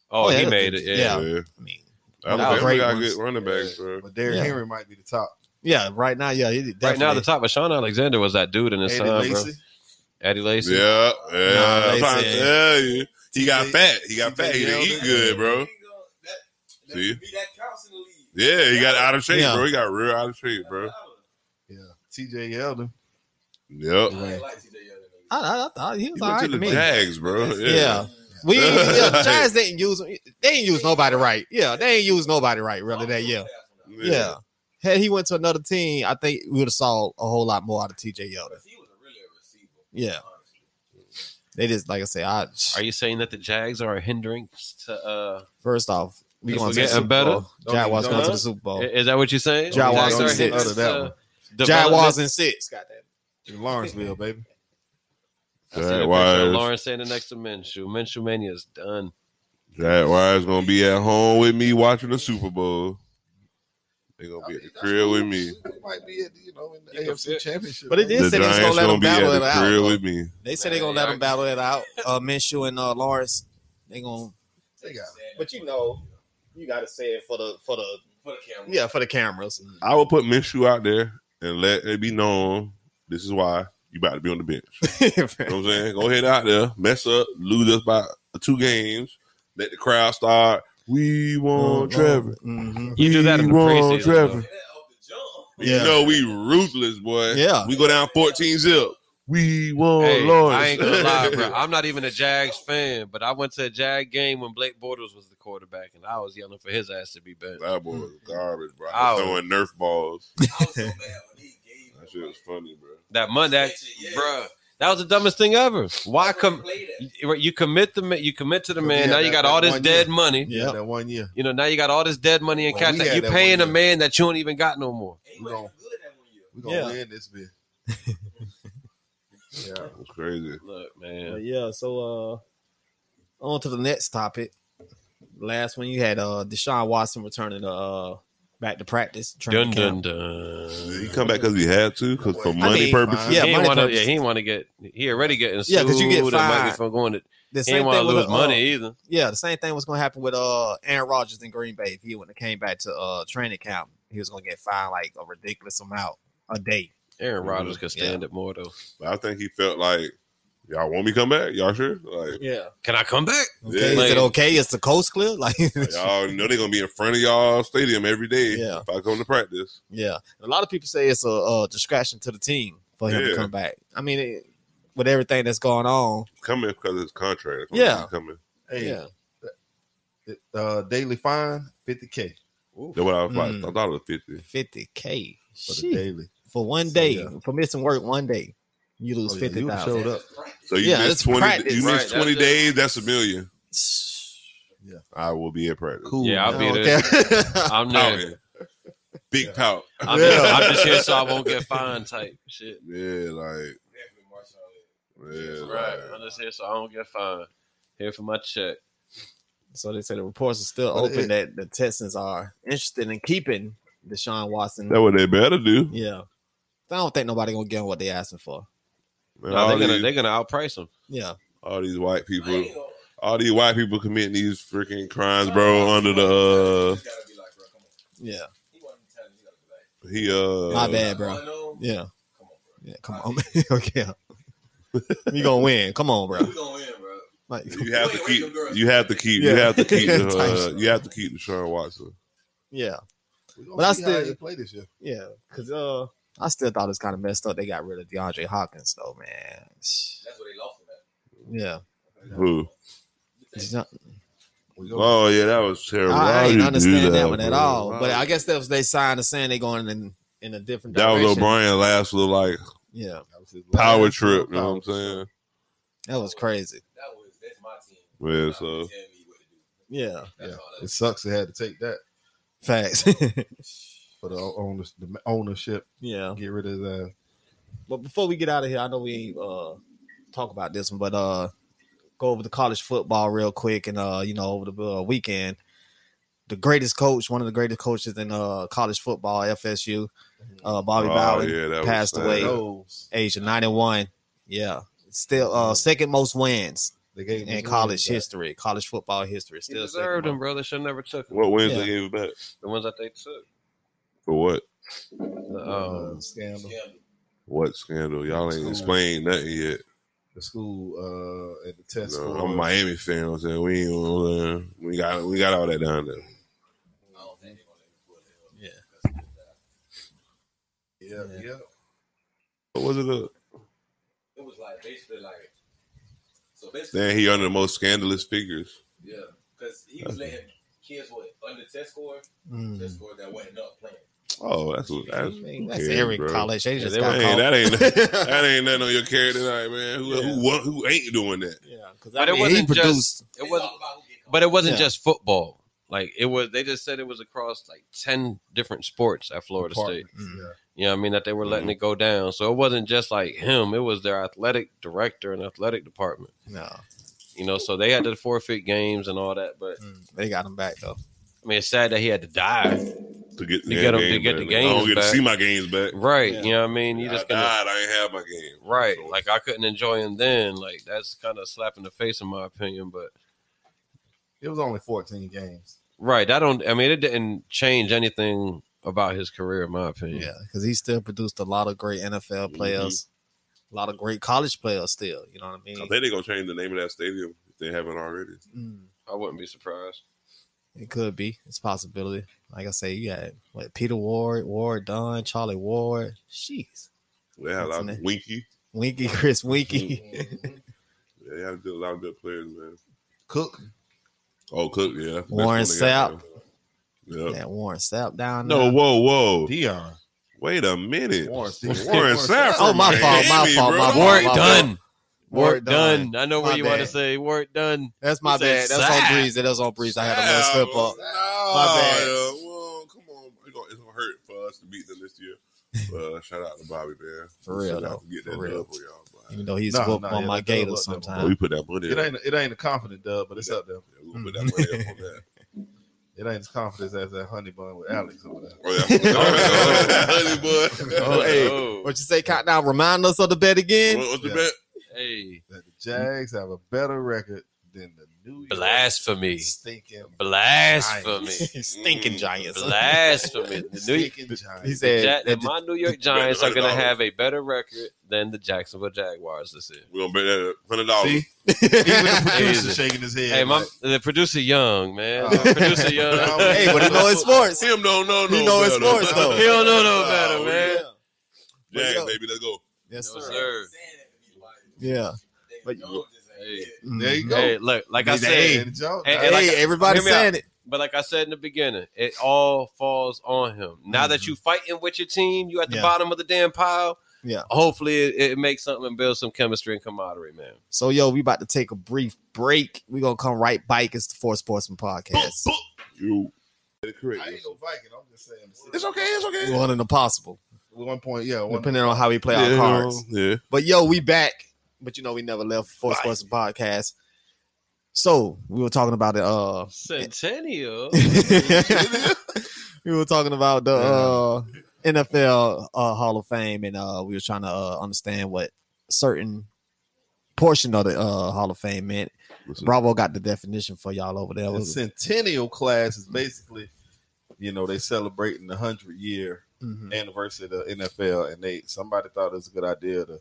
[SPEAKER 3] Oh,
[SPEAKER 5] Oh,
[SPEAKER 3] he
[SPEAKER 5] yeah.
[SPEAKER 3] made it. Yeah.
[SPEAKER 5] Yeah. I mean,
[SPEAKER 4] Alabama
[SPEAKER 5] great
[SPEAKER 4] got
[SPEAKER 5] ones.
[SPEAKER 4] good running backs, bro.
[SPEAKER 2] But Derrick
[SPEAKER 5] Yeah.
[SPEAKER 2] Henry might be the top.
[SPEAKER 5] yeah, right now, yeah, he
[SPEAKER 3] Right now, the
[SPEAKER 5] definitely-
[SPEAKER 3] top of Sean Alexander was that dude in his
[SPEAKER 2] Eddie
[SPEAKER 3] time, bro.
[SPEAKER 2] Lacy,
[SPEAKER 3] Eddie Lacy.
[SPEAKER 4] Yeah, yeah.
[SPEAKER 5] Nah,
[SPEAKER 4] I'm
[SPEAKER 5] they
[SPEAKER 4] trying to
[SPEAKER 5] said-
[SPEAKER 4] tell you, he got
[SPEAKER 2] TJ
[SPEAKER 4] fat. He got fat. He didn't
[SPEAKER 2] Yeldon.
[SPEAKER 4] eat good, bro. See?
[SPEAKER 6] See? That counts in the league.
[SPEAKER 4] Yeah, he got out of shape,
[SPEAKER 5] Yeah.
[SPEAKER 4] bro. He got real out of shape, bro.
[SPEAKER 2] yeah, T.J. Yeldon.
[SPEAKER 4] Yep.
[SPEAKER 6] I ain't like TJ Yeldon.
[SPEAKER 5] I, I, I thought he was
[SPEAKER 4] He
[SPEAKER 5] all right
[SPEAKER 4] went to
[SPEAKER 5] to
[SPEAKER 4] the
[SPEAKER 5] me.
[SPEAKER 4] Jags, bro. Yeah.
[SPEAKER 5] Yeah. We yeah,
[SPEAKER 4] [LAUGHS]
[SPEAKER 5] the Giants didn't use him. They didn't use nobody right. Yeah, they ain't use nobody right really that year. Yeah. Had he went to another team, I think we would have saw a whole lot more out of TJ Yeldon.
[SPEAKER 6] He was really a receiver.
[SPEAKER 5] Yeah.
[SPEAKER 6] honestly.
[SPEAKER 5] They just like I said, I
[SPEAKER 3] Are you saying that the Jags are a hindrance to uh,
[SPEAKER 5] first off,
[SPEAKER 1] We
[SPEAKER 3] It's
[SPEAKER 1] going to the
[SPEAKER 3] getting
[SPEAKER 1] Super
[SPEAKER 3] better.
[SPEAKER 1] Bowl. Jaguars
[SPEAKER 2] Don't
[SPEAKER 1] going to
[SPEAKER 2] even
[SPEAKER 1] the Super Bowl.
[SPEAKER 3] Is that what you're saying?
[SPEAKER 1] Jaguars
[SPEAKER 3] Sorry,
[SPEAKER 1] in six.
[SPEAKER 3] it's,
[SPEAKER 2] That
[SPEAKER 3] uh,
[SPEAKER 2] one.
[SPEAKER 1] Jaguars in six. Goddamn.
[SPEAKER 2] Lawrenceville, baby.
[SPEAKER 3] I seen a picture of
[SPEAKER 4] Jaguars.
[SPEAKER 3] Lawrence standing next to Minshew. Minshew mania is done.
[SPEAKER 4] Jaguars gonna be at home with me watching the Super Bowl. They gonna be at the crib with me.
[SPEAKER 2] It might be at you know in the
[SPEAKER 3] You can
[SPEAKER 2] AFC
[SPEAKER 3] fit.
[SPEAKER 2] Championship.
[SPEAKER 1] But it
[SPEAKER 2] game.
[SPEAKER 1] They is-
[SPEAKER 4] The
[SPEAKER 1] said they was
[SPEAKER 4] Giants
[SPEAKER 1] gonna let
[SPEAKER 4] gonna
[SPEAKER 1] them
[SPEAKER 4] be at
[SPEAKER 1] battle
[SPEAKER 4] the
[SPEAKER 1] it out,
[SPEAKER 4] crib
[SPEAKER 1] though.
[SPEAKER 4] with me.
[SPEAKER 1] They said they're going to
[SPEAKER 3] Nah,
[SPEAKER 1] let them battle it out. Uh, Minshew and uh, Lawrence, they going
[SPEAKER 2] They got
[SPEAKER 1] to. But you know, you got to say it for the, for the,
[SPEAKER 6] Put a camera.
[SPEAKER 1] yeah, for the [LAUGHS] cameras.
[SPEAKER 4] I would put Minshew out there and let it be known this is why you about to be on the bench. You know what I'm saying? Go ahead out there, mess up, lose us by two games, let the crowd start. We
[SPEAKER 1] Uh-huh.
[SPEAKER 4] want Trevor.
[SPEAKER 1] Mhm.
[SPEAKER 3] You do that in the
[SPEAKER 4] We want
[SPEAKER 3] preseason,
[SPEAKER 4] Trevor.
[SPEAKER 6] Say that off the jump.
[SPEAKER 1] Yeah.
[SPEAKER 4] You know we ruthless, boy.
[SPEAKER 1] Yeah.
[SPEAKER 4] We go down 14 zip. We want
[SPEAKER 3] Hey,
[SPEAKER 4] Lawrence.
[SPEAKER 3] I ain't
[SPEAKER 2] [LAUGHS]
[SPEAKER 3] gonna lie, bro. I'm not even a Jags fan, but I went to a Jag game when Blake Bortles was the quarterback, and I was yelling for his ass to be benched.
[SPEAKER 4] [LAUGHS] That boy was garbage, bro. I
[SPEAKER 3] Ow.
[SPEAKER 4] was throwing Nerf balls.
[SPEAKER 6] [LAUGHS] I was so mad when he gave
[SPEAKER 4] That shit was funny, bro.
[SPEAKER 3] That money, that, bruh, that was the dumbest thing ever. Why come?
[SPEAKER 6] Play that.
[SPEAKER 3] You you commit the ma- you commit to the
[SPEAKER 2] Yeah,
[SPEAKER 3] man. now you
[SPEAKER 2] that-
[SPEAKER 3] got
[SPEAKER 2] that
[SPEAKER 3] all this
[SPEAKER 2] one
[SPEAKER 3] dead
[SPEAKER 2] year.
[SPEAKER 3] money.
[SPEAKER 2] Yeah, that one year.
[SPEAKER 3] You know, now you got all this dead money in
[SPEAKER 2] Well,
[SPEAKER 3] cash
[SPEAKER 2] we
[SPEAKER 3] that
[SPEAKER 2] had
[SPEAKER 3] you
[SPEAKER 2] that
[SPEAKER 3] paying a
[SPEAKER 2] one year.
[SPEAKER 3] man that you ain't even got no more.
[SPEAKER 6] He wasn't good that one year.
[SPEAKER 2] We're gonna
[SPEAKER 1] Yeah.
[SPEAKER 2] win this
[SPEAKER 4] [LAUGHS]
[SPEAKER 2] bit. Yeah.
[SPEAKER 4] It was crazy.
[SPEAKER 3] Look, man.
[SPEAKER 1] But yeah, so uh on to the next topic. Last one you had uh Deshaun Watson returning to uh back to practice
[SPEAKER 3] Dun
[SPEAKER 1] training
[SPEAKER 3] dun
[SPEAKER 1] camp.
[SPEAKER 3] dun.
[SPEAKER 4] He come back because he had to, because for money
[SPEAKER 1] mean,
[SPEAKER 4] purposes.
[SPEAKER 1] Yeah, money
[SPEAKER 3] he didn't wanna,
[SPEAKER 1] purposes.
[SPEAKER 3] yeah, he didn't want to get. He already getting sued.
[SPEAKER 1] Yeah, 'cause you get
[SPEAKER 3] and might be
[SPEAKER 1] fined.
[SPEAKER 3] from going to.
[SPEAKER 1] The
[SPEAKER 3] He didn't
[SPEAKER 1] same
[SPEAKER 3] want
[SPEAKER 1] thing
[SPEAKER 3] to
[SPEAKER 1] with
[SPEAKER 3] lose
[SPEAKER 1] uh,
[SPEAKER 3] money either.
[SPEAKER 1] yeah, the same thing was gonna happen with uh Aaron Rodgers in Green Bay. If he wouldn't have came back to uh training camp, he was gonna get fined like a ridiculous amount a day.
[SPEAKER 3] Aaron
[SPEAKER 4] Mhm.
[SPEAKER 3] Rodgers could stand it more though.
[SPEAKER 4] I think he felt like, y'all want me to come back? Y'all sure? Like, [LAUGHS]
[SPEAKER 1] Yeah.
[SPEAKER 3] Can I
[SPEAKER 1] [LAUGHS]
[SPEAKER 3] come back?
[SPEAKER 1] Okay,
[SPEAKER 4] yeah,
[SPEAKER 1] is
[SPEAKER 3] Like-
[SPEAKER 1] it okay? Is the coast clear? [LAUGHS] Like
[SPEAKER 4] y'all know they're going to be in front of y'all stadium every day
[SPEAKER 1] Yeah.
[SPEAKER 4] if I come to practice.
[SPEAKER 1] Yeah, a lot of people say it's a, uh distraction to the team for him
[SPEAKER 4] Yeah.
[SPEAKER 1] to come back. I mean, it, with everything that's going on,
[SPEAKER 4] Coming because it's contract. That's why
[SPEAKER 1] Yeah.
[SPEAKER 4] he Coming.
[SPEAKER 2] Hey,
[SPEAKER 1] yeah,
[SPEAKER 2] uh, daily fine fifty k
[SPEAKER 4] That's what I was like.
[SPEAKER 1] Mm.
[SPEAKER 4] I thought it was 50.
[SPEAKER 1] fifty k
[SPEAKER 2] for the
[SPEAKER 1] Shit.
[SPEAKER 2] daily.
[SPEAKER 1] for one
[SPEAKER 2] So,
[SPEAKER 1] day
[SPEAKER 2] yeah.
[SPEAKER 1] for missing work one day you lose
[SPEAKER 2] Oh, yeah,
[SPEAKER 1] fifty
[SPEAKER 2] you
[SPEAKER 1] thousand.
[SPEAKER 2] showed up.
[SPEAKER 4] So you
[SPEAKER 1] Yeah,
[SPEAKER 4] miss
[SPEAKER 1] that's
[SPEAKER 4] 20,
[SPEAKER 1] practice.
[SPEAKER 4] you
[SPEAKER 3] Right,
[SPEAKER 4] miss
[SPEAKER 3] that's
[SPEAKER 4] 20
[SPEAKER 3] it.
[SPEAKER 4] days, that's a million. I will be at practice.
[SPEAKER 2] Cool.
[SPEAKER 3] Yeah, I'll be there.
[SPEAKER 2] [LAUGHS]
[SPEAKER 3] I'm
[SPEAKER 1] Oh,
[SPEAKER 4] Pout
[SPEAKER 3] there.
[SPEAKER 4] it. Big
[SPEAKER 2] Yeah.
[SPEAKER 4] pout.
[SPEAKER 3] I'm,
[SPEAKER 2] Yeah.
[SPEAKER 3] just, I'm just here so I won't get
[SPEAKER 1] [LAUGHS]
[SPEAKER 3] fined type shit.
[SPEAKER 4] Yeah, like,
[SPEAKER 6] Definitely Marshawn Lynch.
[SPEAKER 4] yeah,
[SPEAKER 3] Right.
[SPEAKER 4] like,
[SPEAKER 3] I'm just here so I don't get fined. Here for my check.
[SPEAKER 1] So they say the reports are still
[SPEAKER 2] But
[SPEAKER 1] open
[SPEAKER 2] it-
[SPEAKER 1] that the Texans are interested in keeping Deshaun Watson.
[SPEAKER 4] That's what they better do.
[SPEAKER 1] yeah, I don't think nobody gonna give him what they asking for.
[SPEAKER 4] Man,
[SPEAKER 3] No,
[SPEAKER 4] all,
[SPEAKER 3] they're gonna
[SPEAKER 4] these,
[SPEAKER 3] they're gonna outprice him.
[SPEAKER 1] Yeah,
[SPEAKER 4] all these white
[SPEAKER 6] I
[SPEAKER 4] people,
[SPEAKER 6] ain't gonna-
[SPEAKER 4] all these white people committing these freaking crimes, bro. Under the uh,
[SPEAKER 6] He gotta be like, bro, come on.
[SPEAKER 1] yeah,
[SPEAKER 6] He wasn't telling you, he gotta be like,
[SPEAKER 4] uh, he uh,
[SPEAKER 1] My bad, bro.
[SPEAKER 6] I know.
[SPEAKER 1] yeah,
[SPEAKER 6] Come on, bro.
[SPEAKER 1] yeah. Come on, [LAUGHS] okay. you
[SPEAKER 2] [LAUGHS]
[SPEAKER 1] gonna win? Come on, bro.
[SPEAKER 6] We gonna win, bro.
[SPEAKER 1] Like,
[SPEAKER 4] You have to
[SPEAKER 6] Wait, wait,
[SPEAKER 4] keep.
[SPEAKER 6] them girls.
[SPEAKER 4] You have to keep. You
[SPEAKER 1] Yeah.
[SPEAKER 4] have to keep. [LAUGHS] The, uh,
[SPEAKER 1] Tyson.
[SPEAKER 4] you have to keep Deshaun Watson.
[SPEAKER 1] yeah,
[SPEAKER 2] But I still
[SPEAKER 1] still-
[SPEAKER 2] he play this year.
[SPEAKER 1] yeah. Cause uh, I still thought it was kind of messed up. They got rid of DeAndre Hawkins though, man.
[SPEAKER 6] That's what they lost him at.
[SPEAKER 1] Yeah,
[SPEAKER 4] Who?
[SPEAKER 1] Deshaun-
[SPEAKER 2] We go.
[SPEAKER 4] Oh yeah, that was terrible. Why
[SPEAKER 1] I
[SPEAKER 4] would
[SPEAKER 1] ain't
[SPEAKER 4] you do
[SPEAKER 1] understand that, one at
[SPEAKER 4] bro?
[SPEAKER 1] all.
[SPEAKER 4] Why-
[SPEAKER 1] But I guess that was they signed the saying they going in in a different
[SPEAKER 4] that
[SPEAKER 1] direction.
[SPEAKER 4] was O'Brien last little like
[SPEAKER 1] Yeah,
[SPEAKER 2] That was his
[SPEAKER 4] power
[SPEAKER 2] last
[SPEAKER 4] trip. You
[SPEAKER 2] power
[SPEAKER 4] know what I'm
[SPEAKER 2] trip.
[SPEAKER 4] saying?
[SPEAKER 1] that was crazy.
[SPEAKER 6] That was that's my team.
[SPEAKER 4] Yeah.
[SPEAKER 6] Y'all
[SPEAKER 4] So
[SPEAKER 6] tell me what to do.
[SPEAKER 1] Yeah,
[SPEAKER 6] That's
[SPEAKER 2] Yeah.
[SPEAKER 6] all that
[SPEAKER 2] It
[SPEAKER 6] is.
[SPEAKER 2] sucks. They had to take that
[SPEAKER 1] facts. [LAUGHS]
[SPEAKER 2] for the owners, the ownership.
[SPEAKER 1] yeah,
[SPEAKER 2] Get rid of that.
[SPEAKER 1] but before we get out of here, I know we ain't, uh talk about this one, but uh go over the college football real quick, and uh you know over the uh, weekend, the greatest coach, one of the greatest coaches in uh college football, FSU, uh Bobby
[SPEAKER 4] Oh,
[SPEAKER 1] Bowden,
[SPEAKER 4] yeah, that was
[SPEAKER 1] passed
[SPEAKER 4] sad.
[SPEAKER 1] away.
[SPEAKER 2] Those
[SPEAKER 1] age of ninety one. Yeah, still
[SPEAKER 4] Mm-hmm.
[SPEAKER 1] uh second most wins
[SPEAKER 2] they gave
[SPEAKER 1] in
[SPEAKER 2] us
[SPEAKER 1] college
[SPEAKER 2] wins
[SPEAKER 1] history, college football history.
[SPEAKER 3] He
[SPEAKER 1] Still second
[SPEAKER 3] deserved
[SPEAKER 1] most.
[SPEAKER 3] him, bro. They should have never took him.
[SPEAKER 4] what wins
[SPEAKER 1] Yeah.
[SPEAKER 4] they gave it back
[SPEAKER 3] The ones that they took.
[SPEAKER 4] for what?
[SPEAKER 3] The,
[SPEAKER 2] back.
[SPEAKER 3] um,
[SPEAKER 2] Uh, scandal.
[SPEAKER 6] Scandal.
[SPEAKER 4] What scandal? Y'all ain't
[SPEAKER 2] School.
[SPEAKER 4] explained nothing yet.
[SPEAKER 2] The school uh, at the test.
[SPEAKER 4] No,
[SPEAKER 2] scores.
[SPEAKER 4] I'm a Miami fan. you know what I'm saying we ain't, gonna, uh, we got we got all that down there.
[SPEAKER 6] I don't think they're gonna let him pull it off.
[SPEAKER 1] Yeah.
[SPEAKER 2] Yeah, yeah.
[SPEAKER 4] What was it? Uh,
[SPEAKER 6] It was like basically like so basically
[SPEAKER 4] then he under the most scandalous figures.
[SPEAKER 6] yeah, because he was letting kids what under test score, test
[SPEAKER 1] Mm.
[SPEAKER 6] score that wasn't up playing.
[SPEAKER 4] Oh, that's what that's.
[SPEAKER 1] I mean, that's
[SPEAKER 4] Yeah,
[SPEAKER 1] every
[SPEAKER 4] bro.
[SPEAKER 1] college. They just
[SPEAKER 3] they
[SPEAKER 1] got
[SPEAKER 4] That
[SPEAKER 3] were
[SPEAKER 1] caught.
[SPEAKER 4] ain't, that ain't that ain't nothing on your carry tonight, man. Who
[SPEAKER 1] Yeah.
[SPEAKER 4] who who, who ain't doing that?
[SPEAKER 1] [LAUGHS] Yeah, because
[SPEAKER 3] But it wasn't just-
[SPEAKER 6] It's
[SPEAKER 3] It wasn't
[SPEAKER 6] all about who get caught.
[SPEAKER 3] but it wasn't
[SPEAKER 1] Yeah.
[SPEAKER 3] just football. Like it was, they just said it was across like ten different sports at Florida State. Mm.
[SPEAKER 2] Departments, yeah.
[SPEAKER 3] You know what I mean? That they were
[SPEAKER 1] Mm-hmm.
[SPEAKER 3] letting it go down. So it wasn't just like him, it was their athletic director and athletic department.
[SPEAKER 1] No,
[SPEAKER 3] You know, so they had to forfeit games and all that. But
[SPEAKER 1] mm, they got him back though.
[SPEAKER 3] I mean, it's sad that he had to die.
[SPEAKER 4] to get,
[SPEAKER 3] You get 'em-
[SPEAKER 4] game
[SPEAKER 3] you
[SPEAKER 4] back.
[SPEAKER 3] get the
[SPEAKER 4] Like, I don't
[SPEAKER 3] games
[SPEAKER 4] get to
[SPEAKER 3] back.
[SPEAKER 4] see my games back.
[SPEAKER 3] Right.
[SPEAKER 6] Yeah.
[SPEAKER 3] You know what I mean? You
[SPEAKER 4] I
[SPEAKER 3] just gonna
[SPEAKER 4] died. I ain't have my game.
[SPEAKER 3] Right.
[SPEAKER 4] So,
[SPEAKER 3] Like I couldn't enjoy him then. Like that's kind of a slap in the face in my opinion. But
[SPEAKER 2] It was only 14 games.
[SPEAKER 3] right, I don't I mean it didn't change anything about his career in my opinion.
[SPEAKER 1] Yeah, because he still produced a lot of great NFL players, a lot of great college players still. You know what I
[SPEAKER 4] I
[SPEAKER 1] mean?
[SPEAKER 4] think they're gonna change the name of that stadium if they haven't already.
[SPEAKER 1] Mm,
[SPEAKER 3] I wouldn't be surprised.
[SPEAKER 1] it could be. It's a possibility. Like I say, you had what Peter Ward, Ward Dunn, Charlie Ward. Jeez.
[SPEAKER 4] They had a lot
[SPEAKER 1] What's
[SPEAKER 4] of
[SPEAKER 1] the
[SPEAKER 4] Winky.
[SPEAKER 1] Winky, Chris Winky. [LAUGHS]
[SPEAKER 4] They had a good- a lot of good players, man.
[SPEAKER 2] Cook.
[SPEAKER 4] Oh, Cook, yeah. That's
[SPEAKER 1] Warren
[SPEAKER 4] what they got,
[SPEAKER 1] Sapp.
[SPEAKER 4] Yeah. Yep.
[SPEAKER 1] that Warren Sapp down
[SPEAKER 4] Oh. No,
[SPEAKER 1] there.
[SPEAKER 4] whoa, whoa.
[SPEAKER 2] Dion.
[SPEAKER 4] Wait a minute.
[SPEAKER 2] Warren
[SPEAKER 4] Warren,
[SPEAKER 2] Sapp.
[SPEAKER 4] Sapp.
[SPEAKER 1] Oh, my
[SPEAKER 4] from
[SPEAKER 1] fault, my
[SPEAKER 4] Miami,
[SPEAKER 1] fault,
[SPEAKER 4] bro.
[SPEAKER 1] my fault.
[SPEAKER 3] Work
[SPEAKER 1] Ward
[SPEAKER 4] Like,
[SPEAKER 3] done.
[SPEAKER 1] Ward
[SPEAKER 3] Work done. I know
[SPEAKER 1] My
[SPEAKER 3] what you want to
[SPEAKER 1] bad.
[SPEAKER 3] say. Work done.
[SPEAKER 1] That's my
[SPEAKER 3] He
[SPEAKER 1] bad.
[SPEAKER 3] said
[SPEAKER 1] That's
[SPEAKER 3] Sapp.
[SPEAKER 1] on breeze. That's on breeze. I had a little
[SPEAKER 4] Sapp,
[SPEAKER 1] slip up. uh,
[SPEAKER 4] No,
[SPEAKER 1] bad.
[SPEAKER 4] yeah, well, come on. It's gonna, it's gonna hurt for us to beat them this year. Uh, shout out to Bobby, man.
[SPEAKER 1] For real,
[SPEAKER 4] Shout out
[SPEAKER 1] though.
[SPEAKER 4] to Get
[SPEAKER 1] For
[SPEAKER 4] that
[SPEAKER 1] real.
[SPEAKER 4] dub for y'all, man.
[SPEAKER 1] Even though he's
[SPEAKER 2] Nah,
[SPEAKER 1] whooped
[SPEAKER 2] nah,
[SPEAKER 1] on
[SPEAKER 2] yeah,
[SPEAKER 1] my
[SPEAKER 2] that- that
[SPEAKER 1] gator
[SPEAKER 2] was- that was-
[SPEAKER 4] we
[SPEAKER 1] sometimes.
[SPEAKER 4] put that money
[SPEAKER 2] It
[SPEAKER 4] up.
[SPEAKER 2] ain't it ain't a confident dub, but it's up there.
[SPEAKER 4] We put that money up
[SPEAKER 1] [LAUGHS]
[SPEAKER 4] on that.
[SPEAKER 2] It ain't as confident as that honey bun with Alex over there.
[SPEAKER 4] Oh, yeah. [LAUGHS] Honey, boy.
[SPEAKER 1] Oh, hey.
[SPEAKER 3] Oh,
[SPEAKER 1] What you say, Countdown? Remind us of the bet again. [LAUGHS]
[SPEAKER 4] What- What's the
[SPEAKER 2] Yeah.
[SPEAKER 4] bet?
[SPEAKER 3] hey.
[SPEAKER 2] That the Jags have a better record than the New York
[SPEAKER 3] Blasphemy.
[SPEAKER 2] stinking
[SPEAKER 3] Blasphemy.
[SPEAKER 1] [LAUGHS] Stinking Giants.
[SPEAKER 3] Blasphemy. Mm, The New
[SPEAKER 2] stinking
[SPEAKER 1] [LAUGHS]
[SPEAKER 2] Giants.
[SPEAKER 1] He said,
[SPEAKER 3] Ja-
[SPEAKER 1] that [LAUGHS]
[SPEAKER 3] my New York Giants are going to have a better record than the Jacksonville Jaguars this year.
[SPEAKER 4] We're gonna bet that hundred dollars.
[SPEAKER 2] [LAUGHS] See, even the
[SPEAKER 3] [LAUGHS]
[SPEAKER 2] producer
[SPEAKER 3] Easy.
[SPEAKER 2] shaking his head.
[SPEAKER 3] Hey, my
[SPEAKER 2] like,
[SPEAKER 3] the producer Young, man.
[SPEAKER 2] Oh.
[SPEAKER 3] The producer Young.
[SPEAKER 1] hey,
[SPEAKER 3] [LAUGHS]
[SPEAKER 1] but he know it's sports.
[SPEAKER 4] Him don't know no.
[SPEAKER 1] He know it's
[SPEAKER 4] better.
[SPEAKER 1] sports,
[SPEAKER 4] [LAUGHS]
[SPEAKER 1] though.
[SPEAKER 3] He don't know no
[SPEAKER 4] Oh,
[SPEAKER 3] better, man.
[SPEAKER 4] Jags,
[SPEAKER 1] Yo.
[SPEAKER 4] baby, let's go.
[SPEAKER 1] Yes,
[SPEAKER 3] No, sir.
[SPEAKER 1] Yeah. But-
[SPEAKER 6] But you just ain't
[SPEAKER 3] Hey.
[SPEAKER 6] did it.
[SPEAKER 2] there you go.
[SPEAKER 3] Hey, look, like I
[SPEAKER 2] He's
[SPEAKER 3] said,
[SPEAKER 2] the joke.
[SPEAKER 3] Hey,
[SPEAKER 1] Hey,
[SPEAKER 3] and like-
[SPEAKER 1] everybody
[SPEAKER 3] hear me out.
[SPEAKER 1] saying it.
[SPEAKER 3] but like I said in the beginning, it all falls on him. Now that you fighting with your team, you at the
[SPEAKER 1] Yeah.
[SPEAKER 3] bottom of the damn pile.
[SPEAKER 1] Yeah.
[SPEAKER 3] Hopefully, it, it makes something and builds some chemistry and camaraderie, man.
[SPEAKER 1] So, yo, we about to take a brief break. we going to come right back. It's the Four Sportsman Podcast.
[SPEAKER 4] You. Correct.
[SPEAKER 2] I ain't no Viking. I'm just saying.
[SPEAKER 4] It's okay. It's okay.
[SPEAKER 1] One and the possible,
[SPEAKER 2] One point, yeah. One
[SPEAKER 1] depending on how we play our cards.
[SPEAKER 4] Yeah.
[SPEAKER 1] But, yo, we back. But, you know, we never left Four Sportsman Podcast. So, we were talking about the uh,
[SPEAKER 3] Centennial.
[SPEAKER 1] [LAUGHS] we were talking about the uh, NFL uh, Hall of Fame, and uh, we were trying to uh, understand what certain portion of the uh, Hall of Fame meant.
[SPEAKER 4] Listen.
[SPEAKER 1] Bravo got the definition for y'all over there.
[SPEAKER 2] The centennial class is basically, you know, they celebrating the hundred year
[SPEAKER 1] Mhm.
[SPEAKER 2] anniversary of the NFL, and they somebody thought it was a good idea to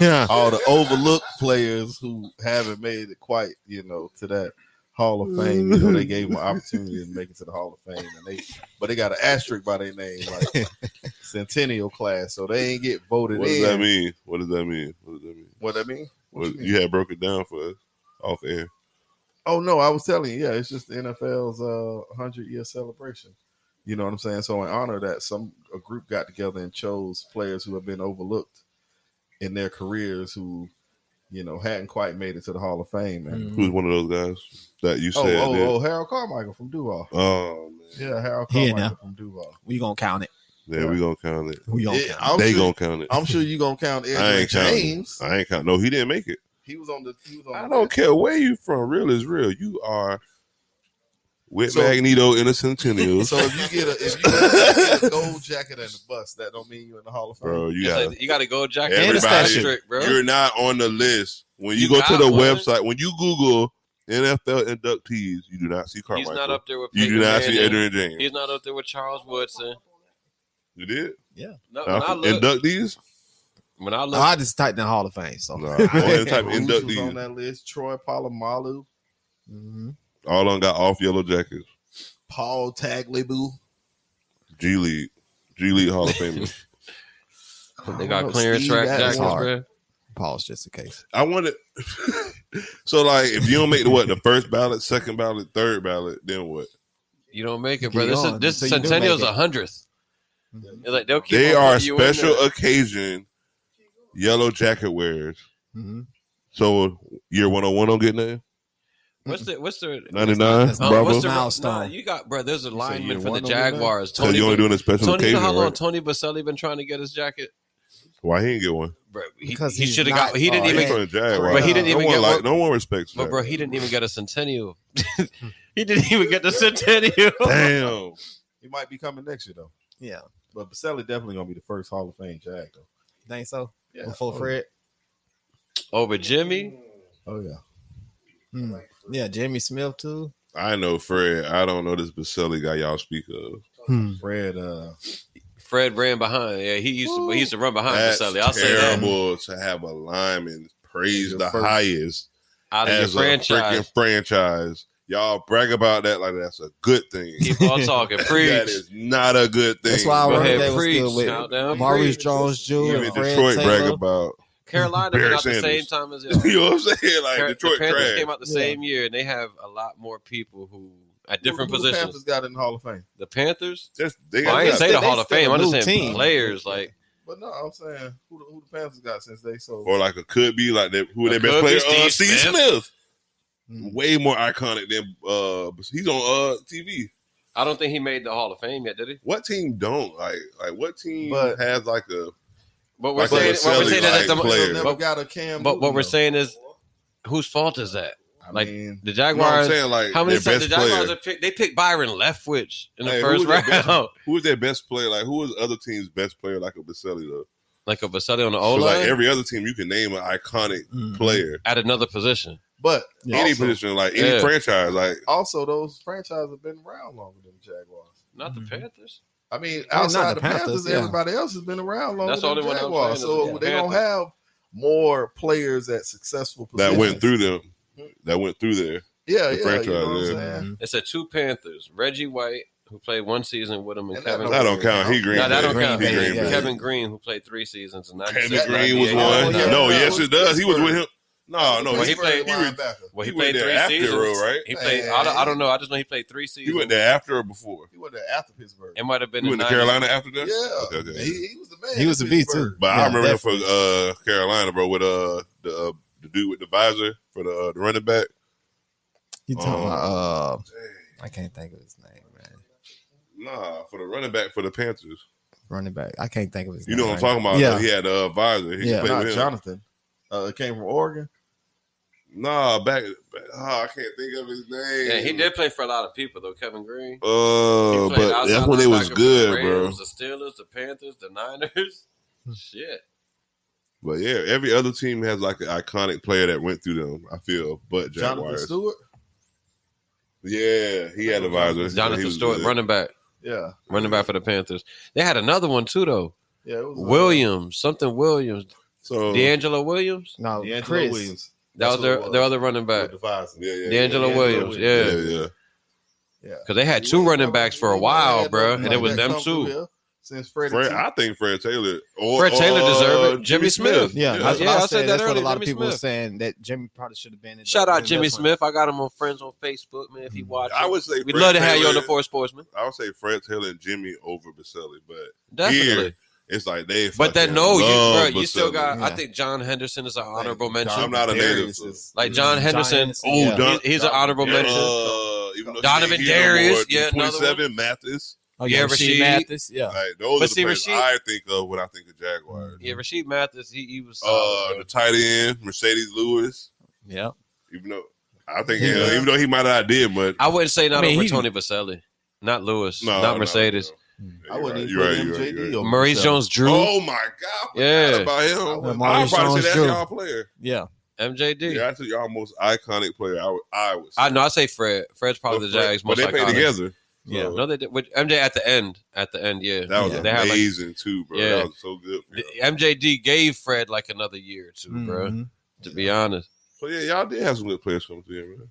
[SPEAKER 1] Yeah,
[SPEAKER 2] all the overlooked players who haven't made it quite, you know, to that Hall of Fame. You know, they gave them an opportunity to make it to the Hall of Fame, and they but they got an asterisk by their name,
[SPEAKER 4] [LAUGHS]
[SPEAKER 2] like centennial class, so they ain't get voted
[SPEAKER 4] What does
[SPEAKER 2] in.
[SPEAKER 4] that mean? What does that mean? What does that mean?
[SPEAKER 2] What I mean? What
[SPEAKER 4] Well,
[SPEAKER 2] you mean?
[SPEAKER 4] you had broke it down for us off air.
[SPEAKER 2] Oh no, I was telling you, yeah, it's just the NFL's uh hundred year celebration. You know what I'm saying? So in honor of that, some a group got together and chose players who have been overlooked in their careers who, you know, hadn't quite made it to the Hall of Fame. And
[SPEAKER 1] Mm-hmm. Hmm.
[SPEAKER 4] Who's one of those guys that you
[SPEAKER 2] oh,
[SPEAKER 4] Mm. said?
[SPEAKER 2] oh,
[SPEAKER 4] that-
[SPEAKER 2] oh, Harold Carmichael from Duval.
[SPEAKER 4] Oh, man.
[SPEAKER 2] Yeah, Harold
[SPEAKER 1] Here
[SPEAKER 2] Carmichael from Duval.
[SPEAKER 1] we gonna count it.
[SPEAKER 4] Yeah, we gonna count it.
[SPEAKER 1] We gonna
[SPEAKER 2] Yeah,
[SPEAKER 1] count.
[SPEAKER 2] I'm,
[SPEAKER 4] they
[SPEAKER 2] sure,
[SPEAKER 4] gonna count it.
[SPEAKER 2] I'm sure you're gonna
[SPEAKER 4] [LAUGHS]
[SPEAKER 2] count
[SPEAKER 4] I
[SPEAKER 2] Edwin
[SPEAKER 4] ain't counting.
[SPEAKER 2] James.
[SPEAKER 4] I ain't count. No, he didn't make it.
[SPEAKER 2] He was on the he was on
[SPEAKER 4] I
[SPEAKER 2] the
[SPEAKER 4] don't care where you from. Real is real. You are with
[SPEAKER 2] So-
[SPEAKER 4] Magneto in the Centennial,
[SPEAKER 2] [LAUGHS] So if you get a if you get a gold jacket and a bus, that don't mean you're in the Hall of Fame.
[SPEAKER 4] bro. You
[SPEAKER 3] It's
[SPEAKER 4] got.
[SPEAKER 3] like, you got to go jack
[SPEAKER 4] Everybody-
[SPEAKER 3] district, bro.
[SPEAKER 4] You're not on the list when you,
[SPEAKER 3] You
[SPEAKER 4] go
[SPEAKER 3] got
[SPEAKER 4] to the
[SPEAKER 3] one.
[SPEAKER 4] website. When you Google NFL inductees, you do not see
[SPEAKER 3] He's
[SPEAKER 4] Carmichael.
[SPEAKER 3] not up there with.
[SPEAKER 4] you do
[SPEAKER 3] Peyton
[SPEAKER 4] not see
[SPEAKER 3] Manning.
[SPEAKER 4] Adrian James.
[SPEAKER 3] He's not up there with Charles Woodson.
[SPEAKER 4] you did
[SPEAKER 3] No, when I
[SPEAKER 4] uh,
[SPEAKER 3] look,
[SPEAKER 4] inductees.
[SPEAKER 3] when I look,
[SPEAKER 1] I just typed in Hall of Fame, so
[SPEAKER 4] Nah, I
[SPEAKER 2] [LAUGHS]
[SPEAKER 4] only
[SPEAKER 1] [LAUGHS]
[SPEAKER 4] type
[SPEAKER 2] Bruce was on
[SPEAKER 4] inductees.
[SPEAKER 2] that list. Troy Polamalu,
[SPEAKER 1] Mhm.
[SPEAKER 4] All on got off yellow jackets.
[SPEAKER 2] Paul Tagliabue.
[SPEAKER 4] G League, G League Hall of
[SPEAKER 3] [LAUGHS]
[SPEAKER 4] Famers.
[SPEAKER 3] they
[SPEAKER 2] I don't
[SPEAKER 3] got
[SPEAKER 2] know,
[SPEAKER 3] clearance
[SPEAKER 2] Steve
[SPEAKER 3] track
[SPEAKER 2] Atlas.
[SPEAKER 3] jackets,
[SPEAKER 1] hard.
[SPEAKER 3] bro.
[SPEAKER 1] pause just in case.
[SPEAKER 4] I wanted. [LAUGHS] so like, if you don't make the what the first ballot, second ballot, third ballot, then what?
[SPEAKER 3] You don't make it,
[SPEAKER 1] Keep
[SPEAKER 3] bro. This is
[SPEAKER 1] going
[SPEAKER 3] this
[SPEAKER 1] until you do
[SPEAKER 3] centennial's
[SPEAKER 1] make it.
[SPEAKER 3] a hundredth.
[SPEAKER 1] Mhm.
[SPEAKER 3] It's Like they'll keep
[SPEAKER 4] They
[SPEAKER 3] on
[SPEAKER 4] are
[SPEAKER 3] putting you in
[SPEAKER 4] special
[SPEAKER 3] there.
[SPEAKER 4] occasion yellow jacket wearers.
[SPEAKER 1] Mhm.
[SPEAKER 4] oh So year one hundred one don't get nothing. [LAUGHS]
[SPEAKER 3] What's the what's the
[SPEAKER 4] 99,
[SPEAKER 5] That's
[SPEAKER 3] Oh,
[SPEAKER 4] Bravo.
[SPEAKER 3] what's the
[SPEAKER 5] Milestone.
[SPEAKER 3] Nah, you got bro. There's a
[SPEAKER 2] year
[SPEAKER 3] lineman for the
[SPEAKER 2] one over there?
[SPEAKER 3] Jaguars.
[SPEAKER 4] so you only doing a special
[SPEAKER 3] Tony, you know
[SPEAKER 4] occasion,
[SPEAKER 3] how long
[SPEAKER 4] right?
[SPEAKER 3] Tony Baselli been trying to get his jacket?
[SPEAKER 4] Why he didn't get one?
[SPEAKER 3] Bro, he,
[SPEAKER 5] Because
[SPEAKER 3] he
[SPEAKER 5] he's
[SPEAKER 3] should have
[SPEAKER 5] not-
[SPEAKER 3] got. He didn't
[SPEAKER 5] oh,
[SPEAKER 4] He's
[SPEAKER 3] even.
[SPEAKER 5] yeah.
[SPEAKER 4] from the Jaguars.
[SPEAKER 5] But he didn't
[SPEAKER 4] no
[SPEAKER 3] even
[SPEAKER 4] one
[SPEAKER 3] get
[SPEAKER 4] like,
[SPEAKER 3] one.
[SPEAKER 4] No one respects.
[SPEAKER 3] But
[SPEAKER 4] that.
[SPEAKER 3] bro, he didn't even get
[SPEAKER 4] [LAUGHS]
[SPEAKER 3] a centennial. [LAUGHS] he didn't even get the centennial.
[SPEAKER 4] Damn.
[SPEAKER 2] He might be coming next year though.
[SPEAKER 5] Yeah.
[SPEAKER 2] But Baselli definitely gonna be the first Hall of Fame Jag though.
[SPEAKER 5] Think so?
[SPEAKER 2] Yeah.
[SPEAKER 5] Before
[SPEAKER 2] oh,
[SPEAKER 5] Fred?
[SPEAKER 3] Over Jimmy.
[SPEAKER 2] Oh yeah.
[SPEAKER 5] Hmm.
[SPEAKER 1] Mm.
[SPEAKER 5] Yeah, Jimmy Smith too.
[SPEAKER 4] I know Fred. I don't know this Baselli guy y'all speak of.
[SPEAKER 2] Fred uh
[SPEAKER 3] Fred ran behind. Yeah, he used to. He used to run behind
[SPEAKER 4] That's
[SPEAKER 3] Baselli. I'll say that.
[SPEAKER 4] terrible to have a lineman praise
[SPEAKER 2] Your
[SPEAKER 4] the
[SPEAKER 2] first-
[SPEAKER 4] highest
[SPEAKER 3] Out of your
[SPEAKER 4] as a
[SPEAKER 3] franchise.
[SPEAKER 4] freaking franchise. Y'all brag about that like that's a good thing.
[SPEAKER 3] Keep on
[SPEAKER 4] [LAUGHS]
[SPEAKER 3] talking.
[SPEAKER 4] That
[SPEAKER 3] Preach.
[SPEAKER 4] is not a good thing.
[SPEAKER 5] That's why I
[SPEAKER 3] Go
[SPEAKER 4] bro.
[SPEAKER 5] run
[SPEAKER 3] ahead,
[SPEAKER 5] that was
[SPEAKER 3] preach.
[SPEAKER 5] good with
[SPEAKER 3] Shout down,
[SPEAKER 5] Maurice
[SPEAKER 3] preach.
[SPEAKER 5] Jones Jr.
[SPEAKER 4] Even
[SPEAKER 5] and Fred
[SPEAKER 4] Detroit brag
[SPEAKER 5] Taylor.
[SPEAKER 4] about. [LAUGHS]
[SPEAKER 3] Carolina been
[SPEAKER 4] Barry
[SPEAKER 3] out the same
[SPEAKER 4] Sanders. [LAUGHS]
[SPEAKER 3] time as y'all.
[SPEAKER 4] you know what I'm saying? Like
[SPEAKER 3] Par-
[SPEAKER 4] Detroit
[SPEAKER 3] the Panthers
[SPEAKER 4] trash.
[SPEAKER 3] came out the
[SPEAKER 5] Yeah.
[SPEAKER 3] same year, and they have a lot more people who at different
[SPEAKER 2] who- who The
[SPEAKER 3] positions.
[SPEAKER 2] Panthers got in the Hall of Fame.
[SPEAKER 3] the Panthers.
[SPEAKER 4] Just they
[SPEAKER 3] Well, I ain't
[SPEAKER 4] got-
[SPEAKER 3] say the
[SPEAKER 5] they
[SPEAKER 3] Hall of
[SPEAKER 5] still
[SPEAKER 3] Fame.
[SPEAKER 5] a
[SPEAKER 3] I'm just
[SPEAKER 5] new
[SPEAKER 3] saying
[SPEAKER 5] team.
[SPEAKER 3] players. Like
[SPEAKER 2] But no, I'm saying who the, who the Panthers got since they so
[SPEAKER 4] or like a could be like that. Who
[SPEAKER 3] A
[SPEAKER 4] their best
[SPEAKER 3] could be
[SPEAKER 4] player? Uh,
[SPEAKER 3] Steve
[SPEAKER 4] Steve,
[SPEAKER 3] Smith.
[SPEAKER 4] Smith.
[SPEAKER 5] Mm.
[SPEAKER 4] Way more iconic than uh he's on uh TV.
[SPEAKER 3] I don't think he made the Hall of Fame yet, did he?
[SPEAKER 4] What team don't like like what team
[SPEAKER 2] But-
[SPEAKER 4] has like a
[SPEAKER 3] But we're
[SPEAKER 4] Like
[SPEAKER 3] saying,
[SPEAKER 4] a
[SPEAKER 3] what we're
[SPEAKER 4] silly,
[SPEAKER 3] saying is
[SPEAKER 4] like,
[SPEAKER 3] that the,
[SPEAKER 4] player.
[SPEAKER 2] never
[SPEAKER 3] but,
[SPEAKER 2] got a Cam.
[SPEAKER 3] but what
[SPEAKER 2] Newton,
[SPEAKER 3] we're
[SPEAKER 2] though.
[SPEAKER 3] saying is whose fault is that?
[SPEAKER 2] I
[SPEAKER 3] like,
[SPEAKER 2] mean,
[SPEAKER 3] The
[SPEAKER 4] you know what I'm
[SPEAKER 3] Jaguars.
[SPEAKER 4] saying? Like
[SPEAKER 3] how many
[SPEAKER 4] their
[SPEAKER 3] times the
[SPEAKER 4] best
[SPEAKER 3] Jaguars
[SPEAKER 4] player.
[SPEAKER 3] have picked? They picked Byron Leftwich in the
[SPEAKER 4] Hey, who
[SPEAKER 3] first
[SPEAKER 4] was their best-
[SPEAKER 3] round, [LAUGHS]
[SPEAKER 4] Who was their best player? Like who was other team's best player? Like a Baselli though.
[SPEAKER 3] like a Baselli on the
[SPEAKER 4] 'Cause,
[SPEAKER 3] O line
[SPEAKER 4] Like every other team, you can name an iconic
[SPEAKER 5] Mm.
[SPEAKER 4] player,
[SPEAKER 3] at another position.
[SPEAKER 2] but
[SPEAKER 4] any
[SPEAKER 2] also,
[SPEAKER 4] position, like any
[SPEAKER 3] Yeah.
[SPEAKER 4] franchise. Like
[SPEAKER 2] also those franchises have been around longer than the Jaguars.
[SPEAKER 3] Not the
[SPEAKER 5] Mhm.
[SPEAKER 3] Panthers.
[SPEAKER 2] I mean,
[SPEAKER 5] not
[SPEAKER 2] outside
[SPEAKER 5] the
[SPEAKER 2] the Panthers,
[SPEAKER 5] Panthers, yeah.
[SPEAKER 2] everybody else has been around longer
[SPEAKER 3] That's the
[SPEAKER 2] than the
[SPEAKER 3] only one I'm
[SPEAKER 2] Jaguars.
[SPEAKER 3] saying is
[SPEAKER 2] So
[SPEAKER 3] the
[SPEAKER 2] they don't
[SPEAKER 3] Panthers.
[SPEAKER 2] have more players at successful
[SPEAKER 4] that
[SPEAKER 2] positions.
[SPEAKER 4] went through them. That went through there.
[SPEAKER 2] Yeah,
[SPEAKER 4] the
[SPEAKER 2] yeah,
[SPEAKER 4] franchise,
[SPEAKER 2] you know what
[SPEAKER 4] yeah.
[SPEAKER 2] I'm saying?
[SPEAKER 3] It's a two Panthers. Reggie White, who played one season with him, and,
[SPEAKER 2] And that
[SPEAKER 3] Kevin.
[SPEAKER 4] That don't count. He
[SPEAKER 2] No,
[SPEAKER 4] green.
[SPEAKER 3] no, that
[SPEAKER 4] Bay.
[SPEAKER 3] don't count.
[SPEAKER 4] He
[SPEAKER 5] Green Bay,
[SPEAKER 4] green.
[SPEAKER 5] yeah.
[SPEAKER 4] Bay.
[SPEAKER 3] Kevin Green, who played three seasons in
[SPEAKER 4] Kevin
[SPEAKER 3] 96,
[SPEAKER 4] Green was
[SPEAKER 3] 98.
[SPEAKER 4] one.
[SPEAKER 2] Oh, yeah.
[SPEAKER 4] No, yes,
[SPEAKER 2] Yeah.
[SPEAKER 4] it does. He was with him. No, Oh, no,
[SPEAKER 3] Well,
[SPEAKER 4] he,
[SPEAKER 3] he played-
[SPEAKER 4] he re-
[SPEAKER 2] linebacker.
[SPEAKER 3] Well, he,
[SPEAKER 4] He went
[SPEAKER 3] played
[SPEAKER 4] there
[SPEAKER 3] three
[SPEAKER 4] after,
[SPEAKER 3] seasons.
[SPEAKER 4] right?
[SPEAKER 3] He played. I don't, I don't know. I just know he played three
[SPEAKER 4] he
[SPEAKER 3] seasons.
[SPEAKER 4] went there after or before.
[SPEAKER 2] He went to after Pittsburgh.
[SPEAKER 3] It might have been
[SPEAKER 4] You
[SPEAKER 3] in
[SPEAKER 4] went to Carolina after that.
[SPEAKER 2] yeah,
[SPEAKER 4] Okay, okay.
[SPEAKER 2] He, he was the man.
[SPEAKER 5] He
[SPEAKER 2] at
[SPEAKER 5] was a beast,
[SPEAKER 2] Pittsburgh.
[SPEAKER 5] too.
[SPEAKER 4] But I
[SPEAKER 5] Yeah,
[SPEAKER 4] remember him for uh, Carolina, bro, with uh the uh, the dude with the visor for the, uh, the running back.
[SPEAKER 5] You talking
[SPEAKER 4] Oh.
[SPEAKER 5] about uh I can't think of his name, man.
[SPEAKER 4] Nah, for the running back for the Panthers.
[SPEAKER 5] Running back. I can't think of his
[SPEAKER 4] You
[SPEAKER 5] name.
[SPEAKER 4] know what
[SPEAKER 5] right
[SPEAKER 4] I'm talking
[SPEAKER 5] now. Yeah.
[SPEAKER 4] about? though. He had a uh, visor. He
[SPEAKER 5] Yeah.
[SPEAKER 4] yeah, played
[SPEAKER 2] Not
[SPEAKER 4] with him.
[SPEAKER 2] Jonathan. Uh, it came from Oregon.
[SPEAKER 4] Nah, back. back oh, I can't think of his name.
[SPEAKER 3] Yeah, he did play for a lot of people though. Kevin Green. He
[SPEAKER 4] Uh,
[SPEAKER 3] played
[SPEAKER 4] but
[SPEAKER 3] outside
[SPEAKER 4] that's when they was
[SPEAKER 3] linebacker for
[SPEAKER 4] good,
[SPEAKER 3] the
[SPEAKER 4] bro.
[SPEAKER 3] Rams, The Steelers, the Panthers, the Niners. Shit.
[SPEAKER 4] But yeah, every other team has like an iconic player that went through them. I feel, but
[SPEAKER 2] Jonathan
[SPEAKER 4] Jaguars.
[SPEAKER 2] Stewart.
[SPEAKER 4] Yeah, he had a visor. He
[SPEAKER 3] Jonathan
[SPEAKER 4] was
[SPEAKER 3] Stewart,
[SPEAKER 4] good.
[SPEAKER 3] running back,
[SPEAKER 2] Yeah,
[SPEAKER 3] running back for the Panthers. They had another one too though.
[SPEAKER 2] yeah. It was, uh,
[SPEAKER 3] Williams, something Williams,
[SPEAKER 4] So
[SPEAKER 3] D'Angelo Williams.
[SPEAKER 5] No,
[SPEAKER 2] uh, D'Angelo
[SPEAKER 5] Chris.
[SPEAKER 2] Williams.
[SPEAKER 3] That
[SPEAKER 2] That's
[SPEAKER 3] was
[SPEAKER 2] who it
[SPEAKER 3] their
[SPEAKER 2] was.
[SPEAKER 3] their other running
[SPEAKER 4] Oh,
[SPEAKER 3] back,
[SPEAKER 2] with the visor.
[SPEAKER 4] yeah, yeah,
[SPEAKER 3] D'Angelo
[SPEAKER 4] yeah,
[SPEAKER 3] Williams.
[SPEAKER 4] yeah,
[SPEAKER 3] Yeah,
[SPEAKER 4] yeah.
[SPEAKER 3] because they had two running backs for a while, bro, and it was them two.
[SPEAKER 2] Since Freddie,
[SPEAKER 4] Fred,
[SPEAKER 2] T.
[SPEAKER 4] I think Fred Taylor. Or,
[SPEAKER 3] Fred Taylor
[SPEAKER 4] or,
[SPEAKER 3] deserved it.
[SPEAKER 4] uh,
[SPEAKER 3] Jimmy Smith.
[SPEAKER 5] Yeah,
[SPEAKER 3] Yeah.
[SPEAKER 5] that's what
[SPEAKER 3] Yeah, I
[SPEAKER 5] I
[SPEAKER 3] said
[SPEAKER 5] said.
[SPEAKER 3] that
[SPEAKER 5] that's what
[SPEAKER 3] earlier,
[SPEAKER 5] a lot
[SPEAKER 3] Jimmy
[SPEAKER 5] of people
[SPEAKER 3] Smith.
[SPEAKER 5] were saying that Jimmy probably should have been in. the-
[SPEAKER 3] Shout out
[SPEAKER 5] in
[SPEAKER 3] Jimmy
[SPEAKER 5] this one.
[SPEAKER 3] Smith. I got him on friends on Facebook, man. If you watch,
[SPEAKER 4] Mm, I would say
[SPEAKER 3] we'd
[SPEAKER 4] Fred
[SPEAKER 3] love to have you on the
[SPEAKER 4] Taylor-
[SPEAKER 3] Four Sportsman.
[SPEAKER 4] I would say Fred Taylor and Jimmy over Baselli, but
[SPEAKER 3] Definitely.
[SPEAKER 4] Here, it's like they.
[SPEAKER 3] But
[SPEAKER 4] fucking
[SPEAKER 3] then no, you
[SPEAKER 4] love
[SPEAKER 3] bro, you still
[SPEAKER 4] Baselli.
[SPEAKER 3] got. I
[SPEAKER 5] Yeah.
[SPEAKER 3] think John Henderson is an honorable
[SPEAKER 2] Like,
[SPEAKER 3] mention.
[SPEAKER 4] I'm not a
[SPEAKER 2] Darius
[SPEAKER 4] native,
[SPEAKER 2] is-
[SPEAKER 3] like John Henderson,
[SPEAKER 5] Giants,
[SPEAKER 4] Oh,
[SPEAKER 5] yeah.
[SPEAKER 4] Don-
[SPEAKER 3] he- he's an honorable
[SPEAKER 4] Yeah,
[SPEAKER 3] mention.
[SPEAKER 4] uh, even though
[SPEAKER 3] Donovan
[SPEAKER 4] he ain't here no
[SPEAKER 3] Darius,
[SPEAKER 4] more,
[SPEAKER 3] yeah, another one.
[SPEAKER 4] 27 Mathis.
[SPEAKER 5] Oh,
[SPEAKER 3] Yeah, Rasheed.
[SPEAKER 5] Mathis. Yeah.
[SPEAKER 4] Like those
[SPEAKER 3] But
[SPEAKER 4] are
[SPEAKER 3] see,
[SPEAKER 4] the players
[SPEAKER 3] Rasheed- Mm.
[SPEAKER 4] I think of when I think of Jaguars.
[SPEAKER 3] Yeah, Rasheed Mathis, he, he was. solid,
[SPEAKER 4] Uh, the tight end Mercedes Lewis,
[SPEAKER 5] Yeah.
[SPEAKER 4] even though I think
[SPEAKER 5] Yeah.
[SPEAKER 4] you know, even though he might not did much.
[SPEAKER 3] bro. I wouldn't say not
[SPEAKER 5] I mean,
[SPEAKER 3] over
[SPEAKER 5] he-
[SPEAKER 3] Tony Baselli, not Lewis,
[SPEAKER 4] No,
[SPEAKER 3] not
[SPEAKER 4] no,
[SPEAKER 3] Mercedes, Mm.
[SPEAKER 4] no. Yeah,
[SPEAKER 2] I wouldn't
[SPEAKER 4] you're
[SPEAKER 2] even
[SPEAKER 4] right,
[SPEAKER 2] put
[SPEAKER 4] you're right,
[SPEAKER 2] MJD
[SPEAKER 4] you're right.
[SPEAKER 2] over
[SPEAKER 3] Maurice
[SPEAKER 2] Baselli.
[SPEAKER 3] Jones, Drew,
[SPEAKER 4] Oh my god!
[SPEAKER 3] Yeah.
[SPEAKER 4] Yeah, about him.
[SPEAKER 5] Yeah,
[SPEAKER 4] I'd
[SPEAKER 5] Maurice
[SPEAKER 4] probably
[SPEAKER 5] Jones
[SPEAKER 4] say that's
[SPEAKER 5] Drew.
[SPEAKER 4] y'all player.
[SPEAKER 5] Yeah.
[SPEAKER 3] MJD.
[SPEAKER 4] Yeah, that's y'all most iconic player. I would. I would. Say.
[SPEAKER 3] I know. I say Fred. Fred's probably
[SPEAKER 4] But
[SPEAKER 3] the Jags
[SPEAKER 4] But
[SPEAKER 3] most
[SPEAKER 4] they
[SPEAKER 3] iconic.
[SPEAKER 4] played together.
[SPEAKER 5] Yeah.
[SPEAKER 4] So
[SPEAKER 3] No, they did. With MJ at the end, at the end, yeah,
[SPEAKER 4] that was
[SPEAKER 3] They had, like,
[SPEAKER 4] amazing too, bro.
[SPEAKER 3] Yeah.
[SPEAKER 4] That was so good. For
[SPEAKER 3] The-
[SPEAKER 4] y'all.
[SPEAKER 3] MJD gave Fred like another year or 2 bro.
[SPEAKER 5] Mhm.
[SPEAKER 3] To be honest,
[SPEAKER 4] So yeah, y'all did have some good players come through here, man.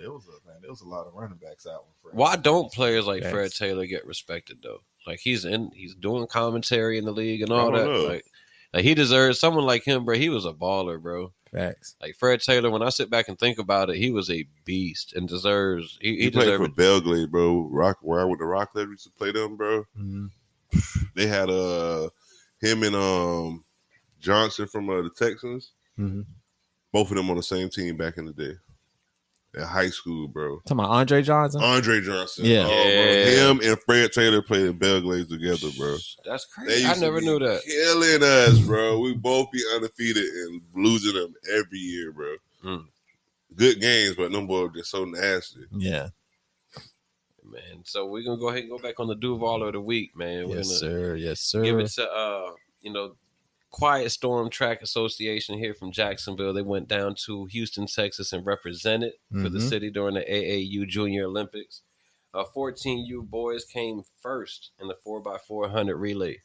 [SPEAKER 2] It was a man. There was a lot of running backs out. with Freddie.
[SPEAKER 3] why don't players like
[SPEAKER 5] Thanks.
[SPEAKER 3] Fred Taylor get respected though? Like he's in, he's doing commentary in the league and all
[SPEAKER 4] I
[SPEAKER 3] that.
[SPEAKER 4] don't know.
[SPEAKER 3] Like, like he deserves someone like him, bro. He was a baller, bro.
[SPEAKER 5] Facts.
[SPEAKER 3] Like Fred Taylor, when I sit back and think about it, he was a beast and deserves. He, he,
[SPEAKER 4] He, played
[SPEAKER 3] deserved.
[SPEAKER 4] for
[SPEAKER 3] it.
[SPEAKER 4] Belgrade, bro. Rock where I went to Rockland we used to play them, bro.
[SPEAKER 5] Mhm.
[SPEAKER 4] They had uh him and um Johnson from uh, the Texans.
[SPEAKER 5] Mhm.
[SPEAKER 4] Both of them on the same team back in the day. at high school, bro.
[SPEAKER 1] Talking about Andre Johnson.
[SPEAKER 4] Andre Johnson.
[SPEAKER 1] Yeah.
[SPEAKER 4] Oh, bro.
[SPEAKER 3] Yeah.
[SPEAKER 4] Him and Fred Taylor played in Belgrade together, bro.
[SPEAKER 3] That's
[SPEAKER 4] They
[SPEAKER 3] crazy.
[SPEAKER 4] used
[SPEAKER 3] I
[SPEAKER 4] to
[SPEAKER 3] never
[SPEAKER 4] be
[SPEAKER 3] knew that.
[SPEAKER 4] Killing us, bro. We both be undefeated and losing them every year, bro.
[SPEAKER 3] Mm.
[SPEAKER 4] Good games, but them boys just so nasty.
[SPEAKER 1] yeah.
[SPEAKER 3] man. So we're gonna go ahead and go back on the Duval of the week, man. We're
[SPEAKER 1] Yes,
[SPEAKER 3] gonna
[SPEAKER 1] sir. Yes, sir.
[SPEAKER 3] give it to uh, you know, Quiet Storm Track Association here from Jacksonville. They went down to Houston, Texas, and represented for the
[SPEAKER 5] Mm-hmm.
[SPEAKER 1] Mhm.
[SPEAKER 3] city during the AAU Junior Olympics. Uh, 14U boys came first in the 4x400 relay.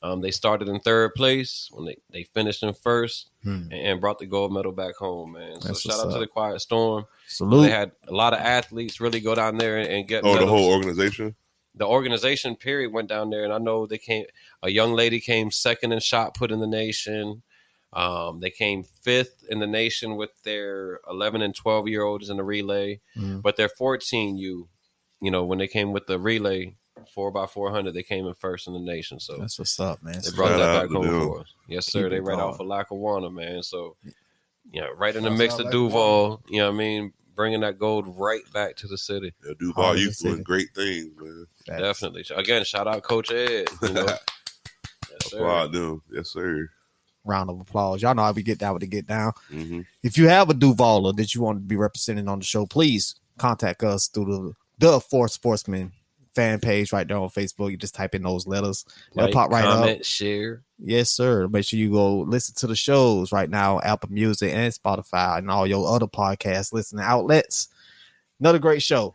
[SPEAKER 3] Um, they started in third place when they, they finished in first
[SPEAKER 1] Hmm.
[SPEAKER 3] and, and brought the gold medal back home, man. So
[SPEAKER 1] That's
[SPEAKER 3] shout
[SPEAKER 1] what's
[SPEAKER 3] out to
[SPEAKER 1] up.
[SPEAKER 3] the Quiet Storm. They
[SPEAKER 1] Salute.
[SPEAKER 3] had a lot of athletes really go down there and, and get
[SPEAKER 4] Oh, the
[SPEAKER 3] medals
[SPEAKER 4] whole organization?
[SPEAKER 3] the organization period went down there, and I know they came. A young lady came second in shot put in the nation. Um, they came fifth in the nation with their 11 and 12 year olds in the relay,
[SPEAKER 1] Mhm.
[SPEAKER 3] but their 14 you, you know, when they came with the relay four by 400, they came in first in the nation. So
[SPEAKER 1] That's what's up, man.
[SPEAKER 3] they brought
[SPEAKER 4] Shout
[SPEAKER 3] that
[SPEAKER 4] out
[SPEAKER 3] back
[SPEAKER 4] to
[SPEAKER 3] home
[SPEAKER 4] them.
[SPEAKER 3] for us. Yes, sir.
[SPEAKER 1] Keep
[SPEAKER 3] They
[SPEAKER 1] it
[SPEAKER 3] right off of
[SPEAKER 1] going.
[SPEAKER 3] Lackawanna, man. So, yeah, right in the
[SPEAKER 2] Shouts
[SPEAKER 3] mix
[SPEAKER 2] out
[SPEAKER 3] of
[SPEAKER 2] Lackawanna.
[SPEAKER 3] Duval. You know what I mean? Bringing that gold right back to the city.
[SPEAKER 4] Yeah, Duval,
[SPEAKER 1] in
[SPEAKER 4] you
[SPEAKER 1] the city.
[SPEAKER 4] doing great things, man.
[SPEAKER 1] Facts.
[SPEAKER 3] Definitely. Again, shout out Coach Ed. You
[SPEAKER 1] [LAUGHS]
[SPEAKER 3] know? yes, sir.
[SPEAKER 4] Applaud them. Yes, sir.
[SPEAKER 1] Round of applause. Y'all know how we get down with the get down.
[SPEAKER 4] hmm
[SPEAKER 1] If you have a Duvala that you want to be represented on the show, please contact us through the the Four Sportsmen fan page right there on Facebook. You just type in those letters. They'll
[SPEAKER 3] Like,
[SPEAKER 1] pop right up.
[SPEAKER 3] comment, share.
[SPEAKER 1] Yes, sir. Make sure you go listen to the shows right now, Apple Music and Spotify and all your other podcast listening outlets. Another great show.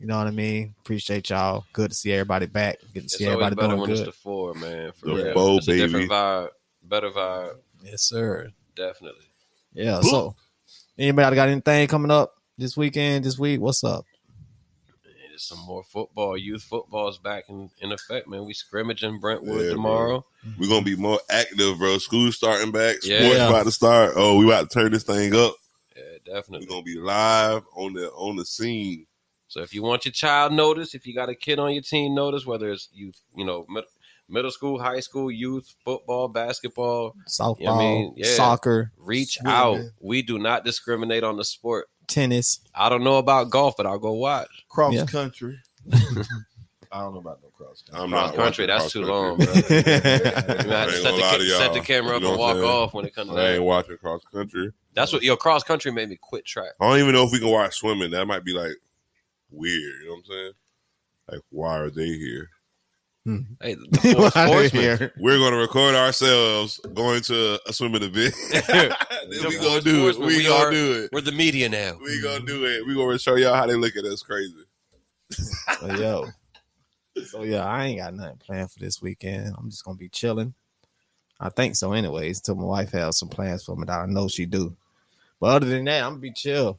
[SPEAKER 1] You know what I mean? Appreciate y'all. Good to see everybody back. Good to
[SPEAKER 3] It's
[SPEAKER 1] see
[SPEAKER 3] always
[SPEAKER 1] everybody
[SPEAKER 3] better
[SPEAKER 1] doing
[SPEAKER 3] when it's
[SPEAKER 1] good.
[SPEAKER 3] the four, man. For
[SPEAKER 4] The
[SPEAKER 3] real.
[SPEAKER 4] bowl,
[SPEAKER 3] it's a
[SPEAKER 4] baby.
[SPEAKER 3] different vibe. Better vibe,
[SPEAKER 1] Yes, sir.
[SPEAKER 3] definitely.
[SPEAKER 1] Yeah. So anybody got anything coming up this weekend, this week? What's up?
[SPEAKER 3] And There's some more football. Youth football's back in, in effect, man. We scrimmaging Brentwood
[SPEAKER 4] Yeah, bro.
[SPEAKER 3] tomorrow.
[SPEAKER 4] We're gonna be more active, bro. School's starting back. Sports
[SPEAKER 3] Yeah.
[SPEAKER 4] about to start. Oh, we about to turn this thing up.
[SPEAKER 3] Yeah,
[SPEAKER 4] We're
[SPEAKER 3] definitely.
[SPEAKER 4] gonna be live on the on the scene.
[SPEAKER 3] So if you want your child notice, if you got a kid on your team notice, whether it's you, you know, mid, middle school, high school, youth football, basketball,
[SPEAKER 1] Softball,
[SPEAKER 3] Yeah, I mean, yeah.
[SPEAKER 1] soccer,
[SPEAKER 3] reach
[SPEAKER 2] Yeah,
[SPEAKER 3] out.
[SPEAKER 2] man.
[SPEAKER 3] We do not discriminate on the sport.
[SPEAKER 1] tennis.
[SPEAKER 3] I don't know about golf, but I'll go watch.
[SPEAKER 2] Cross
[SPEAKER 1] Yeah.
[SPEAKER 2] country. [LAUGHS] I don't know about no cross country.
[SPEAKER 4] I'm
[SPEAKER 3] Cross
[SPEAKER 4] not watching
[SPEAKER 3] country, that's
[SPEAKER 4] cross
[SPEAKER 3] too
[SPEAKER 4] country,
[SPEAKER 3] long,
[SPEAKER 4] bro.
[SPEAKER 3] bro. You know,
[SPEAKER 4] I
[SPEAKER 3] I
[SPEAKER 4] ain't
[SPEAKER 3] just set
[SPEAKER 4] gonna
[SPEAKER 3] the,
[SPEAKER 4] lie to
[SPEAKER 3] ca- set
[SPEAKER 4] y'all.
[SPEAKER 3] the camera
[SPEAKER 4] You
[SPEAKER 3] up
[SPEAKER 4] know what
[SPEAKER 3] and walk
[SPEAKER 4] I'm saying?
[SPEAKER 3] off when it comes to [LAUGHS]
[SPEAKER 4] I ain't
[SPEAKER 3] that.
[SPEAKER 4] watching cross country.
[SPEAKER 3] That's what your cross country made me quit track.
[SPEAKER 4] I don't even know if we can watch swimming. That might be like weird. You know what I'm saying? Like, why are they here?
[SPEAKER 3] Hey, the
[SPEAKER 4] [LAUGHS]
[SPEAKER 3] four
[SPEAKER 1] Outta
[SPEAKER 3] sportsmen.
[SPEAKER 1] here.
[SPEAKER 4] We're gonna record ourselves going to a swimming
[SPEAKER 3] [LAUGHS]
[SPEAKER 4] event. [LAUGHS] then [LAUGHS] we
[SPEAKER 3] Come
[SPEAKER 4] gonna
[SPEAKER 3] on,
[SPEAKER 4] do it.
[SPEAKER 3] sportsmen,
[SPEAKER 4] We,
[SPEAKER 3] we
[SPEAKER 4] gonna
[SPEAKER 3] are-
[SPEAKER 4] do it.
[SPEAKER 3] We're the media now.
[SPEAKER 4] We gonna do it. We gonna show y'all how they look at us crazy.
[SPEAKER 1] But yo. So yeah, I ain't got nothing planned for this weekend. I'm just gonna be chilling. I think so, anyways. Until my wife has some plans for me that I know she do. But other than that, I'm gonna be chill.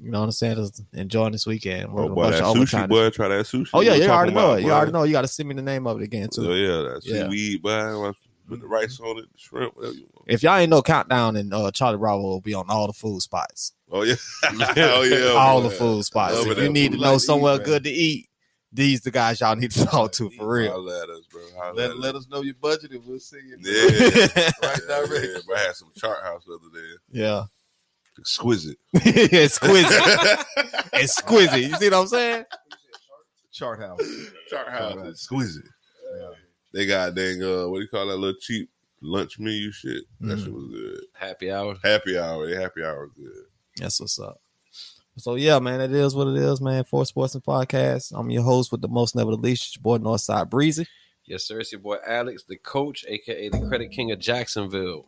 [SPEAKER 1] You know what I'm saying? Just enjoying this weekend.
[SPEAKER 4] Oh
[SPEAKER 1] Working a
[SPEAKER 4] boy,
[SPEAKER 1] bunch
[SPEAKER 4] that
[SPEAKER 1] of overtime this-
[SPEAKER 4] sushi boy, try that sushi.
[SPEAKER 1] Oh yeah,
[SPEAKER 4] we
[SPEAKER 1] you
[SPEAKER 4] talking
[SPEAKER 1] already know
[SPEAKER 4] about,
[SPEAKER 1] it. You
[SPEAKER 4] boy.
[SPEAKER 1] already know. You got to send me the name of it again too.
[SPEAKER 4] So yeah,
[SPEAKER 1] Mm.
[SPEAKER 4] that
[SPEAKER 1] Yeah.
[SPEAKER 4] seaweed, boy, with the rice on it, shrimp, whatever you want.
[SPEAKER 1] If y'all ain't know, countdown and uh, Charlie Bravo will be on all the food spots. [LAUGHS]
[SPEAKER 4] Oh yeah, [LAUGHS] oh yeah,
[SPEAKER 1] all
[SPEAKER 4] boy.
[SPEAKER 1] the food spots.
[SPEAKER 4] Love
[SPEAKER 1] If
[SPEAKER 4] it.
[SPEAKER 1] you need to
[SPEAKER 2] Like
[SPEAKER 1] know
[SPEAKER 2] to eat,
[SPEAKER 1] somewhere
[SPEAKER 2] man.
[SPEAKER 1] good to eat, these the guys y'all need to talk to for real.
[SPEAKER 4] Holla at us, bro. Holla at
[SPEAKER 2] Let,
[SPEAKER 4] us.
[SPEAKER 2] let us know your budget and we'll see you.
[SPEAKER 4] [LAUGHS] Yeah.
[SPEAKER 1] [LAUGHS]
[SPEAKER 2] Right
[SPEAKER 4] Yeah,
[SPEAKER 2] direct.
[SPEAKER 4] yeah, bro, I had some chart house the other day.
[SPEAKER 1] [LAUGHS] yeah, [LAUGHS]
[SPEAKER 4] Exquisite.
[SPEAKER 1] exquisite.
[SPEAKER 4] [LAUGHS]
[SPEAKER 1] exquisite. You see what I'm saying?
[SPEAKER 2] Chart house.
[SPEAKER 4] [LAUGHS] chart house.
[SPEAKER 2] house.
[SPEAKER 4] Exquisite.
[SPEAKER 2] Yeah.
[SPEAKER 4] They got dang uh what do you call that little cheap lunch menu shit? That
[SPEAKER 1] Mhm.
[SPEAKER 4] shit was good.
[SPEAKER 3] Happy hour.
[SPEAKER 4] Happy hour. They happy hour was good.
[SPEAKER 1] That's what's up. So yeah, man, it is what it is, man. Four Sports and Podcast. I'm your host with the most never the least, it's your boy Northside Breezy.
[SPEAKER 3] Yes, sir. It's your boy Alex, the coach, aka the credit king of Jacksonville.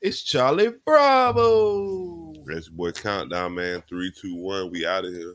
[SPEAKER 2] It's Charlie Bravo.
[SPEAKER 4] That's your boy countdown, man. Three, two, one. We out of here.